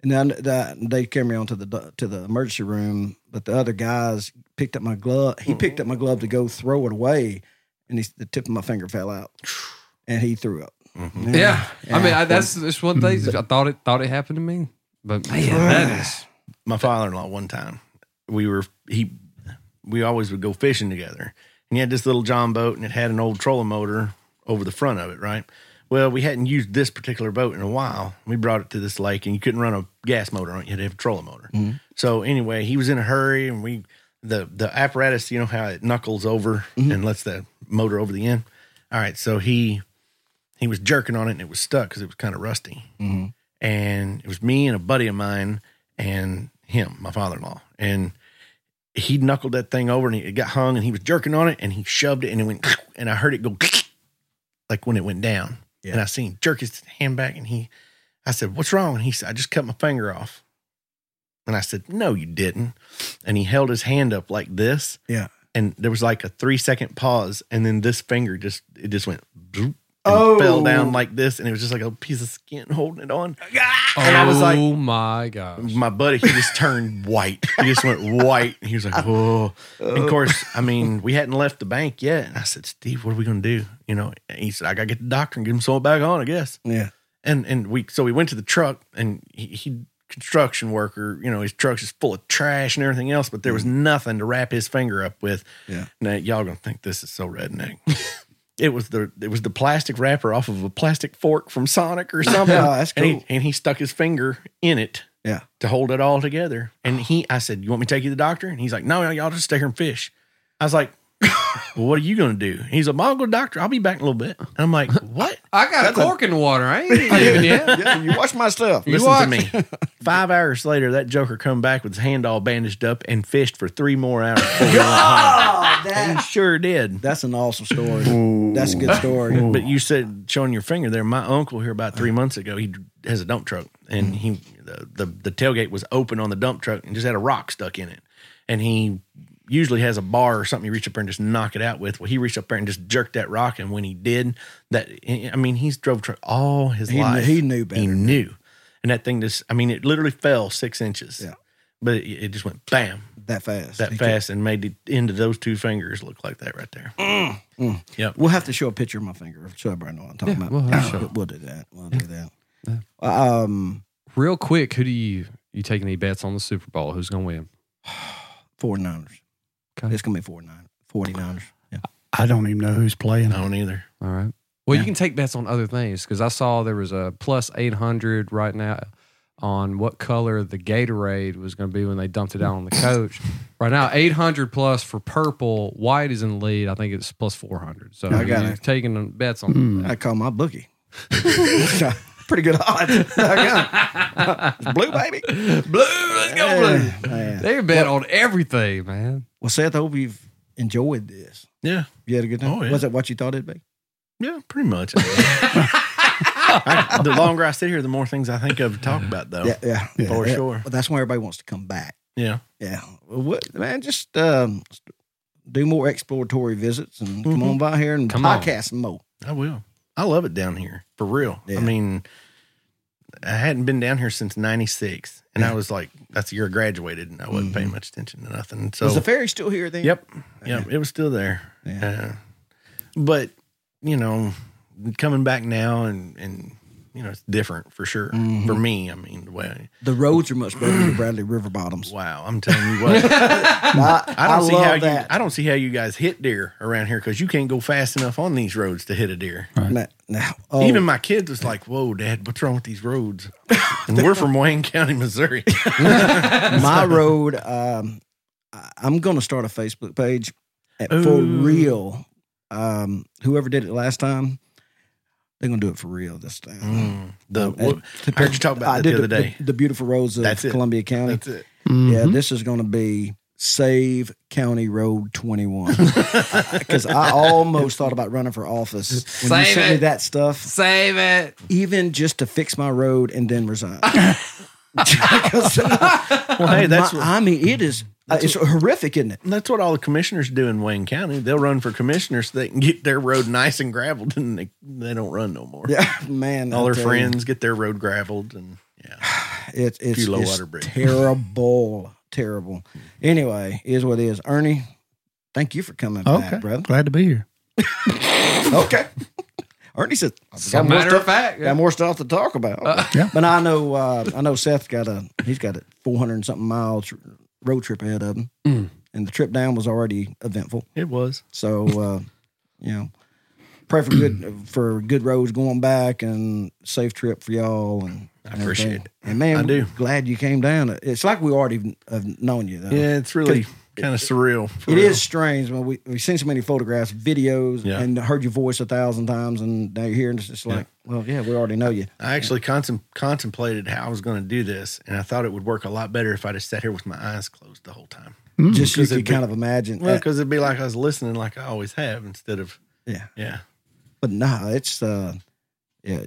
Speaker 8: And then the, they carried me on to the do- to the emergency room, but the other guys picked up my glove. He picked up my glove to go throw it away, and he, the tip of my finger fell out, and he threw up.
Speaker 2: Mm-hmm. yeah. I mean, I, that's, that's one thing. I thought it, thought it happened to me. But man, that is,
Speaker 1: my father-in-law one time we were he we always would go fishing together and he had this little john boat and it had an old trolling motor over the front of it right well we hadn't used this particular boat in a while we brought it to this lake and you couldn't run a gas motor on it you had to have a trolling motor so anyway he was in a hurry and we the the apparatus you know how it knuckles over and lets the motor over the end all right so he he was jerking on it and it was stuck because it was kind of rusty
Speaker 8: Mm-hmm.
Speaker 1: and it was me and a buddy of mine and him, my father in law. And he knuckled that thing over and he, it got hung and he was jerking on it and he shoved it and it went and I heard it go like when it went down. And I seen him jerk his hand back and he, I said, What's wrong? And he said, I just cut my finger off. And I said, No, you didn't. And he held his hand up like this.
Speaker 8: Yeah.
Speaker 1: And there was like a three second pause. And then this finger just, it just went. bloop and
Speaker 8: Oh.
Speaker 1: Fell down like this, and it was just like a piece of skin holding it on.
Speaker 2: oh
Speaker 1: And I was like-
Speaker 2: my gosh.
Speaker 1: My buddy, he just turned white. He just went white. He was like, "Whoa!" And of course, I mean, we hadn't left the bank yet. And I said, "Steve, what are we going to do?" You know, and he said, "I got to get the doctor and get him sold back on, I guess."
Speaker 8: Yeah,
Speaker 1: And and we so we went to the truck, and he, he construction worker. You know, his truck's just full of trash and everything else, but there was nothing to wrap his finger up with.
Speaker 8: Mm-hmm. Yeah.
Speaker 1: Now y'all gonna think this is so redneck. It was the it was the plastic wrapper off of a plastic fork from Sonic or something.
Speaker 8: Oh, that's
Speaker 1: And
Speaker 8: cool.
Speaker 1: he, and he stuck his finger in it
Speaker 8: yeah.
Speaker 1: to hold it all together. And he, I said, "You want me to take you to the doctor?" And he's like, "No, no, y'all just stay here and fish." I was like, "Well, what are you going to do?" He's like, "I'll go to the doctor. I'll be back in a little bit." And I'm like, "What?"
Speaker 2: I got a cork in the water. I ain't leaving yet.
Speaker 8: yeah, you watch my stuff.
Speaker 1: Listen
Speaker 2: watch.
Speaker 1: to me. Five hours later, that Joker come back with his hand all bandaged up and fished for three more hours. before
Speaker 8: Oh,
Speaker 1: we went home. he sure did.
Speaker 8: That's an awesome story. That's a good story.
Speaker 1: But you said showing your finger there. My uncle here about three months ago, he has a dump truck,
Speaker 8: Mm.
Speaker 1: and he the, the the tailgate was open on the dump truck and just had a rock stuck in it, and he usually has a bar or something you reach up there and just knock it out with. Well, he reached up there and just jerked that rock, and when he did that, I mean, he's drove truck all his
Speaker 8: He kn-
Speaker 1: life.
Speaker 8: he knew better.
Speaker 1: He knew, and that thing just, I mean, it literally fell six inches.
Speaker 8: Yeah.
Speaker 1: But it, it just went bam
Speaker 8: that fast.
Speaker 1: that fast and made the end of those two fingers look like that right there.
Speaker 8: Mm. We'll have to show a picture of my finger. Show everybody know what I'm talking about.
Speaker 2: we'll have to show.
Speaker 8: we'll do that. We'll do that. Um,
Speaker 2: Real quick, who do you, you take any bets on the Super Bowl? Who's going to win?
Speaker 8: 49ers.
Speaker 2: Okay.
Speaker 8: It's going to be 49, 49ers. Yeah.
Speaker 7: I don't even know who's playing.
Speaker 1: I don't either.
Speaker 2: All right. Well, you can take bets on other things because I saw there was a plus 800 right now on what color the Gatorade was going to be when they dumped it out on the coach. right now, 800 plus for purple. White is in the lead. I Hmm. think it's plus 400. So
Speaker 8: I got
Speaker 2: you've
Speaker 8: it.
Speaker 7: Mm,
Speaker 2: taken bets on
Speaker 8: I call my bookie. Pretty good odds. uh, Blue baby.
Speaker 2: Blue, let's go blue.
Speaker 8: Yeah, man.
Speaker 2: They bet on everything, man.
Speaker 8: Well, Seth, I hope you've enjoyed this.
Speaker 1: Yeah.
Speaker 8: You had a good time.
Speaker 1: Oh, yeah.
Speaker 8: Was it what you thought it'd be?
Speaker 1: Yeah, pretty much. I- the longer I sit here, the more things I think of to talk about, though.
Speaker 8: Yeah, yeah, yeah.
Speaker 1: For
Speaker 8: Yeah.
Speaker 1: sure.
Speaker 8: Well, that's why everybody wants to come back.
Speaker 1: Yeah.
Speaker 8: Yeah, Well, what, man, just um, do more exploratory visits and
Speaker 1: Mm-hmm.
Speaker 8: come on by here and
Speaker 2: Come on.
Speaker 8: podcast more.
Speaker 1: I will. I love it down here for real.
Speaker 8: Yeah.
Speaker 1: I mean, I hadn't been down here since '96, and I was like, "That's the year I graduated," and I wasn't paying much attention to nothing. So,
Speaker 8: Was the ferry still here then?
Speaker 1: yep, yep, it was still there. Uh,
Speaker 8: Yeah.
Speaker 1: but you know, coming back now and and you know, it's different for sure
Speaker 8: Mm-hmm.
Speaker 1: for me. I mean, the way I-
Speaker 8: The roads are much better than Bradley River Bottoms.
Speaker 1: wow, I'm telling you what,
Speaker 8: I,
Speaker 1: I don't see
Speaker 8: love
Speaker 1: how you
Speaker 8: that.
Speaker 1: I don't see how you guys hit deer around here because you can't go fast enough on these roads to hit a deer.
Speaker 8: now, now, oh,
Speaker 1: Even my kids was like, "Whoa, Dad, what's wrong with these roads?" And we're from Wayne County, Missouri.
Speaker 8: my road. Um, I- I'm going to start a Facebook page at, for real. Um, whoever did it last time, they're going to do it for real this time.
Speaker 1: Mm, The
Speaker 8: Uh,
Speaker 1: what, I heard you talk about
Speaker 8: I
Speaker 1: that
Speaker 8: did
Speaker 1: the other day.
Speaker 8: The, beautiful roads of
Speaker 1: That's it.
Speaker 8: Columbia County.
Speaker 1: That's it.
Speaker 7: mm-hmm.
Speaker 1: Mm-hmm.
Speaker 8: Yeah, this is going to be Save County Road 21 because I almost thought about running for office when you
Speaker 2: Save
Speaker 8: sent me
Speaker 2: it.
Speaker 8: that stuff,
Speaker 2: Save it.
Speaker 8: even just to fix my road and then resign. 'Cause I-
Speaker 1: Well, hey, that's
Speaker 8: my-
Speaker 1: what,
Speaker 8: I mean, it is. uh, it's horrific, isn't it?
Speaker 1: that's what all the commissioners do in Wayne County. They'll run for commissioners so they can get their road nice and graveled, and they, they don't run no more.
Speaker 8: Yeah, man.
Speaker 1: all
Speaker 8: I
Speaker 1: their
Speaker 8: tell you,
Speaker 1: friends get their road graveled, and yeah,
Speaker 8: It, it's
Speaker 1: Few low
Speaker 8: it's
Speaker 1: water bridge.
Speaker 8: terrible, terrible. Anyway, is what it is. Ernie, thank you for coming
Speaker 7: Okay.
Speaker 8: back, brother.
Speaker 7: Glad to be here.
Speaker 8: Okay. Ernie said, "I've
Speaker 2: As a
Speaker 8: got more
Speaker 2: matter of
Speaker 8: stuff-
Speaker 2: fact,
Speaker 8: got more stuff to talk about.
Speaker 7: Yeah.
Speaker 8: But I know, uh, I know Seth got a, he's got a 400 and something miles road trip ahead of him.
Speaker 2: Mm.
Speaker 8: And the trip down was already eventful.
Speaker 1: it was.
Speaker 8: So, uh, you know, pray for good, for good roads going back and safe trip for y'all. And I
Speaker 1: appreciate it.
Speaker 8: And man,
Speaker 1: I
Speaker 8: we're
Speaker 1: do.
Speaker 8: glad you came down. It's like we already have known you though.
Speaker 1: Yeah, it's really kind of surreal. for
Speaker 8: It
Speaker 1: real.
Speaker 8: is strange when we, we've seen so many photographs, videos,
Speaker 1: Yeah.
Speaker 8: and heard your voice a thousand times, and now you're here, and it's just like, well, yeah, we already know you.
Speaker 1: I actually contem- contemplated how I was going to do this, and I thought it would work a lot better if I just sat here with my eyes closed the whole time.
Speaker 8: Just you
Speaker 1: Because
Speaker 8: could
Speaker 1: it'd be-
Speaker 8: kind of imagine.
Speaker 1: Well,
Speaker 8: Uh,
Speaker 1: because it'd be like I was listening, like I always have, instead of
Speaker 8: yeah,
Speaker 1: yeah.
Speaker 8: but nah, it's uh, yeah,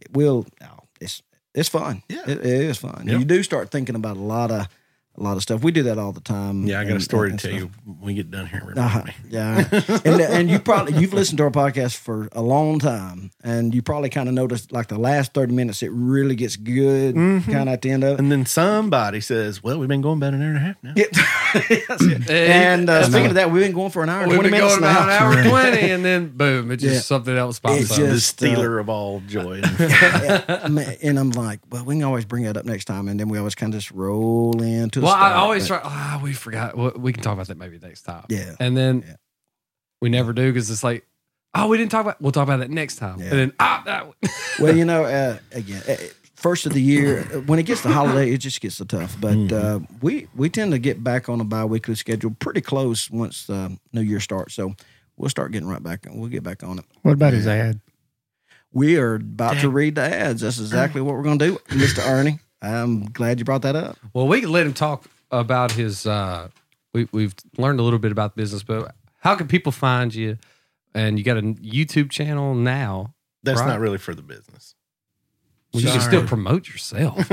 Speaker 8: it will. No, it's it's fun.
Speaker 1: Yeah.
Speaker 8: it, it is fun.
Speaker 1: Yep.
Speaker 8: You do start thinking about a lot of a lot of stuff. We do that all the time.
Speaker 1: Yeah, I got
Speaker 8: and-
Speaker 1: a story
Speaker 8: and
Speaker 1: to tell
Speaker 8: stuff.
Speaker 1: you when we get done here. Remind
Speaker 8: Uh-huh.
Speaker 1: me.
Speaker 8: Yeah, and and you probably you've listened to our podcast for a long time, and you probably kind of noticed like the last thirty minutes it really gets good, kind of at the end of it.
Speaker 1: Mm-hmm. And then somebody says, "Well, we've been going about an hour and a half now."
Speaker 8: And uh, speaking of that, we've been going for an hour and
Speaker 2: we've
Speaker 8: twenty
Speaker 2: been
Speaker 8: minutes
Speaker 2: going
Speaker 8: now.
Speaker 2: about an hour and twenty, and then boom, it just
Speaker 8: Yeah.
Speaker 2: something else pops
Speaker 8: It
Speaker 2: up.
Speaker 1: The
Speaker 8: just-
Speaker 1: stealer of all joy.
Speaker 8: Man, and I'm like, well, we can always bring that up next time, and then we always kind of just roll into. a
Speaker 2: well, I
Speaker 8: stop,
Speaker 2: always
Speaker 8: but-
Speaker 2: try. Ah, we forgot. Well, we can talk about that maybe next time.
Speaker 8: Yeah.
Speaker 2: and then
Speaker 8: Yeah.
Speaker 2: we never do because it's like, oh, we didn't talk about. We'll talk about that next time.
Speaker 8: Yeah.
Speaker 2: And then ah, that,
Speaker 8: Well, you know, uh, again, uh, first of the year, uh, when it gets to holiday, it just gets so tough. But uh, we we tend to get back on a biweekly schedule pretty close once uh, New Year starts. So we'll start getting right back. We'll get back on it.
Speaker 7: What about his ad?
Speaker 8: We are about to read the ads. That's exactly what we're going to do, Mister Ernie. I'm glad you brought that up.
Speaker 2: well, we can let him talk about his. uh We we've learned a little bit about business, but how can people find you? And you got a YouTube channel now.
Speaker 1: That's
Speaker 2: Right.
Speaker 1: not really for the business.
Speaker 2: Well, you can
Speaker 1: Sorry.
Speaker 2: still promote yourself.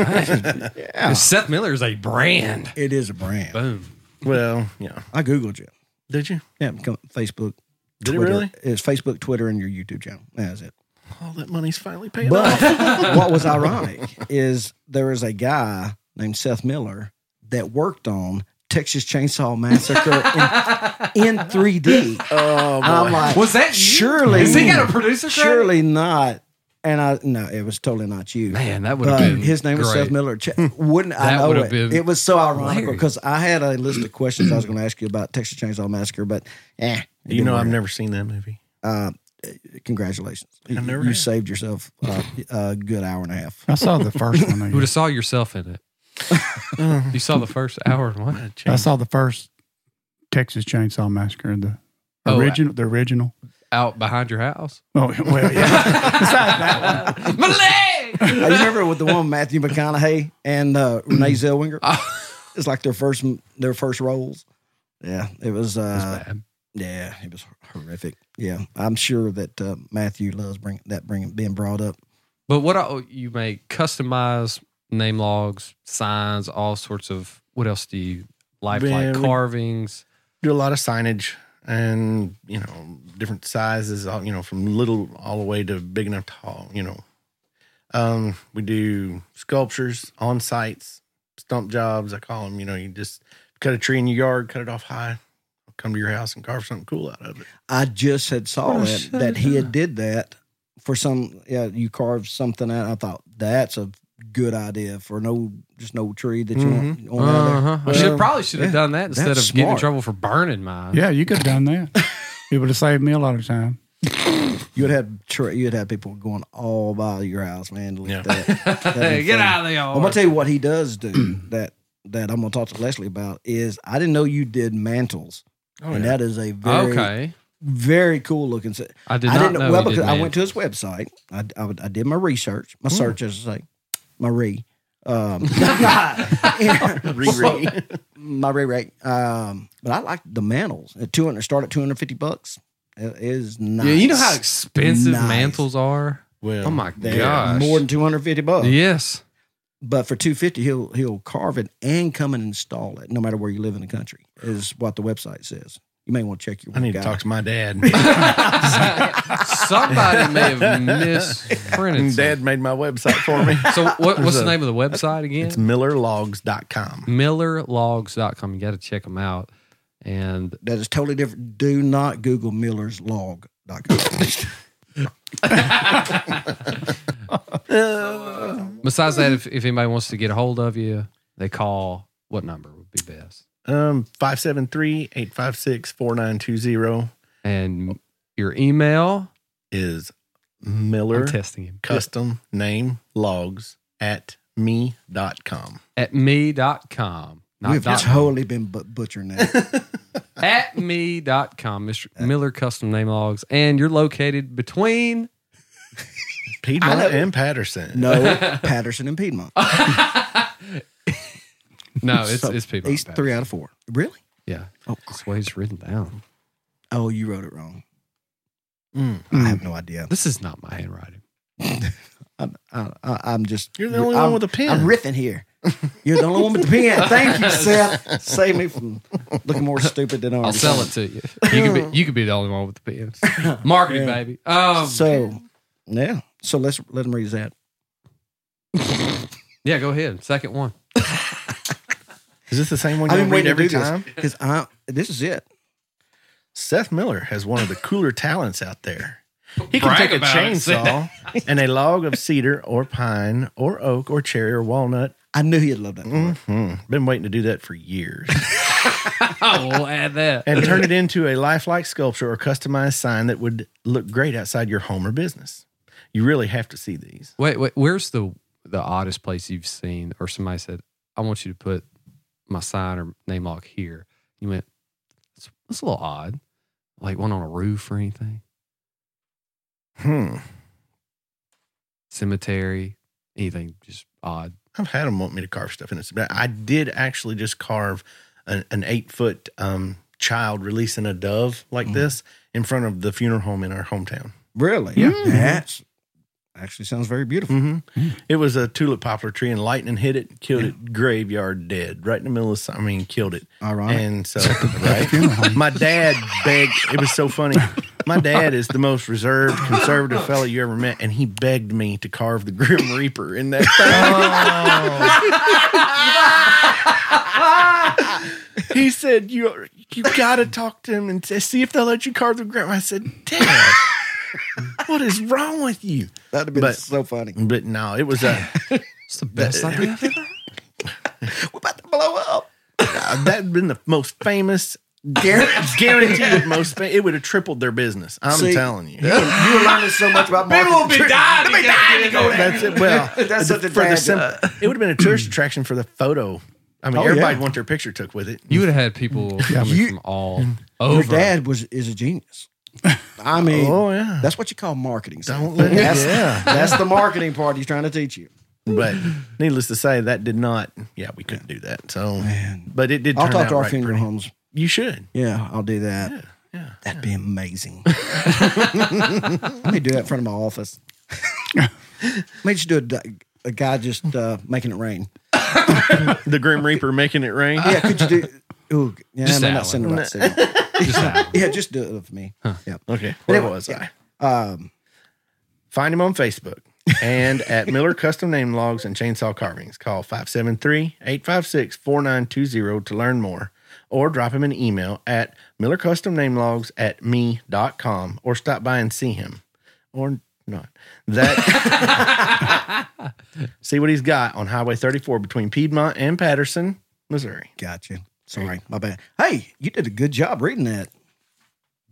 Speaker 2: yeah. Seth Miller is a brand.
Speaker 8: It is a brand.
Speaker 2: Boom.
Speaker 1: Well, yeah.
Speaker 8: I googled you.
Speaker 1: Did you?
Speaker 8: Yeah, come, Facebook.
Speaker 1: Did it
Speaker 8: Twitter.
Speaker 1: really?
Speaker 8: It's Facebook, Twitter, and your YouTube channel. That's it.
Speaker 1: All that money's finally paying
Speaker 8: But
Speaker 1: off.
Speaker 8: what was ironic is there is a guy named Seth Miller that worked on Texas Chainsaw Massacre in, in 3D.
Speaker 1: Oh boy.
Speaker 8: I'm like,
Speaker 2: Was that you?
Speaker 8: surely?
Speaker 2: Has he got a producer? credit?
Speaker 8: Surely not. And I no, it was totally not you.
Speaker 2: Man, that would have
Speaker 8: But
Speaker 2: been
Speaker 8: Uh, his name was
Speaker 2: great.
Speaker 8: Seth Miller. Ch- Wouldn't I
Speaker 2: That
Speaker 8: know
Speaker 2: would've
Speaker 8: it?
Speaker 2: been
Speaker 8: it was so ironical
Speaker 2: hilarious.
Speaker 8: because I had a list of questions I was going to ask you about Texas Chainsaw Massacre, but eh. it
Speaker 1: you know,
Speaker 8: didn't
Speaker 1: I've
Speaker 8: work
Speaker 1: never seen that movie.
Speaker 8: out. Uh, Congratulations, you,
Speaker 1: never
Speaker 8: you
Speaker 1: have.
Speaker 8: saved yourself uh, a good hour and a half.
Speaker 7: I saw the first one.
Speaker 2: You would
Speaker 7: I
Speaker 2: have saw yourself in it.
Speaker 1: Oh,
Speaker 2: you saw the first hour and what?
Speaker 7: guess. I saw the first Texas Chainsaw Massacre, the
Speaker 2: Oh,
Speaker 7: original. the original.
Speaker 2: out behind your house.
Speaker 7: Oh well, yeah. Besides that one,
Speaker 2: My leg.
Speaker 8: I Uh, remember with the one Matthew McConaughey and uh, Renee
Speaker 2: Mm-hmm.
Speaker 8: Zellweger. it's like their first their first roles. Yeah, it was. Uh,
Speaker 2: bad.
Speaker 8: yeah, it was horrific. Yeah, I'm sure that uh, Matthew loves bring that bring being brought up.
Speaker 2: But what all, you make customize name logs, signs, all sorts of. What else do you lifelike
Speaker 1: Man, we-
Speaker 2: carvings?
Speaker 1: do a lot of signage and you know different sizes all you know from little all the way to big enough to haul you know um we do sculptures on sites stump jobs i call them you know you just cut a tree in your yard cut it off high come to your house and carve something cool out of it
Speaker 8: I just had saw
Speaker 2: Oh,
Speaker 8: that that he had did that for some. Yeah, you carved something out. I thought that's a good idea for no just no tree that you want. want out there.
Speaker 2: Uh-huh. I should probably should have
Speaker 8: yeah,
Speaker 2: done that instead of
Speaker 8: that's
Speaker 2: getting in
Speaker 8: smart.
Speaker 2: trouble for burning mine.
Speaker 7: yeah, you could have done that. It would have saved me a lot of time.
Speaker 8: You'd have tra- you'd have people going all by your house, man. To look
Speaker 1: Yeah.
Speaker 8: at that. That'd be
Speaker 2: Get
Speaker 8: fun.
Speaker 2: out of the
Speaker 8: I'm gonna
Speaker 2: yard.
Speaker 8: tell you what he does do that that I'm gonna talk to Leslie about is I didn't know you did mantles, and that is a very
Speaker 2: Oh, Okay,
Speaker 8: very cool looking set.
Speaker 2: I did
Speaker 8: I
Speaker 2: not
Speaker 8: didn't
Speaker 2: know.
Speaker 8: well
Speaker 2: he did
Speaker 8: because I
Speaker 2: that.
Speaker 8: went to his website. I, I, would- I did my research,
Speaker 2: Mm.
Speaker 8: my search as I say, my re, um,
Speaker 1: Reread.
Speaker 8: my re rate. Um, but I like the mantles at 200. Start at 250 bucks. It is nice.
Speaker 2: Yeah, you know how expensive
Speaker 8: Nice.
Speaker 2: mantles are.
Speaker 1: well
Speaker 2: Oh my
Speaker 8: They're
Speaker 2: gosh!
Speaker 8: more than 250 bucks.
Speaker 2: yes.
Speaker 8: But for two fifty, he'll he'll carve it and come and install it, no matter where you live in the country, is what the website says. You may want to check your.
Speaker 1: i need
Speaker 8: guy.
Speaker 1: to talk to my dad
Speaker 2: Somebody may have misprinted.
Speaker 1: And dad
Speaker 2: something.
Speaker 1: made my website for me
Speaker 2: So what, what's the
Speaker 1: a-
Speaker 2: name of the website again?
Speaker 1: it's millerlogs.com
Speaker 2: millerlogs.com. You got to check them out. And
Speaker 8: That is totally different. Do not Google Miller's log.
Speaker 1: Uh,
Speaker 2: besides that, if, if anybody wants to get a hold of you, they call what number would be best?
Speaker 1: um 573-856-4920
Speaker 2: And your email.
Speaker 1: is
Speaker 2: I'm
Speaker 1: miller
Speaker 2: testing him.
Speaker 1: custom name logs at me.com.
Speaker 2: At me.com. Not
Speaker 8: We've
Speaker 2: dot com.
Speaker 8: totally been but- butchering that.
Speaker 2: At me.com. Mr. Miller Custom Name Logs. And you're located between.
Speaker 1: Piedmont
Speaker 8: I know-
Speaker 1: and Patterson.
Speaker 8: No, Patterson and Piedmont.
Speaker 2: No, it's,
Speaker 8: So,
Speaker 2: it's people.
Speaker 8: He's three out of four. Really?
Speaker 2: Yeah.
Speaker 8: Oh,
Speaker 2: That's why he's written down.
Speaker 8: oh, you wrote it wrong.
Speaker 1: Mm.
Speaker 8: I have no idea.
Speaker 2: This is not my handwriting.
Speaker 8: I'm, I, I, I'm just.
Speaker 1: You're the only
Speaker 8: I'm-
Speaker 1: one with a pen.
Speaker 8: I'm riffing here. You're the only one with the pen. Thank you, Seth. Save me from looking more stupid than I
Speaker 2: I'll
Speaker 8: already
Speaker 2: sell
Speaker 8: am.
Speaker 2: it to you. You could be you could be the only one with the pins. Marketing, baby. Um,
Speaker 8: So, yeah. So let's let him read that.
Speaker 2: yeah, go ahead. Second one.
Speaker 1: Is this the same one
Speaker 8: I've
Speaker 1: you
Speaker 8: been
Speaker 1: read
Speaker 8: waiting
Speaker 1: every
Speaker 8: to do this,
Speaker 1: time?
Speaker 8: 'cause I- this is it.
Speaker 1: Seth Miller has one of the cooler talents out there. He can
Speaker 2: Brag
Speaker 1: take a
Speaker 2: about it, say
Speaker 1: chainsaw and a log of cedar or pine or oak or cherry or walnut.
Speaker 8: I knew he'd love that.
Speaker 1: Hmm. Been waiting to do that for years.
Speaker 2: I will add that.
Speaker 1: and turn it into a lifelike sculpture or customized sign that would look great outside your home or business. You really have to see these.
Speaker 2: Wait, wait. Where's the the oddest place you've seen, or somebody said, "I want you to put my sign or name lock here." You went, "That's, that's a little odd." Like one on a roof or anything,
Speaker 1: Hmm.
Speaker 2: cemetery, anything just odd.
Speaker 1: I've had them want me to carve stuff in it. But I did actually just carve an, an eight foot um, child releasing a dove like this in front of the funeral home in our hometown.
Speaker 8: Really? Yeah. That's actually sounds very beautiful.
Speaker 1: hmm It was a tulip poplar tree, and lightning hit it, killed it graveyard dead, right in the middle of. I mean, killed it.
Speaker 8: Ironic.
Speaker 1: And so, right? my dad begged. It was so funny. My dad is the most reserved, conservative fellow you ever met, and he begged me to carve the Grim Reaper in that thing. he said, "You you got to talk to him and see if they'll let you carve the Grim." I said, "Dad, what is wrong with you?"
Speaker 8: That'd have been
Speaker 1: But-
Speaker 8: so funny.
Speaker 1: But no, it was a.
Speaker 2: It's the best idea I've ever.
Speaker 8: We're about to blow up.
Speaker 1: That'd been the most famous. Guaranteed, most fam- it would have tripled their business. I'm
Speaker 8: See,
Speaker 1: telling you.
Speaker 8: You were learning so much about marketing.
Speaker 2: dying.
Speaker 1: That's it. Well,
Speaker 8: That's such a
Speaker 1: for the
Speaker 8: bad,
Speaker 1: sim-
Speaker 8: uh,
Speaker 1: it would have been a tourist attraction for the photo. I mean,
Speaker 8: Oh,
Speaker 1: everybody'd
Speaker 8: yeah.
Speaker 1: want their picture took with it.
Speaker 2: You would have had people coming
Speaker 8: You-
Speaker 2: from all
Speaker 8: Your
Speaker 2: over.
Speaker 8: dad was is a genius. I mean,
Speaker 1: Oh, yeah.
Speaker 8: that's what you call marketing. son.
Speaker 1: Don't let it-
Speaker 8: That's-
Speaker 1: yeah.
Speaker 8: that's the marketing part he's trying to teach you.
Speaker 1: But needless to say, that did not. Yeah, we couldn't do that. So,
Speaker 8: Man.
Speaker 1: but it did.
Speaker 8: I'll
Speaker 1: Turn
Speaker 8: talk
Speaker 1: out
Speaker 8: to our
Speaker 1: right
Speaker 8: funeral
Speaker 1: pretty.
Speaker 8: homes.
Speaker 1: You should.
Speaker 8: Yeah, I'll do that.
Speaker 1: Yeah, yeah.
Speaker 8: That'd be amazing. Let me do that in front of my office. Let me just do a, di- a guy just uh, making it rain.
Speaker 1: The Grim Reaper making it rain.
Speaker 8: Yeah, could you do? Ooh, yeah,
Speaker 2: Just
Speaker 8: I may
Speaker 2: that
Speaker 8: not send the
Speaker 1: one.
Speaker 8: right signal.
Speaker 2: Just that.
Speaker 8: Yeah, just do it for me. Yeah.
Speaker 1: Okay, where
Speaker 8: Anyway,
Speaker 1: was I?
Speaker 8: Um,
Speaker 1: Find him on Facebook and at Miller Custom Name Logs and Chainsaw Carvings. Call 573 856 4920 to learn more or drop him an email at millercustomnamelogs at me.com or stop by and see him or not. That See what he's got on Highway 34 between Piedmont and Patterson, Missouri.
Speaker 8: gotcha. Sorry, my bad. Hey, you did a good job reading that.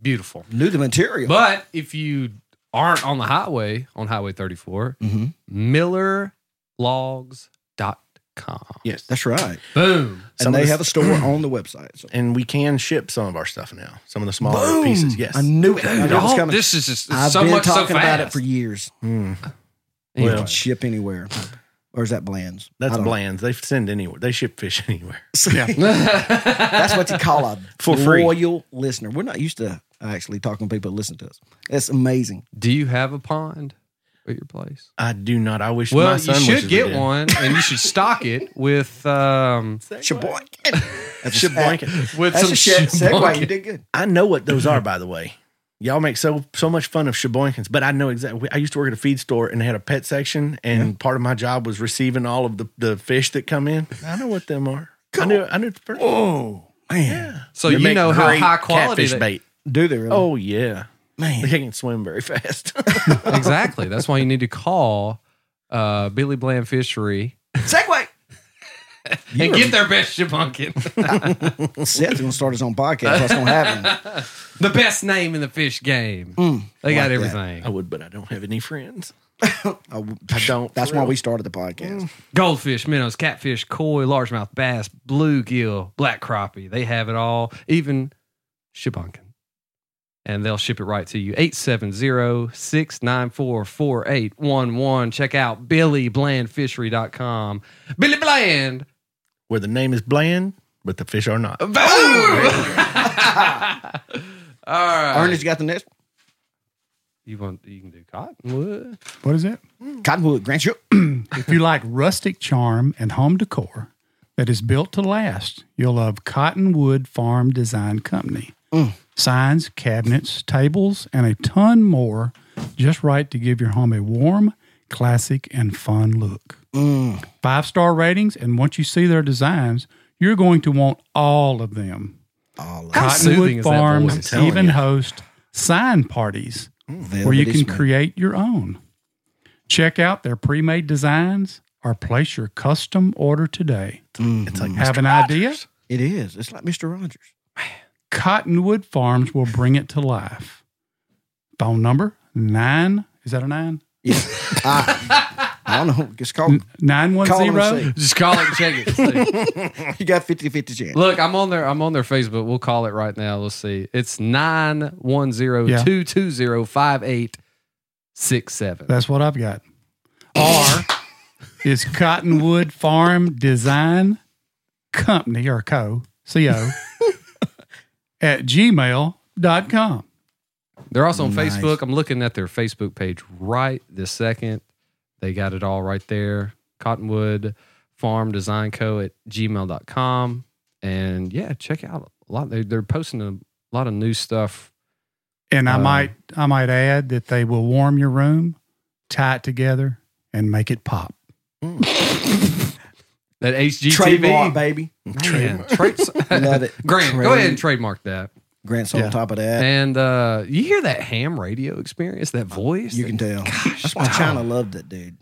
Speaker 2: Beautiful.
Speaker 8: Knew the material.
Speaker 2: But if you aren't on the highway, on Highway 34,
Speaker 8: Mhm.
Speaker 2: millerlogs.com.
Speaker 1: Yes.
Speaker 8: That's right. And
Speaker 2: Boom.
Speaker 1: Some of
Speaker 8: they
Speaker 1: this-
Speaker 8: have a store on the website. So.
Speaker 1: And we can ship some of our stuff now, some of the smaller pieces. Yes.
Speaker 8: I knew it. I knew it was
Speaker 2: Y'all,
Speaker 8: coming.
Speaker 2: this is just
Speaker 8: I've
Speaker 2: so
Speaker 8: been
Speaker 2: much
Speaker 8: talking
Speaker 2: so
Speaker 8: about it
Speaker 2: fast.
Speaker 8: for years.
Speaker 1: Mm.
Speaker 2: Anyway,
Speaker 1: Well,
Speaker 8: Ship anywhere. Or is that Bland's? I
Speaker 1: That's
Speaker 8: don't know.
Speaker 1: bland. They send anywhere. They ship fish anywhere.
Speaker 8: That's what you call a
Speaker 1: For free.
Speaker 8: loyal listener. We're not used to actually talking to people that listen to us. It's amazing.
Speaker 2: do you have a pond at your place?
Speaker 1: I do not. I wish.
Speaker 2: Well,
Speaker 1: my
Speaker 2: you
Speaker 1: son wishes
Speaker 2: should
Speaker 1: we
Speaker 2: get
Speaker 1: did.
Speaker 2: one and you should stock it with um
Speaker 8: Sheboygan. That's a-
Speaker 1: Sheboygan.
Speaker 2: with
Speaker 8: That's
Speaker 2: some
Speaker 8: a shit segue. You
Speaker 2: sheboygan.
Speaker 8: did good.
Speaker 1: I know what those are, by the way. Y'all make so so much fun of Sheboykins, but I know exactly. I used to work at a feed store and they had a pet section, and part of my job was receiving all of the, the fish that come in. I know what them are. I knew. I knew. The first,
Speaker 8: Whoa, man.
Speaker 2: So
Speaker 1: They
Speaker 2: you
Speaker 1: make
Speaker 2: know how
Speaker 1: great
Speaker 2: high quality
Speaker 1: catfish
Speaker 2: they- Mm.
Speaker 1: bait.
Speaker 8: Do they really?
Speaker 1: Oh yeah,
Speaker 8: man.
Speaker 1: they can swim very fast.
Speaker 2: Exactly. That's why you need to call uh, Billy Bland Fishery
Speaker 8: Segway.
Speaker 2: and get their best shebunkin.
Speaker 8: Seth's gonna start his own podcast. That's gonna happen. Mm.
Speaker 2: the best name in the fish game. they got
Speaker 8: like that.
Speaker 2: everything.
Speaker 1: I would, but I don't have any friends. Mm.
Speaker 8: I w-
Speaker 1: I don't.
Speaker 8: Oh, That's
Speaker 1: for
Speaker 8: why
Speaker 1: real.
Speaker 8: we started the podcast.
Speaker 2: Goldfish, minnows, catfish, koi, largemouth bass, bluegill, black crappie. They have it all, even shebunkin. And they'll ship it right to you. 870-694-4811. Check out billyblandfishery.com. Billy Bland.
Speaker 1: where the name is bland, but the fish are not.
Speaker 2: Boom! all right.
Speaker 8: Ernest, you got the next
Speaker 2: You want you can do cottonwood.
Speaker 7: What is it?
Speaker 8: Cottonwood Grant Shook.
Speaker 7: If you like rustic charm and home decor that is built to last, you'll love Cottonwood Farm Design Company.
Speaker 2: Mm.
Speaker 7: Signs, cabinets, tables, and a ton more, just right to give your home a warm, classic, and fun look.
Speaker 2: Mm.
Speaker 7: Five star ratings, and once you see their designs, you're going to want all of them.
Speaker 8: All of
Speaker 2: How soothing is
Speaker 7: Cottonwood
Speaker 2: that voice?
Speaker 7: Farms
Speaker 1: I'm telling
Speaker 7: even
Speaker 1: you.
Speaker 7: host sign parties where you can create your own. Check out their pre made designs or place your custom order today.
Speaker 1: It's like
Speaker 7: Have an idea?
Speaker 8: Mm-hmm. It is. It's like Mr. Rogers.
Speaker 7: Cottonwood Farms will bring it to life. Phone number nine. Is that a nine?
Speaker 8: Yeah. I, I don't know. It's called.
Speaker 7: Nine one
Speaker 8: Call 'em and
Speaker 7: zero.
Speaker 8: see.
Speaker 2: Just call it and check it.
Speaker 8: You got 50-50 chance.
Speaker 2: Look, I'm on their I'm on their Facebook. We'll call it right now. Let's see. It's nine one zero
Speaker 7: Yeah.
Speaker 2: two two zero five eight six seven.
Speaker 7: That's what I've got. R is Cottonwood Farm Design Company or Co. CO at gmail.com.
Speaker 2: They're also on
Speaker 8: Nice.
Speaker 2: Facebook. I'm looking at their Facebook page right this second. They got it all right there. Cottonwood Farm Design Co. at gmail.com. And yeah, check out a lot. They're, they're posting a lot of new stuff.
Speaker 7: And I
Speaker 2: Um,
Speaker 7: might I might add that they will warm your room, tie it together, and make it pop.
Speaker 2: That HGTV.
Speaker 8: Trademark, baby.
Speaker 2: Man, trades-
Speaker 8: Love it.
Speaker 2: Grant,
Speaker 8: Trade-
Speaker 2: go ahead and trademark that.
Speaker 8: Grant's on top of that.
Speaker 2: And uh, you hear that ham radio experience, that voice?
Speaker 8: You can tell. That's why
Speaker 2: Tom.
Speaker 8: China loved it, dude.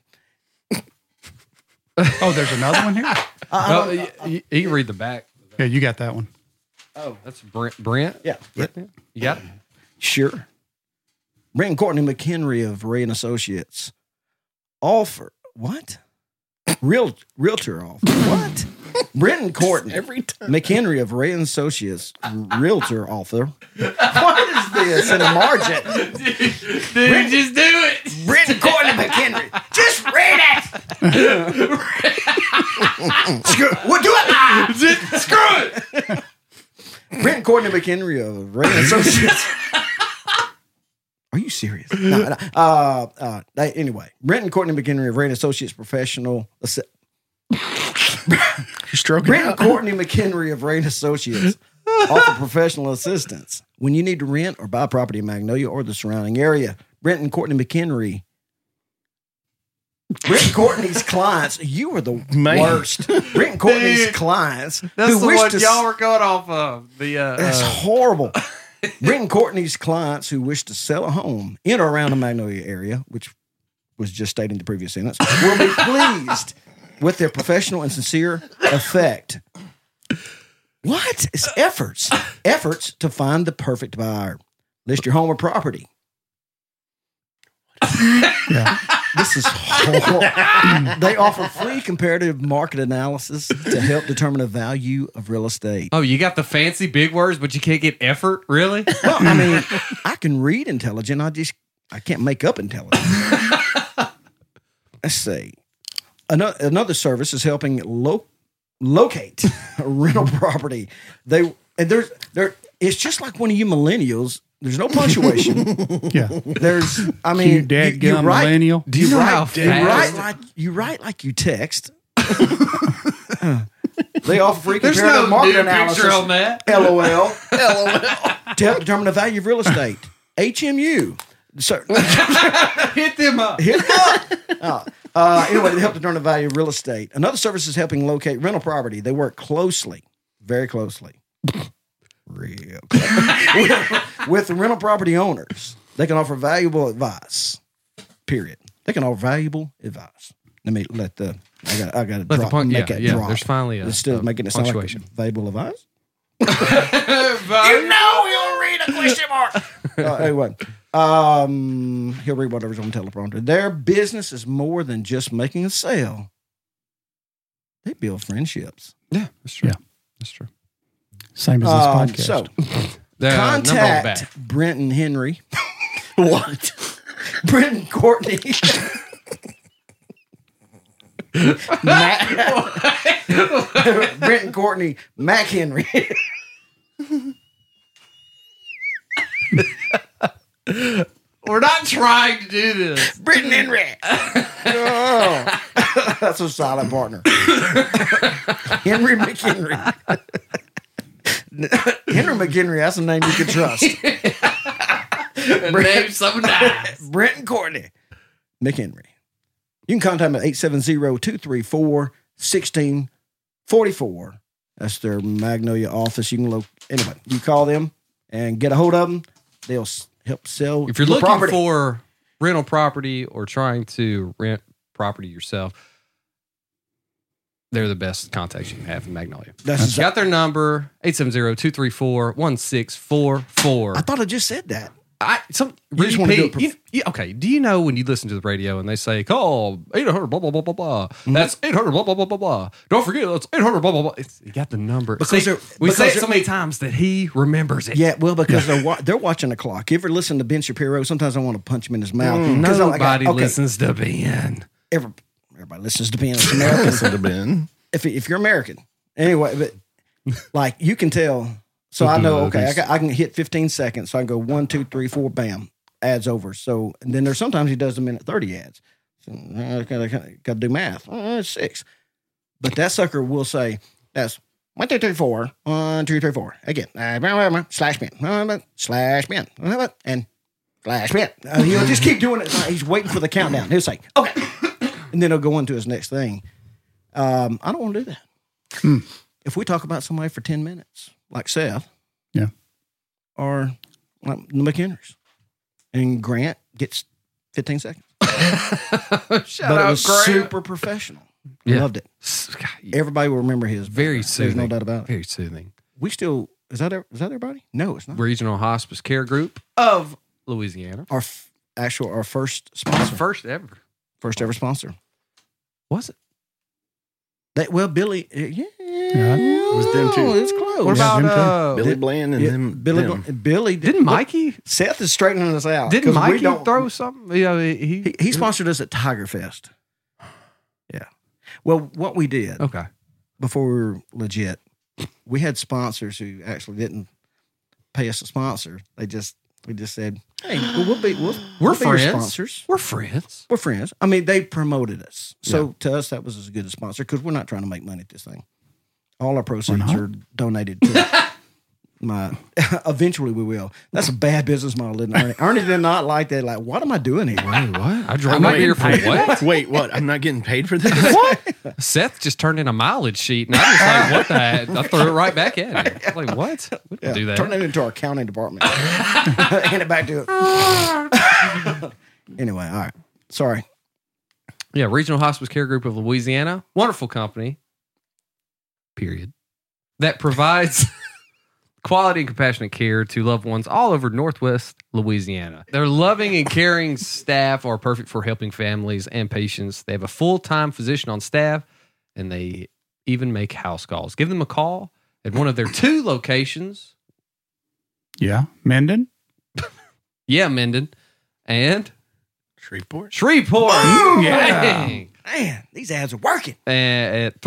Speaker 7: Oh, there's another one here?
Speaker 8: Uh-huh.
Speaker 2: Oh, y- y- you can read the back.
Speaker 7: Yeah, you got that one.
Speaker 2: That's Brent. Brent?
Speaker 8: Yeah.
Speaker 2: Brent? Yeah. You got it?
Speaker 8: Sure. Brent and Courtney McHenry of Ray and Associates offer what? Real realtor offer what? Brenton Corton,
Speaker 1: Every time.
Speaker 8: McHenry of Ray and Associates, realtor author. What is this in a margin?
Speaker 2: Dude, just do it.
Speaker 8: Brenton Corton McHenry. Just read it. Screw- Well, do it live.
Speaker 2: Just screw it.
Speaker 8: Brent Courtney McHenry of Ray and Associates. Are you serious? No, no, uh, uh, that- anyway, Brent and Courtney McHenry of Ray and Associates Professional. ass-
Speaker 1: You're stroking
Speaker 8: Brent and
Speaker 1: out.
Speaker 8: Courtney McHenry of Ray and Associates offer professional assistance when you need to rent or buy property in Magnolia or the surrounding area. Brent and Courtney McHenry. Brent and Courtney's clients, you are the
Speaker 1: Man.
Speaker 8: worst. Brent and Courtney's
Speaker 2: Dude,
Speaker 8: clients
Speaker 2: That's
Speaker 8: who
Speaker 2: the
Speaker 8: wish
Speaker 2: one
Speaker 8: to
Speaker 2: y'all were going off of. The uh,
Speaker 8: That's
Speaker 2: uh,
Speaker 8: horrible. Brent and Courtney's clients who wish to sell a home in or around the Magnolia area, which was just stated in the previous sentence, will be pleased with their professional and sincere effect. What? It's efforts. Efforts to find the perfect buyer. List your home or property. This is horrible. they offer free comparative market analysis to help determine the value of real estate.
Speaker 2: oh, you got the fancy big words, but you can't get effort. Really?
Speaker 8: Well, I mean, I can read intelligent. I just I can't make up intelligent. Let's see. Another another service is helping lo- locate a rental property. They and there's there. It's just like one of you millennials. There's no punctuation.
Speaker 7: Yeah.
Speaker 8: There's I mean,
Speaker 7: You dead
Speaker 8: you
Speaker 7: gum
Speaker 8: write
Speaker 7: millennial.
Speaker 2: Do you, know how
Speaker 8: you
Speaker 2: fast-
Speaker 8: write like you write like you text. they offer free
Speaker 2: There's
Speaker 8: comparative
Speaker 2: no
Speaker 8: market
Speaker 2: deer
Speaker 8: analysis.
Speaker 2: picture on that.
Speaker 8: LOL. LOL. to help determine the value of real estate. HMU. So
Speaker 2: Hit them up.
Speaker 8: hit them up. Uh, uh, anyway, they help determine the value of real estate. Another service is helping locate rental property. They work closely, very closely, real close. with, with the rental property owners. They can offer valuable advice. Period. They can offer valuable advice. Let me let the I got I got to
Speaker 2: the
Speaker 8: drop.
Speaker 2: pun-
Speaker 8: make
Speaker 2: yeah,
Speaker 8: it
Speaker 2: yeah,
Speaker 8: drop.
Speaker 2: there's finally a-
Speaker 8: instead of
Speaker 2: a
Speaker 8: making it sound like
Speaker 2: punctuation.
Speaker 8: valuable advice.
Speaker 2: you know he'll read a question mark.
Speaker 8: uh, anyway, um, he'll read whatever's on the teleprompter. Their business is more than just making a sale. They build friendships.
Speaker 2: Yeah, that's true.
Speaker 7: Yeah.
Speaker 2: That's true.
Speaker 7: Same as this
Speaker 8: Um,
Speaker 7: podcast. Uh,
Speaker 8: so
Speaker 2: The
Speaker 8: contact Brenton Henry. what? Brenton Courtney. Matt, Brenton Courtney, Mac Henry.
Speaker 2: We're not trying to do this.
Speaker 8: Britton and Rick. oh. That's a solid partner. Henry McHenry. Henry McHenry, that's a name you can trust.
Speaker 2: Name some nice.
Speaker 8: Brent and Courtney. McHenry. You can contact them at 870-234-1644. That's their Magnolia office. You can look anyway, you call them and get a hold of them. They'll s- help sell
Speaker 2: If you're
Speaker 8: your
Speaker 2: looking
Speaker 8: property.
Speaker 2: for rental property or trying to rent property yourself, they're the best contacts you can have in Magnolia.
Speaker 8: That's
Speaker 2: You got their number 870-234-1644.
Speaker 8: I thought I just said that.
Speaker 2: I some
Speaker 8: just
Speaker 2: Ricky
Speaker 8: wanna do
Speaker 2: P,
Speaker 8: it prof-
Speaker 2: you, you- okay. Do you know when you listen to the radio and they say call eight hundred blah blah blah blah blah?
Speaker 8: Mm-hmm.
Speaker 2: That's eight hundred blah blah blah blah blah. Don't forget that's eight hundred blah blah blah. It's, you got the number
Speaker 8: Because
Speaker 2: See,
Speaker 8: they're-
Speaker 2: we say
Speaker 8: because
Speaker 2: it so
Speaker 8: they're-
Speaker 2: many times that he remembers it.
Speaker 8: Yeah, well, because they're wa- they're watching the clock. You ever listen to Ben Shapiro? Sometimes I want to punch him in his mouth. 'Cause I'm like,
Speaker 2: Mm-hmm. Mm. Nobody
Speaker 8: okay,
Speaker 2: listens to Ben.
Speaker 8: every- everybody listens to Ben. It's Americans.
Speaker 1: Listen to Ben.
Speaker 8: if if you're American, anyway, but like you can tell. So I know. Okay, I, got, I can hit 15 seconds. So I can go one, two, three, four. Bam, ads over. So and then there's sometimes he does a minute 30 ads. So I gotta, gotta do math. Uh, six. But that sucker will say that's one, two, three, four. One, two, three, four. Again, uh, blah, blah, blah, slash bin, blah, blah, slash bin, blah, blah, and slash bin. Uh, he'll just keep doing it. It's like He's waiting for the countdown. He'll say, okay. And then he'll go into his next thing. Um, I don't want to do that.
Speaker 2: Hmm.
Speaker 8: If we talk about somebody for 10 minutes, like Seth.
Speaker 7: Yeah.
Speaker 8: Or like the McHenrys. And Grant gets 15 seconds.
Speaker 2: Shut
Speaker 8: but
Speaker 2: up,
Speaker 8: it was
Speaker 2: Grant.
Speaker 8: super professional.
Speaker 2: Yeah.
Speaker 8: Loved it.
Speaker 2: S- God, you-
Speaker 8: Everybody will remember his.
Speaker 2: Very
Speaker 8: There's
Speaker 2: soothing.
Speaker 8: no doubt about it.
Speaker 2: Very soothing.
Speaker 8: We still, is that, is that everybody? No, it's not.
Speaker 2: Regional Hospice Care Group of Louisiana.
Speaker 8: Our f- actual, our first sponsor,
Speaker 2: First ever.
Speaker 8: first ever sponsor.
Speaker 2: Was it?
Speaker 8: That, well, Billy, uh, yeah.
Speaker 7: Right?
Speaker 1: It was them
Speaker 8: Oh,
Speaker 1: two.
Speaker 8: it's close.
Speaker 2: What
Speaker 7: Yeah,
Speaker 2: about
Speaker 7: them too.
Speaker 2: uh,
Speaker 1: Billy Bland and
Speaker 8: Yeah,
Speaker 1: them.
Speaker 8: Billy?
Speaker 1: them.
Speaker 8: Billy
Speaker 2: didn't Mikey?
Speaker 8: Seth is straightening us out.
Speaker 2: Didn't
Speaker 8: 'cause we
Speaker 2: Mikey
Speaker 8: don't-
Speaker 2: throw something? You know, he,
Speaker 8: He, he sponsored us at Tiger Fest. Yeah. Well, what we did
Speaker 2: Okay.
Speaker 8: before we were legit, we had sponsors who actually didn't pay us a sponsor. They just we just said, "Hey, well, we'll be we'll,
Speaker 2: We're
Speaker 8: we'll be your
Speaker 2: friends.
Speaker 8: sponsors.
Speaker 2: We're friends.
Speaker 8: We're friends." I mean, they promoted us, so to us that was as good a sponsor because we're not trying to make money at this thing. All our proceeds
Speaker 7: not?
Speaker 8: are donated to my. eventually, we will. That's a bad business model, isn't it? Ernie? Ernie did not like that. Like, what am I doing here?
Speaker 2: Wait, what? I drove my beer for what?
Speaker 1: Wait, what? I'm not getting paid for this. what?
Speaker 2: Seth just turned in a mileage sheet, and I was like, "What the?" Heck? I threw it right back at him. I'm like, what? We
Speaker 8: Yeah,
Speaker 2: don't do that.
Speaker 8: Turn it into our accounting department. Hand it back to it. anyway, all right. Sorry.
Speaker 2: Yeah, Regional Hospice Care Group of Louisiana, wonderful company. Period. That provides quality and compassionate care to loved ones all over Northwest Louisiana. Their loving and caring staff are perfect for helping families and patients. They have a full time physician on staff, and they even make house calls. Give them a call at one of their two locations.
Speaker 7: Yeah. Menden.
Speaker 2: Yeah, Menden and
Speaker 1: Shreveport.
Speaker 2: Shreveport.
Speaker 7: Yeah.
Speaker 2: Dang.
Speaker 8: Man, these ads are working.
Speaker 2: uh, at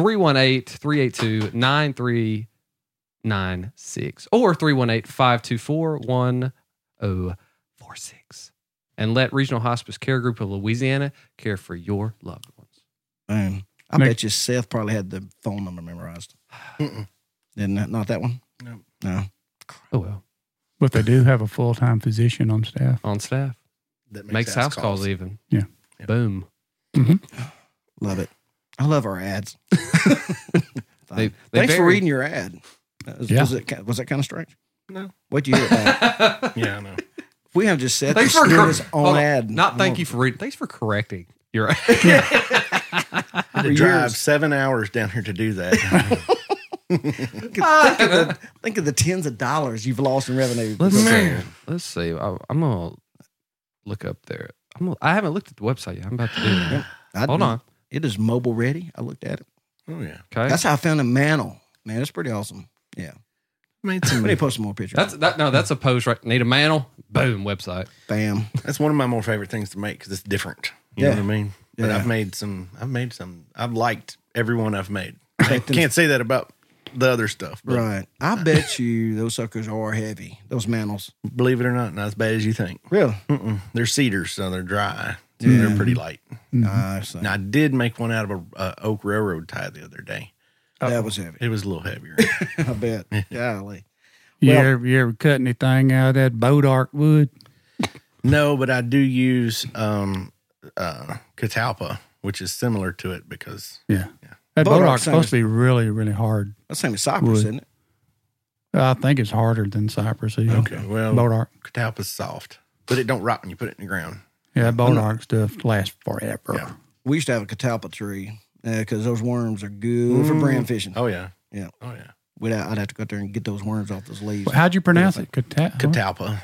Speaker 2: 318-382-9396 or 318-524-1046 and let Regional Hospice Care Group of Louisiana care for your loved ones.
Speaker 8: Man, I
Speaker 7: Make-
Speaker 8: bet you Seth probably had the phone number memorized.
Speaker 1: Mm-mm.
Speaker 8: Didn't that, not that one?
Speaker 1: No.
Speaker 8: No.
Speaker 2: Oh well,
Speaker 7: But they do have a full time physician on staff.
Speaker 2: on staff.
Speaker 1: That
Speaker 2: Makes, house calls. even.
Speaker 7: Yeah.
Speaker 2: Boom.
Speaker 8: Love it. I love our ads.
Speaker 2: They- they
Speaker 8: Thanks for
Speaker 2: vary.
Speaker 8: reading your ad. That Was,
Speaker 7: Yeah.
Speaker 8: was, it, ki- was that kind of strange?
Speaker 1: No.
Speaker 8: What'd you hear about?
Speaker 1: Yeah, I know.
Speaker 8: we have just said
Speaker 2: Thanks for
Speaker 8: his
Speaker 2: correcting.
Speaker 8: own ad.
Speaker 2: Not thank you for reading. Thanks for correcting. You're
Speaker 1: I had to
Speaker 8: For
Speaker 1: drive
Speaker 8: years.
Speaker 1: seven hours down here to do that.
Speaker 8: think, of the, think of the tens of dollars you've lost in revenue.
Speaker 2: Let's
Speaker 1: Man.
Speaker 2: see. Let's see. I, I'm gonna look up there. I'm gonna, I haven't looked at the website yet. I'm about to do that.
Speaker 8: I-
Speaker 2: Hold on.
Speaker 8: It is mobile ready. I looked at it.
Speaker 1: oh yeah,
Speaker 2: Okay.
Speaker 8: That's how I found a mantle. Man, that's pretty awesome. Yeah.
Speaker 1: made
Speaker 8: We
Speaker 1: some.
Speaker 8: need to post some more pictures.
Speaker 2: That's that. No, that's a post right. Need a mantle. Boom. Website.
Speaker 8: Bam.
Speaker 1: That's one of my more favorite things to make because it's different. You
Speaker 8: Yeah.
Speaker 1: know what I mean? But
Speaker 8: Yeah.
Speaker 1: I've made some. I've made some. I've liked everyone I've made. I
Speaker 8: Take them-
Speaker 1: can't say that about the other stuff. But
Speaker 8: Right. I bet you those suckers are heavy. Those mantles. Mm-hmm.
Speaker 1: Believe it or not, not as bad as you think.
Speaker 8: Really?
Speaker 1: Mm-mm. They're cedars, so they're dry. So They're pretty light.
Speaker 8: Nice.
Speaker 1: Now I did make one out of a, a oak railroad tie the other day.
Speaker 8: That was heavy.
Speaker 1: It was a little heavier.
Speaker 8: I bet. Golly.
Speaker 7: You,
Speaker 8: Well-
Speaker 7: ever, you ever cut anything out of that Bodark wood?
Speaker 1: no, but I do use um, uh, catalpa, which is similar to it because
Speaker 7: Yeah. That
Speaker 8: Bodark's
Speaker 7: Bodark's supposed to be really, really hard.
Speaker 8: That's the same as Cypress,
Speaker 7: Wood.
Speaker 8: isn't it?
Speaker 7: I think it's harder than Cypress. Even.
Speaker 1: okay, well,
Speaker 7: Bodark.
Speaker 1: catalpa's soft, but it don't rot when you put it in the ground.
Speaker 7: Yeah, that Bodark stuff lasts forever.
Speaker 1: Yeah.
Speaker 8: We used to have a catalpa tree because those worms are good for brand fishing.
Speaker 1: Oh yeah,
Speaker 8: Yeah.
Speaker 1: oh yeah,
Speaker 8: We'd, I'd have to go out there and get those worms off those leaves.
Speaker 7: Well, How'd you pronounce it? Cata- huh?
Speaker 1: catalpa.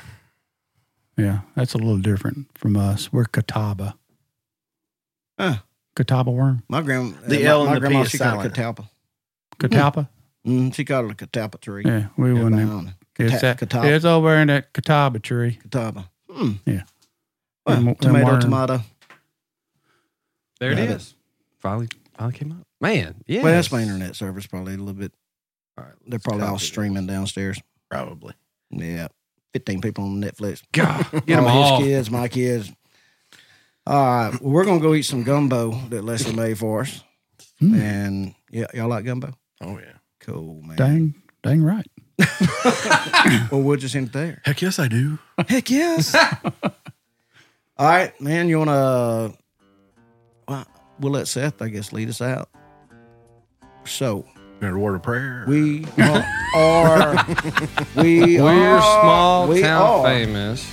Speaker 7: Yeah, that's a little different from us. We're Catawba.
Speaker 8: Huh.
Speaker 7: Catawba worm?
Speaker 8: My, grand, uh,
Speaker 1: The
Speaker 8: my,
Speaker 1: L and
Speaker 8: my
Speaker 1: the P
Speaker 8: grandma,
Speaker 1: is
Speaker 8: she called it
Speaker 1: silent.
Speaker 8: catalpa.
Speaker 7: Catawpa?
Speaker 8: Mm, she called it a catalpa tree.
Speaker 7: Yeah, we
Speaker 8: Yeah,
Speaker 7: wouldn't.
Speaker 8: behind it.
Speaker 7: It's,
Speaker 8: Cata-
Speaker 7: that,
Speaker 8: catalpa.
Speaker 7: it's over in that Catawba tree.
Speaker 8: Catawba. Hmm.
Speaker 7: Yeah.
Speaker 8: Well,
Speaker 7: And mo- and
Speaker 8: tomato,
Speaker 7: modern-
Speaker 8: tomato.
Speaker 2: There it
Speaker 8: Love
Speaker 2: is.
Speaker 8: it.
Speaker 2: Finally, finally came up. Man, yeah.
Speaker 8: Well, that's my internet service probably a little bit.
Speaker 2: All right,
Speaker 8: They're probably all
Speaker 2: copy this.
Speaker 8: streaming downstairs.
Speaker 1: Probably.
Speaker 8: Yeah. 15 people on Netflix.
Speaker 2: God, get them
Speaker 8: his
Speaker 2: all.
Speaker 8: kids, my kids. All right. Well, we're going to go eat some gumbo that Leslie made for us.
Speaker 7: Hmm.
Speaker 8: And yeah, y'all like gumbo?
Speaker 1: Oh yeah.
Speaker 8: Cool, man.
Speaker 7: Dang, dang right.
Speaker 8: Well, we'll just end it there.
Speaker 1: Heck yes, I do.
Speaker 8: Heck yes. all right, man. You want to. Well, we'll let Seth, I guess, lead us out. So.
Speaker 1: Better word of prayer.
Speaker 8: We are. We
Speaker 2: We're
Speaker 8: are
Speaker 2: small
Speaker 8: Oh, we
Speaker 2: town
Speaker 8: are.
Speaker 2: famous.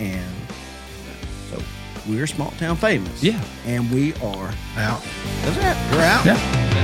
Speaker 8: And so we're small town famous.
Speaker 2: Yeah.
Speaker 8: And we are.
Speaker 1: out.
Speaker 8: That's it.
Speaker 1: We're out.
Speaker 7: Yeah.